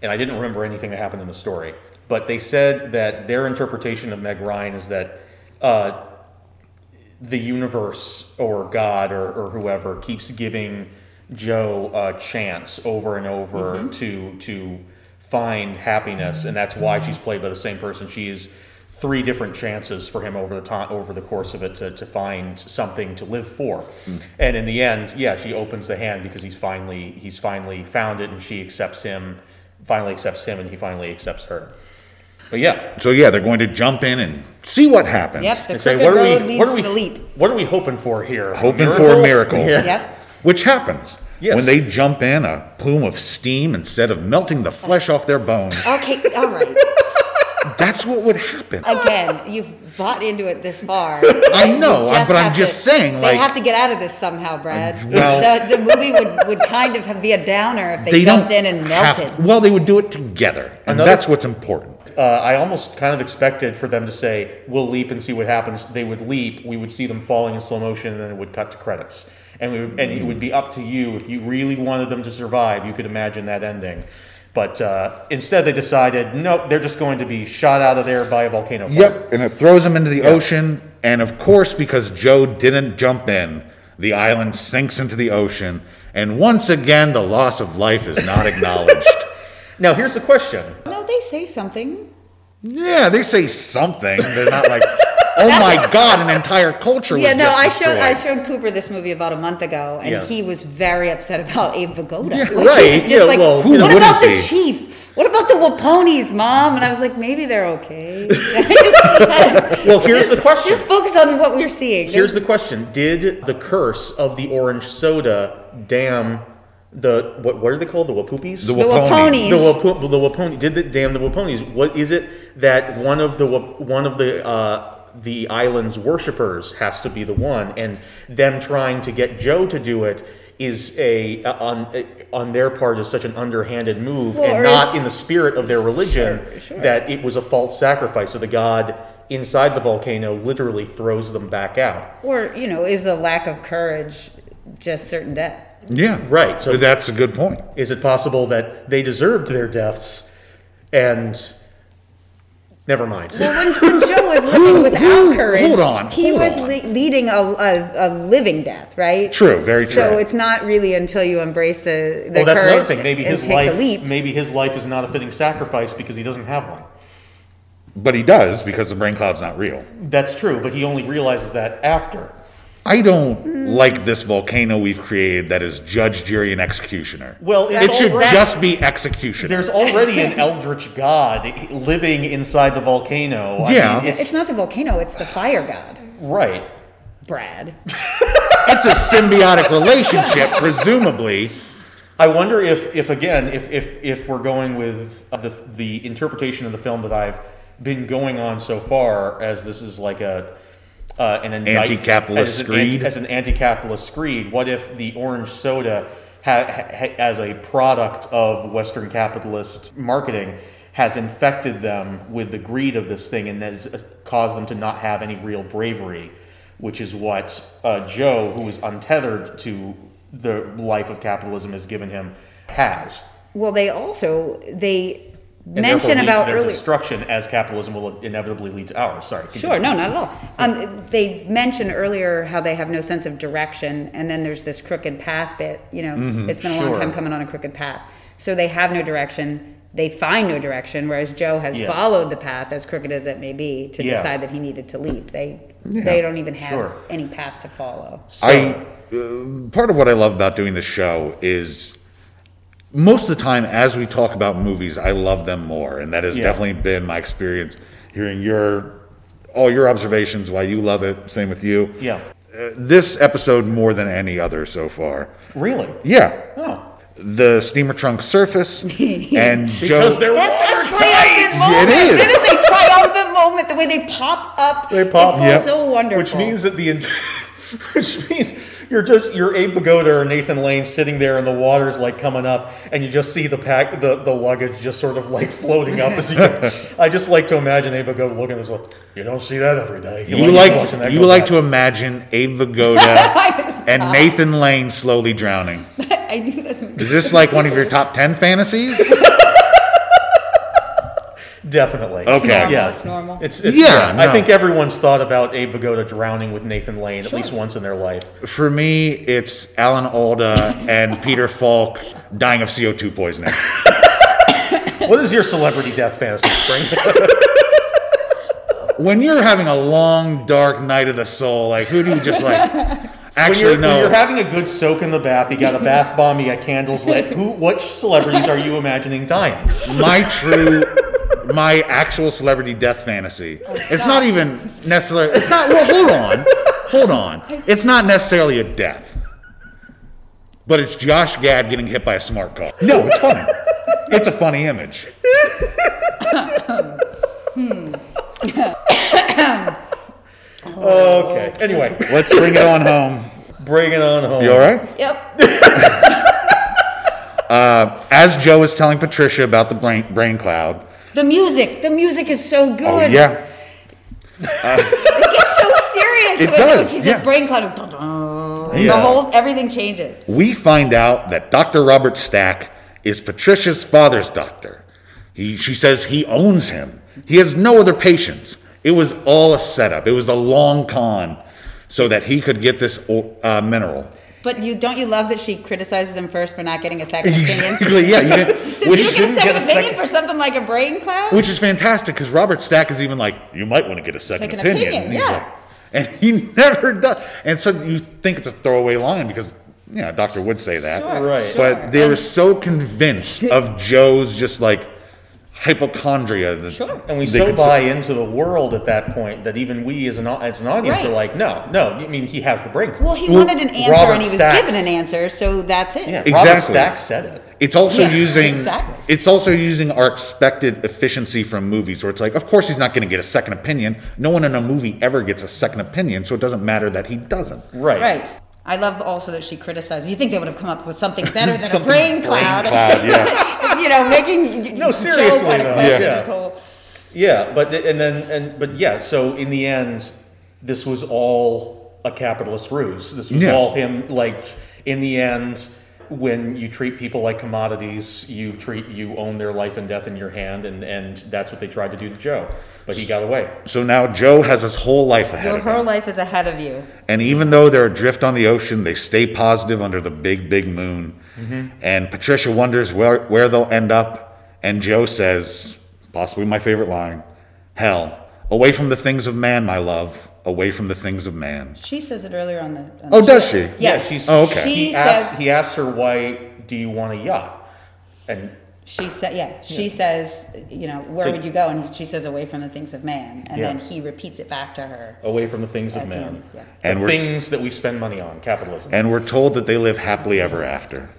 S1: and I didn't remember anything that happened in the story. But they said that their interpretation of Meg Ryan is that uh, the universe or God or, or whoever keeps giving Joe a chance over and over to to find happiness, and that's why she's played by the same person. She is three different chances for him over the time over the course of it to, to find something to live for. And in the end, yeah, she opens the hand because he's finally he's finally found it and she accepts him finally accepts him and he finally accepts her. But yeah.
S2: So, yeah, they're going to jump in and see what happens.
S6: Yep,
S1: they
S6: the
S1: say,
S6: crooked
S1: what are
S6: road
S1: we
S6: leads
S1: what are we
S6: to the leap.
S1: What are we hoping for here? A
S2: hoping for a miracle.
S6: Yep.
S2: Which happens
S1: Yes.
S2: when they jump in a plume of steam instead of melting the flesh off their bones.
S6: Okay, all right.
S2: That's what would happen.
S6: Again, you've bought into it this far.
S2: I know,
S6: Just
S2: but I'm
S6: have
S2: just
S6: to-
S2: saying, like,
S6: they have to get out of this somehow, Brad.
S2: well-
S6: the, the movie would, would kind of be a downer if they, jumped in and
S2: have
S6: melted.
S2: to- well, they would do it together, and
S1: Another-
S2: that's what's important.
S1: Uh, I almost kind of expected for them to say, "We'll leap and see what happens." They would leap. We would see them falling in slow motion, and then it would cut to credits. And we would, and it would be up to you if you really wanted them to survive. You could imagine that ending, but uh, instead they decided, nope, they're just going to be shot out of there by a volcano. fire."
S2: Yep, and it throws them into the ocean, and of course, because Joe didn't jump in, the island sinks into the ocean, and once again, the loss of life is not acknowledged.
S1: Now here's the question:
S6: no, they say something.
S2: yeah, they say something. They're not like, oh my god, an entire culture was
S6: Yeah, no,
S2: just
S6: I showed I
S2: destroyed."
S6: showed Cooper this movie about a month ago, and
S1: Yeah.
S6: he was very upset about Abe Vigoda.
S2: Yeah,
S6: Like, he was
S2: right,
S6: just
S1: yeah,
S6: like,
S1: well, who
S6: what
S2: wouldn't
S6: about the
S2: be?"
S6: chief? What about the Waponis, mom? And I was like, maybe they're okay. Just-
S1: Well, here's the question.
S6: Just focus on what we're seeing.
S1: Here's the question: Did the curse of the orange soda damn the what? What are they called? The Wapoopies?
S6: the
S2: Waponi.
S6: Waponis.
S1: The Wapo- the Waponi did the damn the Waponies. What is it that one of the Wa- one of the uh, the island's worshippers has to be the one, and them trying to get Joe to do it is a on on their part is such an underhanded move
S6: Well,
S1: and
S6: or-
S1: not in the spirit of their religion that it was a false sacrifice. So the god inside the volcano literally throws them back out.
S6: Or, you know, is the lack of courage just certain death?
S2: Yeah.
S1: Right, so-
S2: that's a good point.
S1: Is it possible that they deserved their deaths and never mind.
S6: Well, when, when Joe was living without
S2: who-
S6: courage,
S2: hold on,
S6: he
S2: hold
S6: was
S2: on.
S6: Le- leading a, a, a living death, right?
S2: True, very
S6: So
S2: true.
S6: it's not really until you embrace the, the
S1: well, that's
S6: courage
S1: another thing. Maybe
S6: and
S1: his
S6: take
S1: life
S6: the leap.
S1: maybe his life is not a fitting sacrifice because he doesn't have one.
S2: But he does because the brain cloud's not real.
S1: That's true, but he only realizes that after.
S2: I don't
S6: Mm.
S2: like this volcano we've created that is judge, jury, and executioner.
S1: Well, it's
S2: it should
S1: already-
S2: just be executioner.
S1: There's already an eldritch god living inside the volcano. I
S2: Yeah.
S1: mean, it's,
S6: it's not the volcano; it's the fire god,
S1: right.
S6: Brad.
S2: It's a symbiotic relationship, presumably.
S1: I wonder if, if again, if, if, if we're going with uh, the, the interpretation of the film that I've been going on so far, as this is like a uh, an indict-
S2: Anti-capitalist
S1: as an
S2: screed?
S1: anti- as an anti-capitalist screed. What if the orange soda, ha- ha- as a product of Western capitalist marketing, has infected them with the greed of this thing and has uh, caused them to not have any real bravery, which is what uh, Joe, who is untethered to the life of capitalism, has given him, has.
S6: Well, they also they
S1: And
S6: mention
S1: therefore leads
S6: about
S1: to their
S6: earlier.
S1: destruction as capitalism will inevitably lead to ours. Sorry. continue.
S6: Sure, no, not at all. Um, they mentioned earlier how they have no sense of direction, and then there's this crooked path bit. You know, it's been a long
S1: sure.
S6: time coming on a crooked path. So they have no direction. They find no direction, whereas Joe has
S1: Yeah.
S6: followed the path, as crooked as it may be, to
S1: Yeah.
S6: decide that he needed to leap. They they don't even have
S1: Sure.
S6: any path to follow.
S2: I uh, part of what I love about doing this show is most of the time as we talk about movies, I love them more, and that has
S1: Yeah.
S2: definitely been my experience. Hearing your all your observations, why you love it, same with you.
S1: Yeah.
S2: Uh, this episode more than any other so far.
S1: Really?
S2: Yeah,
S1: Oh.
S2: the steamer trunk surface and
S1: Because
S2: Joe.
S1: they're
S6: That's a triumphant moment.
S2: It is.
S6: That is a triumphant moment. The way they pop up.
S1: They pop
S6: it's
S1: up.
S6: so wonderful.
S1: Which means that the ent- which means you're just you're Abe Pagoda or Nathan Lane sitting there and the water's like coming up and you just see the pack the, the luggage just sort of like floating up as you go. I just like to imagine Abe Pagoda looking at this like you don't see that every day.
S2: You like you like to imagine Abe Vigoda and Nathan Lane slowly drowning.
S6: I knew that's.
S2: Is this like one of your top ten fantasies?
S1: definitely.
S2: Okay.
S6: normal,
S1: Yeah,
S6: it's normal.
S1: It's, it's
S2: Yeah,
S1: I
S2: no.
S1: think everyone's thought about Abe Pagoda drowning with Nathan Lane at least once in their life.
S2: For me, it's Alan Alda and Peter Falk dying of CO2 poisoning.
S1: What is your celebrity death fantasy, Spring?
S2: When you're having a long, dark night of the soul, like who do you just like?
S1: When
S2: Actually,
S1: you're, when
S2: no.
S1: you're having a good soak in the bath, you got a bath bomb, you got candles lit. Who, what celebrities are you imagining dying?
S2: my true, my actual celebrity death fantasy. it's not even necessarily. It's not. Well, hold on, hold on. It's not necessarily a death, but it's Josh Gad getting hit by a smart car. No, it's funny. It's a funny image.
S1: Okay. Anyway,
S2: Let's bring it on home.
S1: bring it on home.
S2: You all right?
S8: Yep.
S2: Uh, As Joe is telling Patricia about the brain, brain cloud.
S6: The music, the music is so good.
S2: Oh yeah.
S6: It gets so serious.
S2: It
S6: when
S2: does,
S6: She's
S2: yeah.
S6: this brain cloud. of dun-dun.
S2: Yeah.
S6: The whole everything changes.
S2: We find out that Dr. Robert Stack is Patricia's father's doctor. He, she says he owns him. He has no other patients. It was all a setup. It was a long con so that he could get this o- uh, mineral.
S6: But you don't you love that she criticizes him first for not getting a second opinion?
S2: Exactly. Yeah. You didn't,
S6: Since
S2: which,
S6: you get
S1: get
S6: a second
S1: a
S6: opinion
S1: second-
S6: for something like a brain cloud,
S2: which is fantastic because Robert Stack is even like, you might want to get a second
S6: Second
S2: opinion.
S6: opinion,
S2: and, he's
S6: yeah.
S2: like- and he never does. And so you think it's a throwaway line because, yeah, Doctor would say that.
S1: Right.
S2: But they were so convinced of Joe's just like hypochondria. That
S1: And we
S2: they
S1: so
S2: could-
S1: buy into the world at that point that even we as an, au- as an audience
S6: Right.
S1: are like, no, no, I mean, he has the brain. cloud.
S6: well, he wanted an answer
S1: Robert
S6: and he was
S1: Stack's-
S6: given an answer, so that's it.
S1: Yeah, Robert
S2: Exactly.
S1: Stack said it.
S2: It's also
S6: Yeah,
S2: using
S6: exactly.
S2: it's also using our expected efficiency from movies, where it's like, of course he's not going to get a second opinion. No one in a movie ever gets a second opinion, so it doesn't matter that he doesn't.
S1: Right.
S6: Right. I love also that she criticizes. You think they would have come up with something better than
S2: Something
S6: a brain cloud?
S2: cloud, yeah.
S6: you know, making
S1: No, seriously,
S6: Joe kind
S1: though.
S6: of question
S1: Yeah.
S6: his whole.
S1: Yeah, but th- and then and but yeah, so in the end, this was all a capitalist ruse. This was
S2: Yes.
S1: all him. Like in the end, when you treat people like commodities, you treat you own their life and death in your hand, and and that's what they tried to do to Joe. But he got away.
S2: So now Joe has his whole life ahead
S6: Your
S2: of him.
S6: whole life is ahead of you.
S2: And even though they're adrift on the ocean, they stay positive under the big, big moon. And Patricia wonders where, where they'll end up. And Joe says, possibly my favorite line Hell, away from the things of man, my love, away from the things of man.
S6: She says it earlier on the. on
S2: Oh,
S6: the
S2: does
S6: show.
S2: she?
S6: Yeah.
S1: she's
S2: Oh, okay.
S1: He,
S6: She
S1: asked,
S6: says.
S1: he asked her why do you want a yacht, and
S6: She said. Yeah. She says. You know, where would you go? And he, she says, away from the things of man. And
S1: Yeah.
S6: then he repeats it back to her.
S1: away from the things of
S6: at the
S1: man,
S6: end, Yeah.
S2: And
S1: the
S2: we're,
S1: things that we spend money on, capitalism.
S2: and we're told that they live happily ever after.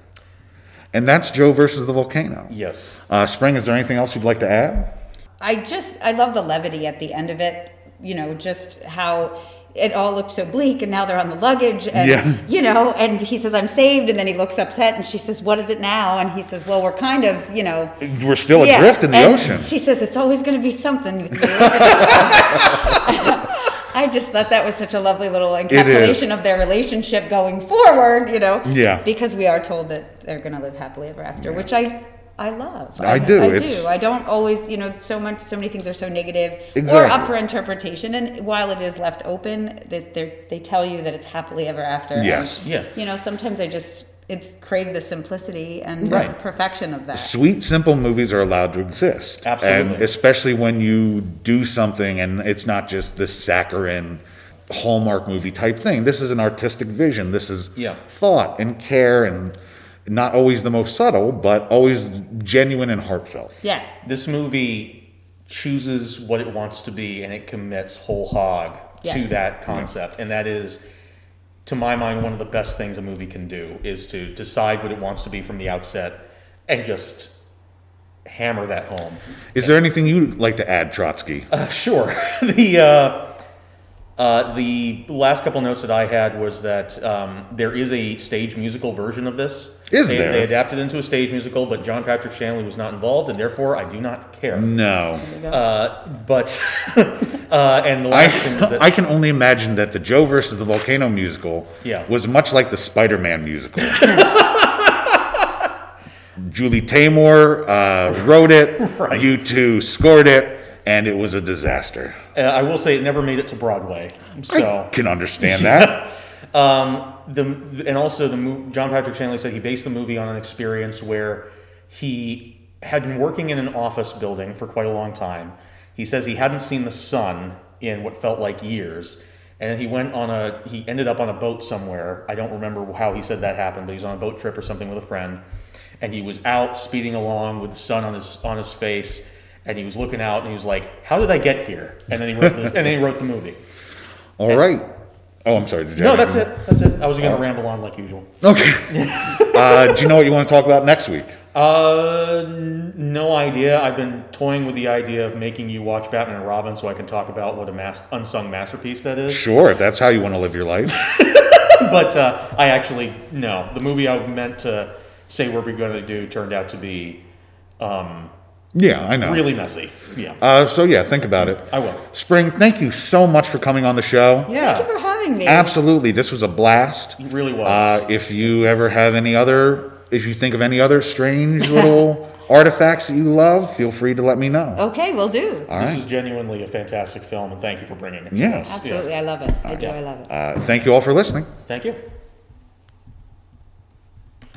S2: And that's Joe versus the volcano.
S1: yes.
S2: Uh, Spring, is there anything else you'd like to add?
S6: I just I love the levity at the end of it. You know, just how it all looked so bleak, and now they're on the luggage, and
S2: Yeah.
S6: you know, and he says I'm saved, and then he looks upset, and she says, "What is it now?" And he says, "Well, we're kind of, you know."
S2: We're still
S6: yeah."
S2: adrift in the
S6: And
S2: ocean.
S6: She says, "It's always going to be something." With you. I just thought that was such a lovely little
S2: is.
S6: encapsulation of their relationship going forward. You know,
S2: Yeah.
S6: because we are told that they're going to live happily ever after, which I I love.
S2: I do.
S6: I
S2: It's-
S6: do. I don't always, you know, so much, so many things are so negative or
S2: Exactly.
S6: up for interpretation. And while it is left open, they they're- they tell you that it's happily ever after. and,
S2: Yes.
S1: Yeah.
S6: you know, sometimes I just it's crave the simplicity and
S1: Right.
S6: perfection of that.
S2: sweet, simple movies are allowed to exist.
S1: Absolutely.
S2: And especially when you do something and it's not just this saccharine Hallmark movie type thing. This is an artistic vision. This is
S1: Yeah.
S2: thought and care and not always the most subtle, but always genuine and heartfelt.
S6: Yes.
S1: this movie chooses what it wants to be and it commits whole hog to
S6: Yes.
S1: that concept and that is to my mind one of the best things a movie can do is to decide what it wants to be from the outset and just hammer that home
S2: Is there anything you'd like to add, Trotsky?
S1: uh, sure the uh, uh, the last couple notes that I had was that um, there is a stage musical version of this.
S2: Is
S1: they,
S2: there?
S1: They adapted into a stage musical, but John Patrick Shanley was not involved, and therefore I do not care.
S2: No.
S1: But uh, and the
S2: I,
S1: last thing is that
S2: I can only imagine that the Joe versus the Volcano musical
S1: Yeah.
S2: was much like the Spider Man musical. Julie Taymor uh, wrote it, you two scored it, and it was a disaster.
S1: uh, I will say it never made it to Broadway. So
S2: Can understand that.
S1: um, the and also the mo- John Patrick Shanley said he based the movie on an experience where he had been working in an office building for quite a long time. He says he hadn't seen the sun in what felt like years. And then he went on a, he ended up on a boat somewhere. I don't remember how he said that happened, but he was on a boat trip or something with a friend. And he was out speeding along with the sun on his, on his face. And he was looking out and he was like, how did I get here? And then he wrote the, and then he wrote the movie.
S2: All right. Oh, I'm sorry. Did you
S1: No,
S2: have
S1: that's it.
S2: anything?
S1: That's it. I was going to ramble on like usual.
S2: Okay. uh, do you know what you want to talk about next week?
S1: Uh, n- no idea. I've been toying with the idea of making you watch Batman and Robin so I can talk about what a mas- unsung masterpiece that is.
S2: Sure, if that's how you want to live your life.
S1: But uh, I actually no. The movie I meant to say what we're going to do turned out to be um,
S2: Yeah, I know.
S1: really messy. Yeah,
S2: Uh, so, yeah, think about it.
S1: I will.
S2: Spring, thank you so much for coming on the show.
S6: Thank you
S1: Yeah,
S6: for having me.
S2: Absolutely. This was a blast.
S1: it really was.
S2: Uh, if you ever have any other, if you think of any other strange little artifacts that you love, feel free to let me know.
S6: Okay, we'll do.
S2: All
S1: Oh, this
S2: right.
S1: is genuinely a fantastic film, and thank you for bringing it. To
S2: Yes.
S1: us. Yeah.
S6: Absolutely. I love it. I do. I love it.
S2: Uh, thank you all for listening.
S1: Thank you.